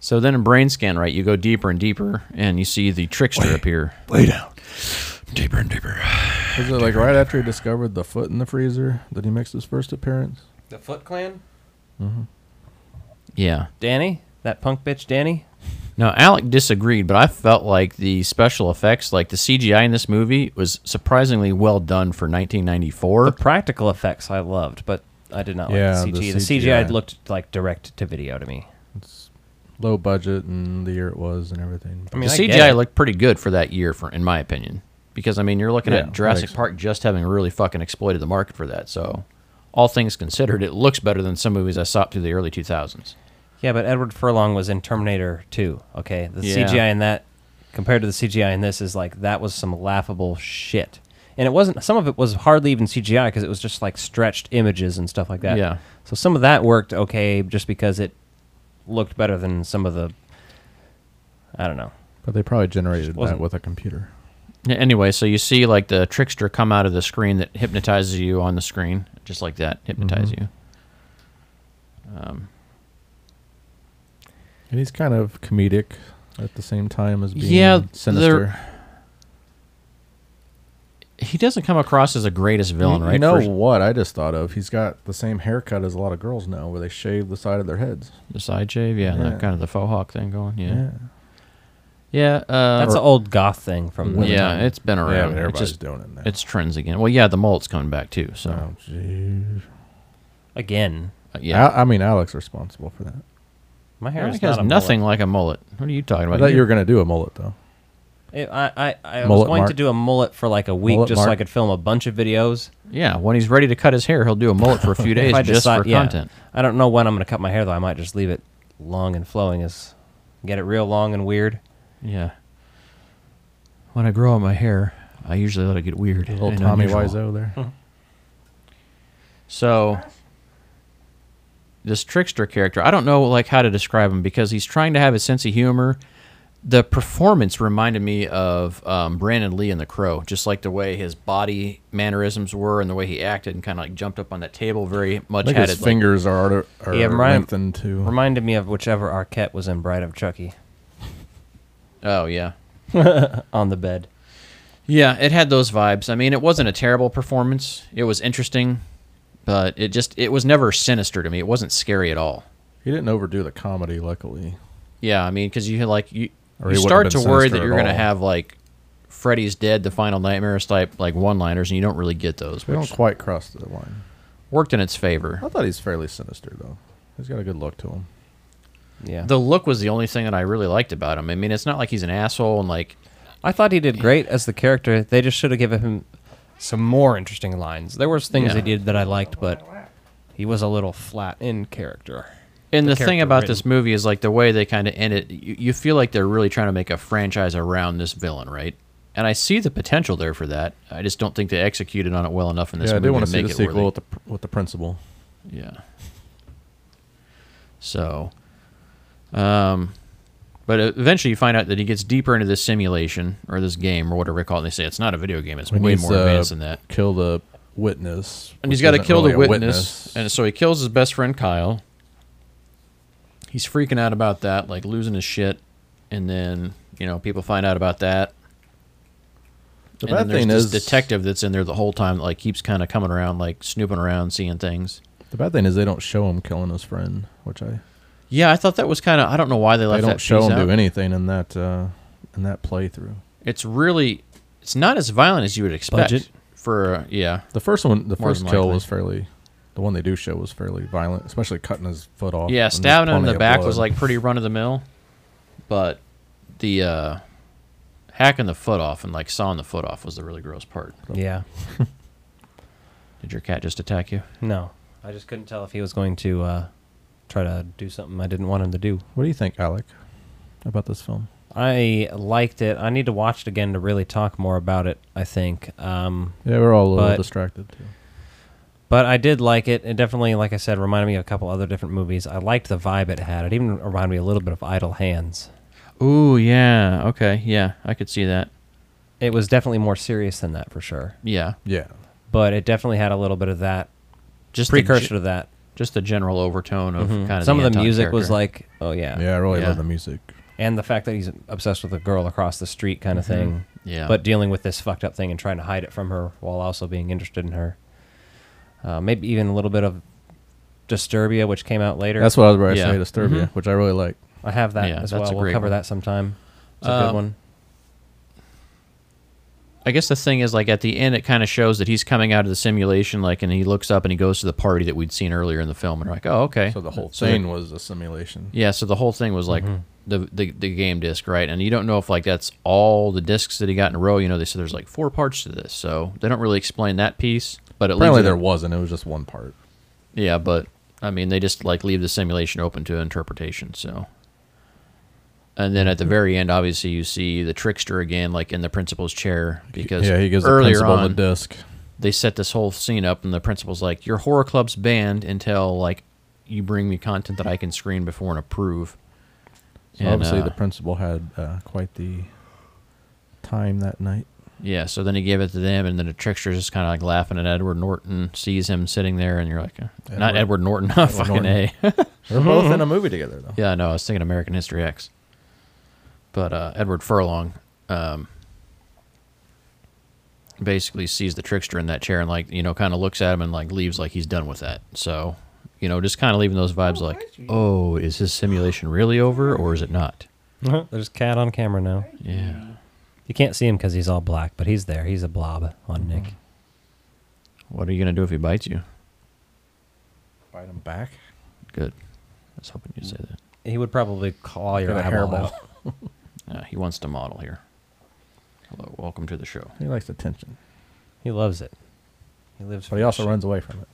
Speaker 14: so then in brain scan, right, you go deeper and deeper, and you see the trickster appear.
Speaker 18: Way down, deeper and deeper.
Speaker 4: Was it like right after he discovered the foot in the freezer that he makes his first appearance?
Speaker 13: the Foot Clan.
Speaker 14: Yeah.
Speaker 13: Danny, that punk bitch, Danny.
Speaker 14: No, Alec disagreed, but I felt like the special effects, like the CGI in this movie, was surprisingly well done for 1994. The
Speaker 13: practical effects I loved, but I did not
Speaker 4: Yeah,
Speaker 13: like
Speaker 4: the
Speaker 13: the CGI. The CGI, looked like direct to video to me.
Speaker 4: It's low budget and the year it was and everything.
Speaker 14: the CGI looked pretty good for that year, for in my opinion, because I mean you're looking
Speaker 4: Yeah,
Speaker 14: at
Speaker 4: that
Speaker 14: Jurassic
Speaker 4: makes-
Speaker 14: Park just having really fucking exploited the market for that. So, all things considered, it looks better than some movies I saw up through the early 2000s.
Speaker 13: Yeah, but Edward Furlong was in Terminator 2. Okay, the
Speaker 14: Yeah.
Speaker 13: CGI in that compared to the CGI in this is like that was some laughable shit. And it wasn't. Some of it was hardly even CGI because it was just like stretched images and stuff like that.
Speaker 14: Yeah.
Speaker 13: So some of that worked okay just because it looked better than some of the. I don't know.
Speaker 4: But they probably generated that
Speaker 13: wasn't-
Speaker 4: with a computer.
Speaker 14: Yeah, Anyway, so you see like the trickster come out of the screen that hypnotizes you on the screen, just like that hypnotize you. Um,
Speaker 4: And he's kind of comedic at the same time as being
Speaker 14: Yeah, they're-
Speaker 4: sinister.
Speaker 14: he doesn't come across as the greatest villain,
Speaker 4: You-
Speaker 14: right?
Speaker 4: You know
Speaker 14: For-
Speaker 4: what I just thought of? He's got the same haircut as a lot of girls now, where they shave the side of their heads.
Speaker 14: the side shave, yeah,
Speaker 4: Yeah.
Speaker 14: That kind of the faux hawk thing going,
Speaker 4: Yeah.
Speaker 14: yeah, yeah. uh, Mm-hmm.
Speaker 13: That's an old goth thing from. the
Speaker 14: yeah,
Speaker 13: time.
Speaker 14: it's been
Speaker 4: Yeah,
Speaker 14: around.
Speaker 4: but
Speaker 14: It's
Speaker 4: everybody's
Speaker 14: just-
Speaker 4: doing it now.
Speaker 14: It's trends again. Well, yeah, the molt's coming back too. So
Speaker 13: again.
Speaker 14: Uh, yeah,
Speaker 4: I, I mean, Alex responsible for that.
Speaker 13: My hair
Speaker 14: Alec
Speaker 13: is
Speaker 14: has
Speaker 13: not a
Speaker 14: nothing like a mullet. What are you talking
Speaker 4: I
Speaker 14: about?
Speaker 4: thought you
Speaker 14: You're-
Speaker 4: were going to do a mullet, though.
Speaker 13: It, I I, I was
Speaker 4: Mullet
Speaker 13: going
Speaker 4: mark.
Speaker 13: to do a mullet for like a week
Speaker 4: Mullet
Speaker 13: just so I
Speaker 4: mark.
Speaker 13: could film a bunch of videos.
Speaker 14: yeah, when he's ready to cut his hair, he'll do a mullet for a few
Speaker 13: If
Speaker 14: days
Speaker 13: I
Speaker 14: just
Speaker 13: decide-
Speaker 14: for
Speaker 13: yeah.
Speaker 14: content.
Speaker 13: I don't know when I'm going to cut my hair though. I might just leave it long and flowing as get it real long and weird.
Speaker 14: Yeah. When I grow out my hair, I usually let it get weird.
Speaker 4: Little
Speaker 14: and
Speaker 4: Tommy
Speaker 14: unusual.
Speaker 4: Wiseau there.
Speaker 14: So this trickster character, I don't know like how to describe him because he's trying to have a sense of humor. The performance reminded me of um, Brandon Lee in The Crow, just like the way his body mannerisms were and the way he acted and kind of like jumped up on that table very much.
Speaker 4: I think
Speaker 14: had
Speaker 4: his
Speaker 14: it, like-
Speaker 4: fingers are, arti- are
Speaker 13: Yeah, Ryan-
Speaker 4: lengthened too.
Speaker 13: Reminded me of whichever Arquette was in Bride of Chucky
Speaker 14: oh yeah,
Speaker 13: on the bed.
Speaker 14: yeah, it had those vibes. I mean, it wasn't a terrible performance. It was interesting, but it just it was never sinister to me. It wasn't scary at all.
Speaker 4: He didn't overdo the comedy, luckily.
Speaker 14: Yeah, I mean, because you like you,
Speaker 4: Or
Speaker 14: you
Speaker 4: he wouldn't
Speaker 14: start
Speaker 4: have
Speaker 14: to
Speaker 4: been
Speaker 14: worry
Speaker 4: sinister
Speaker 14: that
Speaker 4: at
Speaker 14: you're going to
Speaker 4: all.
Speaker 14: have like Freddy's Dead, The Final Nightmares type like one-liners, and you don't really get those,
Speaker 4: They
Speaker 14: which
Speaker 4: don't quite cross the line.
Speaker 14: worked in its favor.
Speaker 4: I thought he's fairly sinister, though. He's got a good look to him.
Speaker 13: Yeah.
Speaker 14: The look was the only thing that I really liked about him. I mean, it's not like he's an asshole and like
Speaker 13: I thought he did great as the character. They just should have given him some more interesting lines. There was things
Speaker 14: Yeah.
Speaker 13: he did that I liked, but he was a little flat in character.
Speaker 14: And the, thing
Speaker 13: character
Speaker 14: about
Speaker 13: written.
Speaker 14: this movie is like the way they kind of end it, you, you feel like they're really trying to make a franchise around this villain, right? And I see the potential there for that. I just don't think they executed on it well enough in this
Speaker 4: yeah, I
Speaker 14: movie
Speaker 4: do want to see
Speaker 14: make
Speaker 4: the
Speaker 14: it where
Speaker 4: sequel with the pr- with the principal.
Speaker 14: they- yeah. So, um, but eventually you find out that he gets deeper into this simulation or this game or whatever they call it. They say it's not a video game; it's
Speaker 4: He
Speaker 14: way
Speaker 4: needs
Speaker 14: more
Speaker 4: to
Speaker 14: advanced than that.
Speaker 4: uh, Kill the witness,
Speaker 14: And
Speaker 4: which
Speaker 14: he's got to
Speaker 4: isn't
Speaker 14: kill the
Speaker 4: really a
Speaker 14: witness, and so he kills his best friend Kyle. He's freaking out about that, like losing his shit, and then you know people find out about that.
Speaker 4: The
Speaker 14: and then
Speaker 4: bad
Speaker 14: there's
Speaker 4: thing
Speaker 14: this
Speaker 4: is-
Speaker 14: detective that's in there the whole time, like keeps kind of coming around, like snooping around, seeing things.
Speaker 4: The bad thing is they don't show him killing his friend, which I
Speaker 14: Yeah, I thought that was kind of. I don't know why they
Speaker 4: they
Speaker 14: left
Speaker 4: don't
Speaker 14: that
Speaker 4: show
Speaker 14: piece
Speaker 4: him
Speaker 14: out.
Speaker 4: do anything in that uh, in that playthrough.
Speaker 14: It's really It's not as violent as you would expect.
Speaker 4: Budget?
Speaker 14: For uh, yeah,
Speaker 4: The first one, the
Speaker 14: More
Speaker 4: first
Speaker 14: than
Speaker 4: kill
Speaker 14: likely.
Speaker 4: was fairly. The one they do show was fairly violent, especially cutting his foot off.
Speaker 14: Yeah,
Speaker 4: and there's
Speaker 14: stabbing him in
Speaker 4: plenty
Speaker 14: the
Speaker 4: of
Speaker 14: back was
Speaker 4: blood.
Speaker 14: like pretty run of the mill, but the uh, hacking the foot off and like sawing the foot off was the really gross part.
Speaker 13: Yeah.
Speaker 14: Did your cat just attack you?
Speaker 13: No, I just couldn't tell if he was going to uh, try to do something I didn't want him to do.
Speaker 4: What do you think, Alec, about this film?
Speaker 13: I liked it. I need to watch it again to really talk more about it. I think. Um,
Speaker 4: Yeah, we're all a little
Speaker 13: but-
Speaker 4: distracted. Too.
Speaker 13: But I did like it. It definitely, like I said, reminded me of a couple other different movies. I liked the vibe it had. It even reminded me a little bit of Idle Hands.
Speaker 14: Ooh yeah, okay yeah, I could see that.
Speaker 13: It was definitely more serious than that for sure.
Speaker 14: Yeah.
Speaker 4: Yeah.
Speaker 13: But it definitely had a little bit of that.
Speaker 14: Just the Hmm.
Speaker 13: precursor
Speaker 14: gen-
Speaker 13: to that.
Speaker 14: Just the general overtone of
Speaker 13: Mhm.
Speaker 14: kind of
Speaker 13: some of the
Speaker 14: Anton
Speaker 13: music was
Speaker 14: character.
Speaker 13: like, oh yeah,
Speaker 4: Yeah, I really love the music.
Speaker 13: and the fact that he's obsessed with a girl across the street kind of
Speaker 14: Mhm.
Speaker 13: thing.
Speaker 14: Yeah.
Speaker 13: But dealing with this fucked up thing and trying to hide it from her while also being interested in her. Uh, maybe even a little bit of Disturbia, which came out later.
Speaker 4: That's what I was about to say,
Speaker 14: Mm-hmm.
Speaker 4: Disturbia, which I really like.
Speaker 13: I have that
Speaker 14: Yeah,
Speaker 13: as
Speaker 14: that's
Speaker 13: well.
Speaker 14: a
Speaker 13: We'll
Speaker 14: great
Speaker 13: cover
Speaker 14: one.
Speaker 13: that sometime. It's a
Speaker 14: Um,
Speaker 13: good one.
Speaker 14: I guess the thing is, like at the end, it kind of shows that he's coming out of the simulation, like, and he looks up and he goes to the party that we'd seen earlier in the film, and we're like, oh, okay.
Speaker 4: So the whole
Speaker 14: the-
Speaker 4: thing was a simulation.
Speaker 14: Yeah, so the whole thing was like
Speaker 4: Mhm.
Speaker 14: the, the the game disc, right? And you don't know if like that's all the discs that he got in a row. You know, they said there's like four parts to this, so they don't really explain that piece. But it
Speaker 4: Apparently
Speaker 14: leaves it-
Speaker 4: there wasn't. It was just one part.
Speaker 14: yeah, but I mean, they just like leave the simulation open to interpretation. So, and then at the
Speaker 4: Hmm.
Speaker 14: very end, obviously, you see the trickster again, like in the principal's chair, because
Speaker 4: Yeah, he gives the
Speaker 14: earlier
Speaker 4: principal the
Speaker 14: on
Speaker 4: disc.
Speaker 14: They set this whole scene up, and the principal's like, "Your horror club's banned until like you bring me content that I can screen before and approve."
Speaker 4: So
Speaker 14: And,
Speaker 4: obviously
Speaker 14: uh,
Speaker 4: the principal had uh, quite the time that night.
Speaker 14: Yeah, so then he gave it to them, and then the trickster's just kind of like laughing at Edward Norton, sees him sitting there, and you're like, uh, not Edward
Speaker 4: Edward-
Speaker 14: Norton,
Speaker 4: Edward
Speaker 14: fucking
Speaker 4: Norton.
Speaker 14: A.
Speaker 4: They're both
Speaker 14: Mhm.
Speaker 4: in a movie together, though.
Speaker 14: Yeah, no, I was thinking American History X. But uh, Edward Furlong um, basically sees the trickster in that chair and, like, you know, kind of looks at him and, like, leaves like he's done with that. So, you know, just kind of leaving those vibes like, oh, is his simulation really over or is it not?
Speaker 13: There's Cat on camera now.
Speaker 14: Yeah.
Speaker 13: You can't see him because he's all black, but he's there. He's a blob on
Speaker 4: Mm-hmm.
Speaker 13: Nick.
Speaker 14: What are you going to do if he bites you?
Speaker 4: Bite him back.
Speaker 14: Good. I was hoping you'd say that.
Speaker 13: He would probably claw your
Speaker 4: Got a
Speaker 13: eyeball
Speaker 4: hairball.
Speaker 13: out.
Speaker 14: Uh, he wants to model here. Hello, welcome to the show.
Speaker 4: He likes attention,
Speaker 13: He loves it. He lives.
Speaker 4: but he also runs away from it.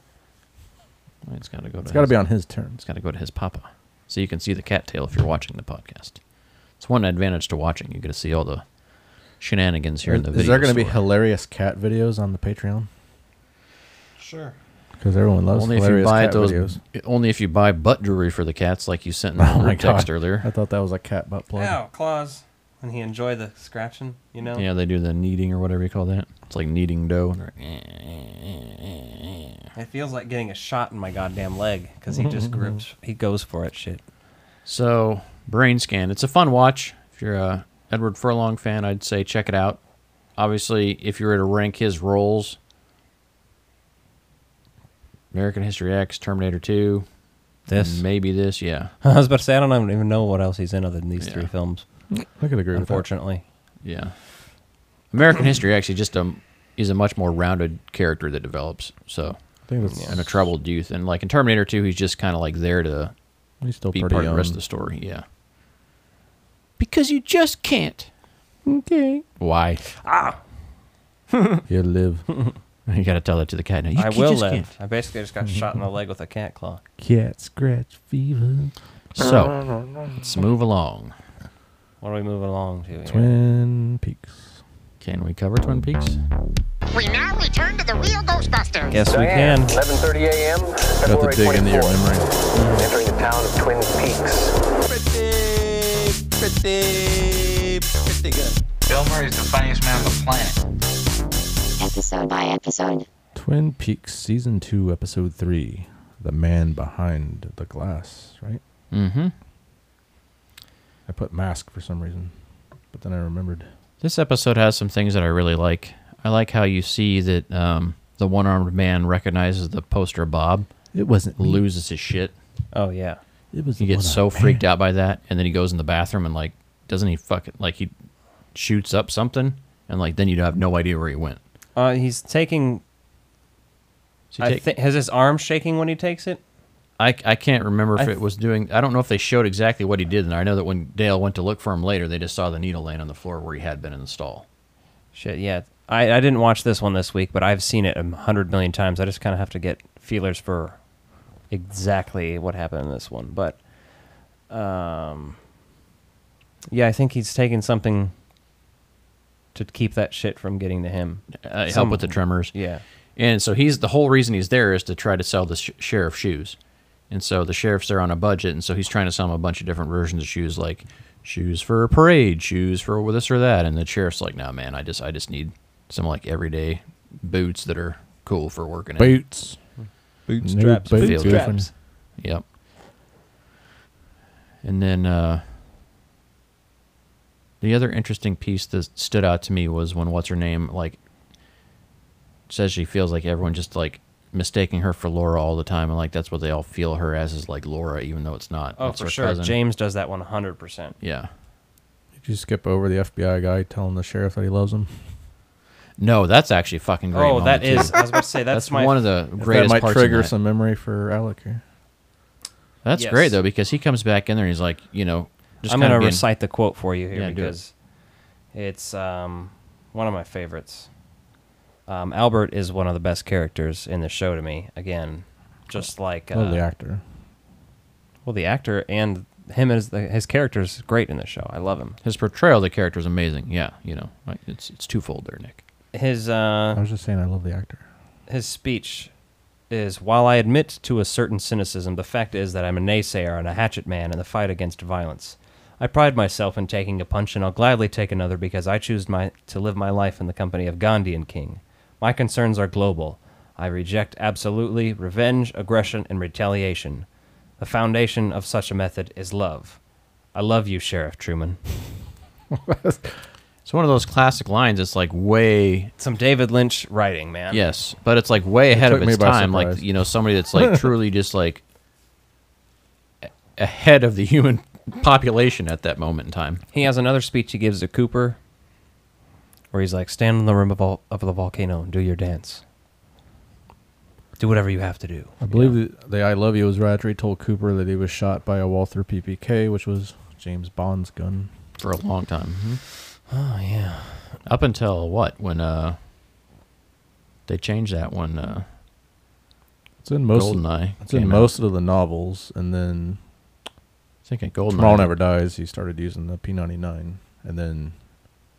Speaker 14: It's got to go. To
Speaker 4: It's gotta be on his terms.
Speaker 14: It's got to go to his papa, so you can see the cattail if you're watching the podcast. It's one advantage to watching. You get to see all the shenanigans here in
Speaker 4: Is-
Speaker 14: the
Speaker 4: is
Speaker 14: video.
Speaker 4: there going to be
Speaker 14: store.
Speaker 4: hilarious cat videos on the Patreon?
Speaker 19: Sure.
Speaker 4: Because everyone loves
Speaker 14: only if you
Speaker 4: hilarious
Speaker 14: buy
Speaker 4: cat
Speaker 14: those?
Speaker 4: videos.
Speaker 14: Only if you buy butt jewelry for the cats, like you sent in the
Speaker 4: Oh my
Speaker 14: group text
Speaker 4: God.
Speaker 14: earlier.
Speaker 4: I thought that was a cat butt plug.
Speaker 13: Ow, claws. And he enjoy the scratching, you know.
Speaker 14: Yeah, they do the kneading or whatever you call that. It's like kneading dough. and they're like, "Eh."
Speaker 13: It feels like getting a shot in my goddamn leg because he just grips. He goes for it, shit.
Speaker 14: So, Brain Scan. It's a fun watch. If you're a Edward Furlong fan, I'd say check it out. Obviously, if you were to rank his roles, American History X, Terminator 2,
Speaker 13: This?
Speaker 14: maybe this, yeah.
Speaker 13: I was about to say I don't even know what else he's in other than these three films.
Speaker 4: I could agree with that.
Speaker 13: Unfortunately,
Speaker 14: Yeah. American History actually just um is a much more rounded character that develops. So
Speaker 4: I think that's-
Speaker 14: and a troubled youth, and like in Terminator Two, he's just kind of like there to
Speaker 4: He's still
Speaker 14: be
Speaker 4: pretty um,
Speaker 14: part of the rest
Speaker 4: young.
Speaker 14: of the story. Yeah. Because you just can't.
Speaker 5: Okay.
Speaker 14: Why? Ah.
Speaker 4: you live.
Speaker 14: you got to tell that to the cat now. You,
Speaker 13: I
Speaker 14: you
Speaker 13: will
Speaker 14: just
Speaker 13: live.
Speaker 14: can't.
Speaker 13: I basically just got shot in the leg with a cat claw.
Speaker 4: Cat scratch fever.
Speaker 14: So let's move along.
Speaker 13: What are we moving along to? here?
Speaker 4: Twin Peaks.
Speaker 14: Can we cover Twin Peaks?
Speaker 16: We now return to the real Ghostbusters.
Speaker 14: Yes, we
Speaker 16: Diane,
Speaker 14: can.
Speaker 16: 11:30 a.m. February
Speaker 4: dig into your
Speaker 16: 24th.
Speaker 4: memory.
Speaker 16: Entering the town of Twin Peaks.
Speaker 3: Pretty, pretty good. Bill Murray's the funniest man on the planet.
Speaker 8: Episode by episode.
Speaker 4: Twin Peaks season two, episode three. The man behind the glass, right?
Speaker 14: Mm-hmm.
Speaker 4: I put mask for some reason, but then I remembered.
Speaker 14: This episode has some things that I really like. I like how you see that um, the one armed man recognizes the poster Bob.
Speaker 4: It wasn't me.
Speaker 14: loses his shit.
Speaker 13: Oh yeah.
Speaker 4: It was
Speaker 14: He
Speaker 4: the
Speaker 14: gets so
Speaker 4: one-armed
Speaker 14: freaked out by that, and then he goes in the bathroom and like, doesn't he fucking like he shoots up something, and like then you'd have no idea where he went.
Speaker 13: Uh, he's taking.
Speaker 14: he
Speaker 13: I
Speaker 14: take-
Speaker 13: thi- has his arm shaking when he takes it?
Speaker 14: I, I can't remember if
Speaker 13: I
Speaker 14: it was doing. I don't know if they showed exactly what he did in there. I know that when Dale went to look for him later, they just saw the needle laying on the floor where he had been in the stall.
Speaker 13: Shit, yeah. I, I didn't watch this one this week, but I've seen it a hundred million times. I just kind of have to get feelers for exactly what happened in this one. But, um, yeah, I think he's taking something to keep that shit from getting to him.
Speaker 14: uh, help
Speaker 13: Some-
Speaker 14: with the tremors.
Speaker 13: Yeah.
Speaker 14: And so he's the whole reason he's there is to try to sell the sh- sheriff shoes. And so the sheriff's there on a budget, and so he's trying to sell him a bunch of different versions of shoes, like shoes for a parade, shoes for this or that. And the sheriff's like, "No, man, I just I just need some like everyday boots that are cool for working in."
Speaker 4: Boots. Boots, New straps, boot
Speaker 14: Field
Speaker 4: goofing.
Speaker 14: trips. Yep. And then uh, the other interesting piece that stood out to me was when what's her name like says she feels like everyone just like mistaking her for Laura all the time, and like that's what they all feel her as is like Laura, even though it's not.
Speaker 13: Oh,
Speaker 14: It's
Speaker 13: for
Speaker 14: her
Speaker 13: sure.
Speaker 14: cousin.
Speaker 13: James does that 100%.
Speaker 14: Yeah.
Speaker 4: Did you skip over the FBI guy telling the sheriff that he loves him?
Speaker 14: No, that's actually a fucking great.
Speaker 13: Oh,
Speaker 14: moment,
Speaker 13: that
Speaker 14: too.
Speaker 13: is- I was about to say, that's my-
Speaker 14: one of the
Speaker 13: If that
Speaker 14: greatest
Speaker 4: that might
Speaker 14: parts of
Speaker 4: trigger
Speaker 14: that.
Speaker 4: some memory for Alec here.
Speaker 14: That's
Speaker 13: Yes.
Speaker 14: great though because he comes back in there and he's like, you know, just
Speaker 13: I'm
Speaker 14: kind
Speaker 13: going to
Speaker 14: of being-
Speaker 13: recite the quote for you here
Speaker 14: Yeah, do it.
Speaker 13: because it's um, one of my favorites. Um, Albert is one of the best characters in the show to me. Again, just like uh,
Speaker 4: Love the actor.
Speaker 13: Well, the actor and him as the, his character is great in the show. I love him.
Speaker 14: his portrayal of the character is amazing. Yeah, you know, like it's it's twofold there, Nick.
Speaker 13: His uh,
Speaker 4: I was just saying I love the actor.
Speaker 13: his speech is while I admit to a certain cynicism, the fact is that I'm a naysayer and a hatchet man in the fight against violence. I pride myself in taking a punch, and I'll gladly take another because I choose my, to live my life in the company of Gandhi and King. My concerns are global. I reject absolutely revenge, aggression, and retaliation. The foundation of such a method is love. I love you, Sheriff Truman.
Speaker 14: It's one of those classic lines. It's like way
Speaker 13: some David Lynch writing, man.
Speaker 14: Yes, but it's like way ahead
Speaker 13: took
Speaker 14: of
Speaker 13: me
Speaker 14: its
Speaker 13: by
Speaker 14: time. Like
Speaker 13: surprise.
Speaker 14: you know, somebody that's like truly just like a- ahead of the human population at that moment in time.
Speaker 13: He has another speech he gives to Cooper where he's like, Stand on the rim of, vol- of the volcano and do your dance. Do whatever you have to do.
Speaker 4: I believe the, the I Love You was right after he told Cooper that he was shot by a Walther PPK, which was James Bond's gun.
Speaker 14: For a long time.
Speaker 13: Oh, yeah.
Speaker 14: Up until what? When uh they changed that one uh
Speaker 4: It's in most
Speaker 14: Goldeneye
Speaker 4: It's in
Speaker 14: came out.
Speaker 4: most of the novels, and then I
Speaker 14: think in Goldeneye-
Speaker 4: Tomorrow Never Dies, he started using the P99, and then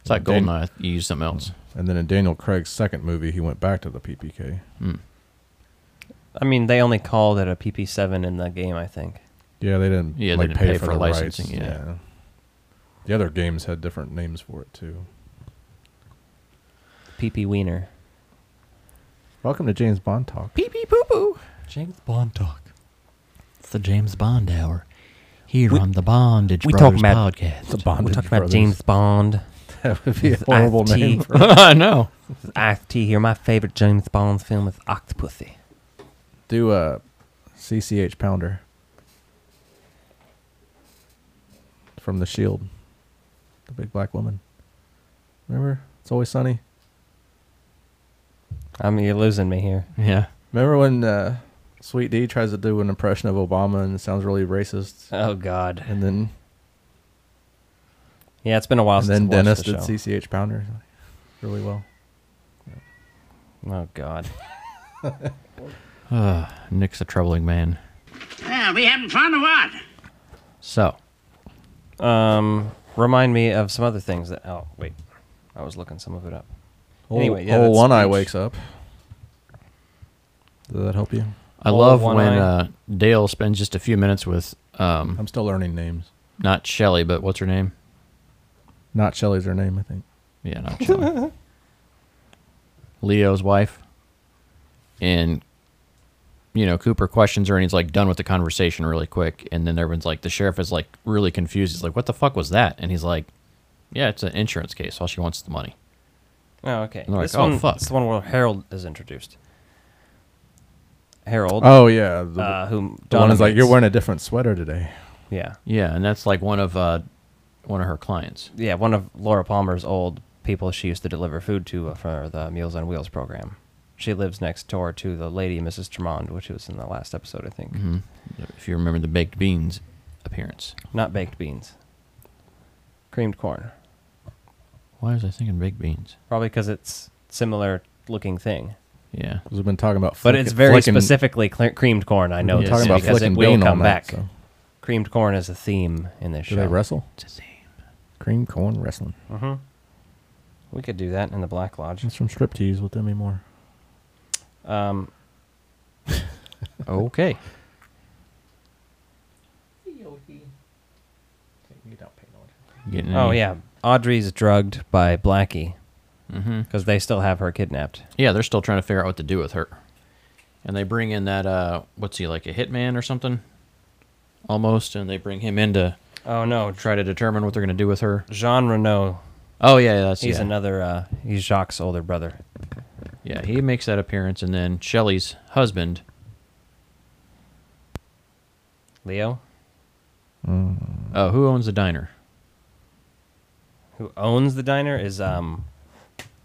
Speaker 14: It's like
Speaker 4: Dan-
Speaker 14: Goldeneye, you used something else.
Speaker 4: And then in Daniel Craig's second movie, he went back to the PPK.
Speaker 13: I mean, they only called it a PP7 in the game, I think.
Speaker 4: Yeah, they didn't.
Speaker 13: Yeah, they
Speaker 4: like,
Speaker 13: didn't
Speaker 4: pay,
Speaker 13: pay
Speaker 4: for,
Speaker 13: for
Speaker 4: the
Speaker 13: licensing,
Speaker 4: Rights.
Speaker 13: yeah.
Speaker 4: the other games had different names for it too.
Speaker 13: PP Wiener.
Speaker 4: Welcome to James Bond talk.
Speaker 5: Pee pee poo poo.
Speaker 18: James Bond talk. It's the James Bond hour here on the Bondage
Speaker 13: we
Speaker 18: Brothers
Speaker 13: talk about-
Speaker 18: podcast.
Speaker 13: the Bondage We're talking about Brothers. James Bond.
Speaker 4: That would be a
Speaker 13: With
Speaker 4: horrible
Speaker 13: Ice-T.
Speaker 4: name. For
Speaker 14: I know.
Speaker 13: With Ice-T here. My favorite James Bond film is Octopussy.
Speaker 4: Do a CCH Pounder from the Shield, the big black woman. Remember, it's always sunny.
Speaker 13: I mean, you're losing me here.
Speaker 14: Yeah.
Speaker 4: Remember when uh, Sweet D tries to do an impression of Obama and it sounds really racist?
Speaker 13: Oh God!
Speaker 4: And then
Speaker 13: Yeah, it's been a while
Speaker 4: and
Speaker 13: since
Speaker 4: then
Speaker 13: I've watched
Speaker 4: Dennis
Speaker 13: the
Speaker 4: did
Speaker 13: show.
Speaker 4: CCH Pounder really well.
Speaker 13: Oh, God.
Speaker 14: Uh, Nick's a troubling man.
Speaker 16: Yeah, we having fun or what?
Speaker 14: So,
Speaker 13: um, remind me of some other things that. Oh, wait, I was looking some of it up.
Speaker 4: Old,
Speaker 13: anyway, yeah,
Speaker 4: old
Speaker 13: that's
Speaker 4: Oh, one eye
Speaker 13: speech.
Speaker 4: wakes up. Does that help you?
Speaker 14: I
Speaker 4: All
Speaker 14: love
Speaker 4: one
Speaker 14: when
Speaker 4: eye.
Speaker 14: uh, Dale spends just a few minutes with. Um,
Speaker 4: I'm still learning names.
Speaker 14: Not Shelly, but what's her name?
Speaker 4: Not Shelley's her name, I think.
Speaker 14: Yeah, not Shelly. Leo's wife. And, you know, Cooper questions her and he's like done with the conversation really quick. And then everyone's like, the sheriff is like really confused. He's like, what the fuck was that? And he's like, yeah, it's an insurance case. All she wants is the money.
Speaker 13: Oh, okay.
Speaker 14: And they're
Speaker 13: this
Speaker 14: like, oh,
Speaker 13: one-
Speaker 14: fuck.
Speaker 13: It's the one where Harold is introduced. Harold.
Speaker 4: Oh yeah, the,
Speaker 13: uh, whom
Speaker 4: the one
Speaker 13: Donna
Speaker 4: is like
Speaker 13: meets.
Speaker 4: you're wearing a different sweater today.
Speaker 13: Yeah.
Speaker 14: Yeah, and that's like one of uh, one of her clients.
Speaker 13: Yeah, one of Laura Palmer's old people she used to deliver food to for the Meals on Wheels program. She lives next door to the lady, Mrs. Tremond, which was in the last episode, I think.
Speaker 4: Mm-hmm.
Speaker 14: Mhm. If you remember the baked beans appearance.
Speaker 13: Not baked beans. Creamed corn.
Speaker 14: Why was I thinking baked beans?
Speaker 13: Probably because it's similar looking thing.
Speaker 14: Yeah.
Speaker 4: Because we've been talking about
Speaker 13: But
Speaker 4: flick-
Speaker 13: it's very
Speaker 4: flicking-
Speaker 13: specifically cl- creamed corn. I
Speaker 4: We've
Speaker 13: know
Speaker 4: been
Speaker 13: this
Speaker 4: talking about
Speaker 13: because
Speaker 4: flicking
Speaker 13: it will
Speaker 4: bean all
Speaker 13: come
Speaker 4: night,
Speaker 13: back.
Speaker 4: so.
Speaker 13: Creamed corn is a theme in this
Speaker 4: Do
Speaker 13: show.
Speaker 4: they wrestle? It's a Cream corn wrestling.
Speaker 13: Mm-hmm. We could do that in the Black Lodge.
Speaker 4: That's from striptease with Demi Moore.
Speaker 13: Um, okay.
Speaker 14: Getting
Speaker 13: Oh
Speaker 14: any-
Speaker 13: yeah, Audrey's drugged by Blackie because
Speaker 14: Mhm.
Speaker 13: they still have her kidnapped.
Speaker 14: Yeah, they're still trying to figure out what to do with her. And they bring in that uh what's he like a hitman or something? Almost and they bring him in to
Speaker 13: Oh no,
Speaker 14: try to determine what they're going to do with her.
Speaker 13: Jean Renault.
Speaker 14: Oh yeah, yeah, that's
Speaker 13: He's
Speaker 14: yeah.
Speaker 13: another. Uh, he's Jacques' older brother.
Speaker 14: Yeah, he makes that appearance and then Shelley's husband,
Speaker 13: Leo,
Speaker 14: uh, who owns the diner?
Speaker 13: who owns the diner, is um,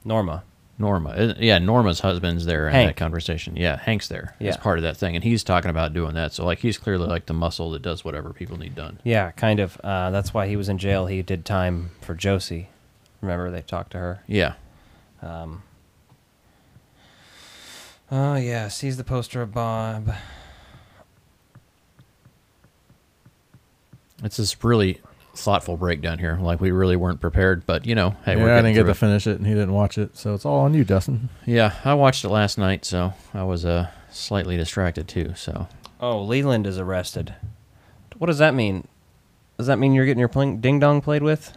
Speaker 13: Norma.
Speaker 14: Norma. Uh, Yeah, Norma's husband's there in
Speaker 13: Hank.
Speaker 14: that conversation. Yeah, Hank's there. It's
Speaker 13: Yeah.
Speaker 14: part of that thing. And he's talking about doing that. So, like, he's clearly like the muscle that does whatever people need done.
Speaker 13: Yeah, kind of. Uh, that's why he was in jail. He did time for Josie. Remember they talked to her.
Speaker 14: Yeah.
Speaker 13: Um, oh yeah, sees the poster of Bob.
Speaker 14: It's this really thoughtful breakdown here. Like, we really weren't prepared, but, you know, hey, we're
Speaker 4: yeah, I
Speaker 14: getting
Speaker 4: didn't get
Speaker 14: through
Speaker 4: to
Speaker 14: it.
Speaker 4: finish it, and he didn't watch it, so it's all on you, Dustin.
Speaker 14: Yeah, I watched it last night, so I was uh, slightly distracted too. So,
Speaker 13: Oh, Leland is arrested. What does that mean? Does that mean you're getting your pling- ding dong played with?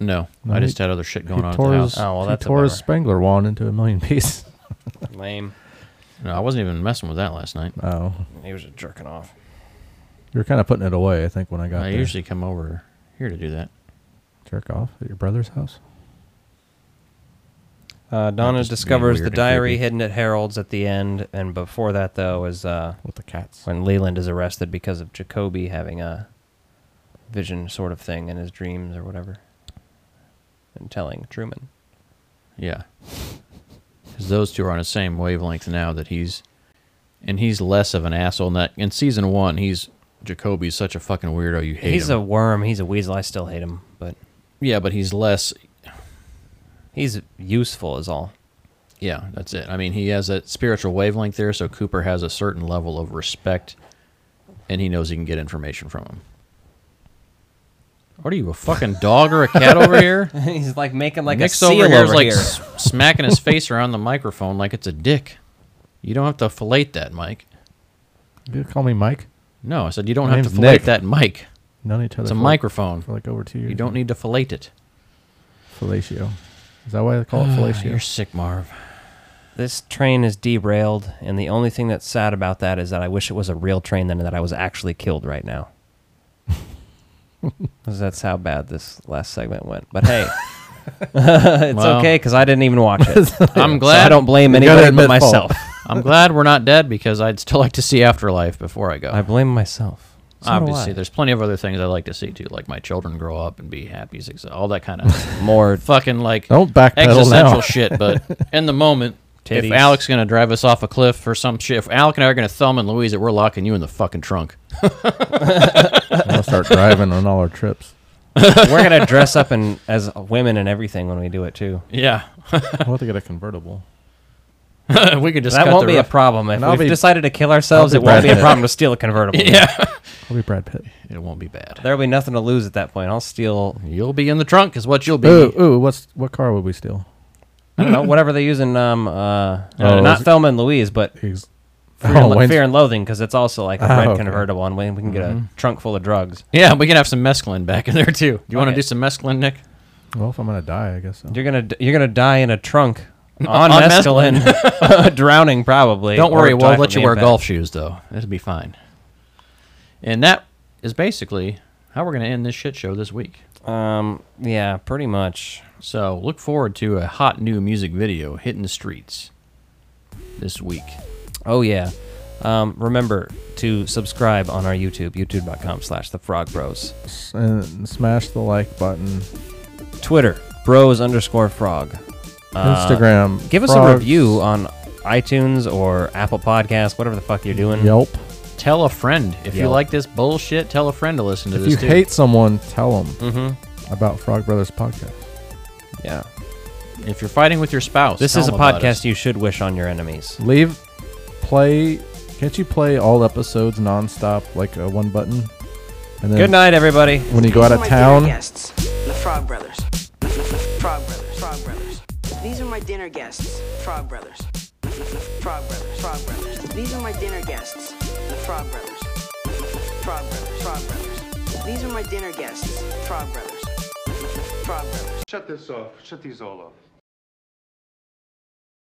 Speaker 14: no, I
Speaker 4: No, he-
Speaker 14: just had other shit going
Speaker 4: he
Speaker 14: on at the
Speaker 4: tore
Speaker 14: house.
Speaker 4: his- he tore his Spangler wand into a million pieces.
Speaker 13: Lame.
Speaker 14: No, I wasn't even messing with that last night.
Speaker 4: Oh,
Speaker 13: He was just jerking off.
Speaker 4: you were kind of putting it away, I think, when I got
Speaker 14: I
Speaker 4: there.
Speaker 14: usually come over here to do that.
Speaker 4: jerk off at your brother's house.
Speaker 13: Uh, Donna
Speaker 14: just being
Speaker 13: discovers
Speaker 14: weird and
Speaker 13: the diary
Speaker 14: creepy.
Speaker 13: hidden at Harold's at the end, and before that though is uh,
Speaker 4: with the cats
Speaker 13: when Leland is arrested because of Jacoby having a vision sort of thing in his dreams or whatever, and telling Truman.
Speaker 14: Yeah. Because those two are on the same wavelength now that he's, and he's less of an asshole. In that in season one, he's Jacoby's such a fucking weirdo. You hate
Speaker 13: he's
Speaker 14: him.
Speaker 13: a worm. He's a weasel. I still hate him, but
Speaker 14: yeah, but he's less.
Speaker 13: He's useful is all.
Speaker 14: Yeah, that's it. I mean, he has that spiritual wavelength there, so Cooper has a certain level of respect, and he knows he can get information from him. What are you, a fucking dog or a cat over here?
Speaker 13: he's like making like
Speaker 14: Nick's
Speaker 13: a seal
Speaker 14: over
Speaker 13: over,
Speaker 14: here is like
Speaker 13: here.
Speaker 14: s- smacking his face around the microphone like it's a dick. You don't have to fillet that, Mike.
Speaker 4: You call me Mike.
Speaker 14: No, I said you don't
Speaker 4: My
Speaker 14: have to
Speaker 4: name's
Speaker 14: fillet
Speaker 4: Nick.
Speaker 14: that mic.
Speaker 4: Known each other
Speaker 14: It's a
Speaker 4: for-
Speaker 14: microphone
Speaker 4: for like over two years.
Speaker 14: You don't need to fillet it.
Speaker 4: Fellatio. Is that why they call it fellatio?
Speaker 14: Ah, You're sick, Marv.
Speaker 13: This train is derailed, and the only thing that's sad about that is that I wish it was a real train than that I was actually killed right now. 'Cause that's how bad this last segment went. But hey, it's
Speaker 14: Wow.
Speaker 13: okay because I didn't even watch it.
Speaker 14: I'm
Speaker 13: So
Speaker 14: glad.
Speaker 13: I don't blame anybody but myself.
Speaker 14: I'm glad we're not dead because I'd still like to see Afterlife before I go. I
Speaker 13: blame myself. So do
Speaker 14: Obviously,
Speaker 13: I.
Speaker 14: there's plenty of other things I like to see too, like my children grow up and be happy, success, all that kind of
Speaker 13: more
Speaker 14: fucking like
Speaker 4: Don't backpedal now.
Speaker 14: existential shit. But in the moment,
Speaker 13: Titties.
Speaker 14: if Alec's gonna drive us off a cliff or some shit, if Alec and I are gonna thumb and Louise, it, we're locking you in the fucking trunk.
Speaker 4: I'll start driving on all our trips.
Speaker 13: We're gonna dress up in, as women and everything when we do it too.
Speaker 14: Yeah.
Speaker 4: we'll have to get a convertible.
Speaker 14: we could just
Speaker 13: that
Speaker 14: cut
Speaker 13: won't
Speaker 14: the
Speaker 13: be
Speaker 14: roof.
Speaker 13: a problem if
Speaker 14: And I'll
Speaker 13: we've
Speaker 14: be-
Speaker 13: decided to kill ourselves.
Speaker 14: I'll
Speaker 13: It
Speaker 14: be
Speaker 13: won't
Speaker 14: Brad
Speaker 13: be a
Speaker 14: Pitt.
Speaker 13: problem to steal a convertible.
Speaker 14: Yeah.
Speaker 4: I'll be Brad Pitt.
Speaker 14: It won't be bad.
Speaker 13: There'll be nothing to lose at that point. I'll steal.
Speaker 14: You'll be in the trunk, is what you'll be.
Speaker 4: Ooh, ooh, what's what car would we steal?
Speaker 13: I don't know whatever they use in um uh
Speaker 4: Oh,
Speaker 13: not
Speaker 4: is-
Speaker 13: Thelma and Louise, but
Speaker 4: He's-
Speaker 13: Fear, and
Speaker 4: Oh,
Speaker 13: Lo-
Speaker 4: when's-
Speaker 13: Fear and Loathing because it's also like a
Speaker 4: Oh,
Speaker 13: red
Speaker 4: okay.
Speaker 13: convertible, and we we can get
Speaker 4: Mhm.
Speaker 13: a trunk full of drugs.
Speaker 14: Yeah, we can have some mescaline back in there too. Do you want to
Speaker 13: Okay.
Speaker 14: do some mescaline, Nick?
Speaker 4: Well, if I'm gonna die, I guess so.
Speaker 13: You're gonna d- you're gonna die in a trunk on,
Speaker 14: On
Speaker 13: mescaline, uh,
Speaker 14: mescaline.
Speaker 13: drowning probably.
Speaker 14: Don't worry,
Speaker 13: or
Speaker 14: we'll
Speaker 13: die
Speaker 14: let
Speaker 13: from
Speaker 14: you
Speaker 13: the
Speaker 14: wear
Speaker 13: impact.
Speaker 14: golf shoes though. It'll be fine. And that is basically how we're going to end this shit show this week.
Speaker 13: Um, yeah, pretty much.
Speaker 14: So look forward to a hot new music video hitting the streets this week.
Speaker 13: Oh yeah. Um, remember to subscribe on our YouTube, youtube.com slash the frog bros.
Speaker 4: And smash the like button.
Speaker 13: Twitter, bros underscore frog.
Speaker 4: Instagram,
Speaker 13: Uh, Give us a
Speaker 4: frogs.
Speaker 13: review on iTunes or Apple Podcast, whatever the fuck you're doing.
Speaker 4: Yelp.
Speaker 14: Tell a friend. If you
Speaker 13: Yelp.
Speaker 14: like this bullshit, tell a friend to listen to
Speaker 4: If
Speaker 14: this
Speaker 4: you
Speaker 14: too.
Speaker 4: hate someone, tell them
Speaker 13: Mm-hmm.
Speaker 14: Mhm.
Speaker 4: about Frog Brothers podcast.
Speaker 13: Yeah.
Speaker 14: If you're fighting with your spouse,
Speaker 13: This
Speaker 14: tell
Speaker 13: is a
Speaker 14: them about
Speaker 13: podcast you should wish on your enemies.
Speaker 4: Leave, play. Can't you play all episodes nonstop, like a one button? And
Speaker 14: Mm.
Speaker 13: Good night, everybody.
Speaker 4: When you go out of town,
Speaker 6: guests, the Frog Brothers. The Frog Brothers. Frog Brothers. These are my dinner guests, Frog Brothers. Frog Brothers. Frog Brothers. These are my dinner guests, the Frog Brothers. Frog Brothers. Frog Brothers. These are my dinner guests, Frog Brothers. Frog Brothers.
Speaker 11: Shut this off. Shut these all off.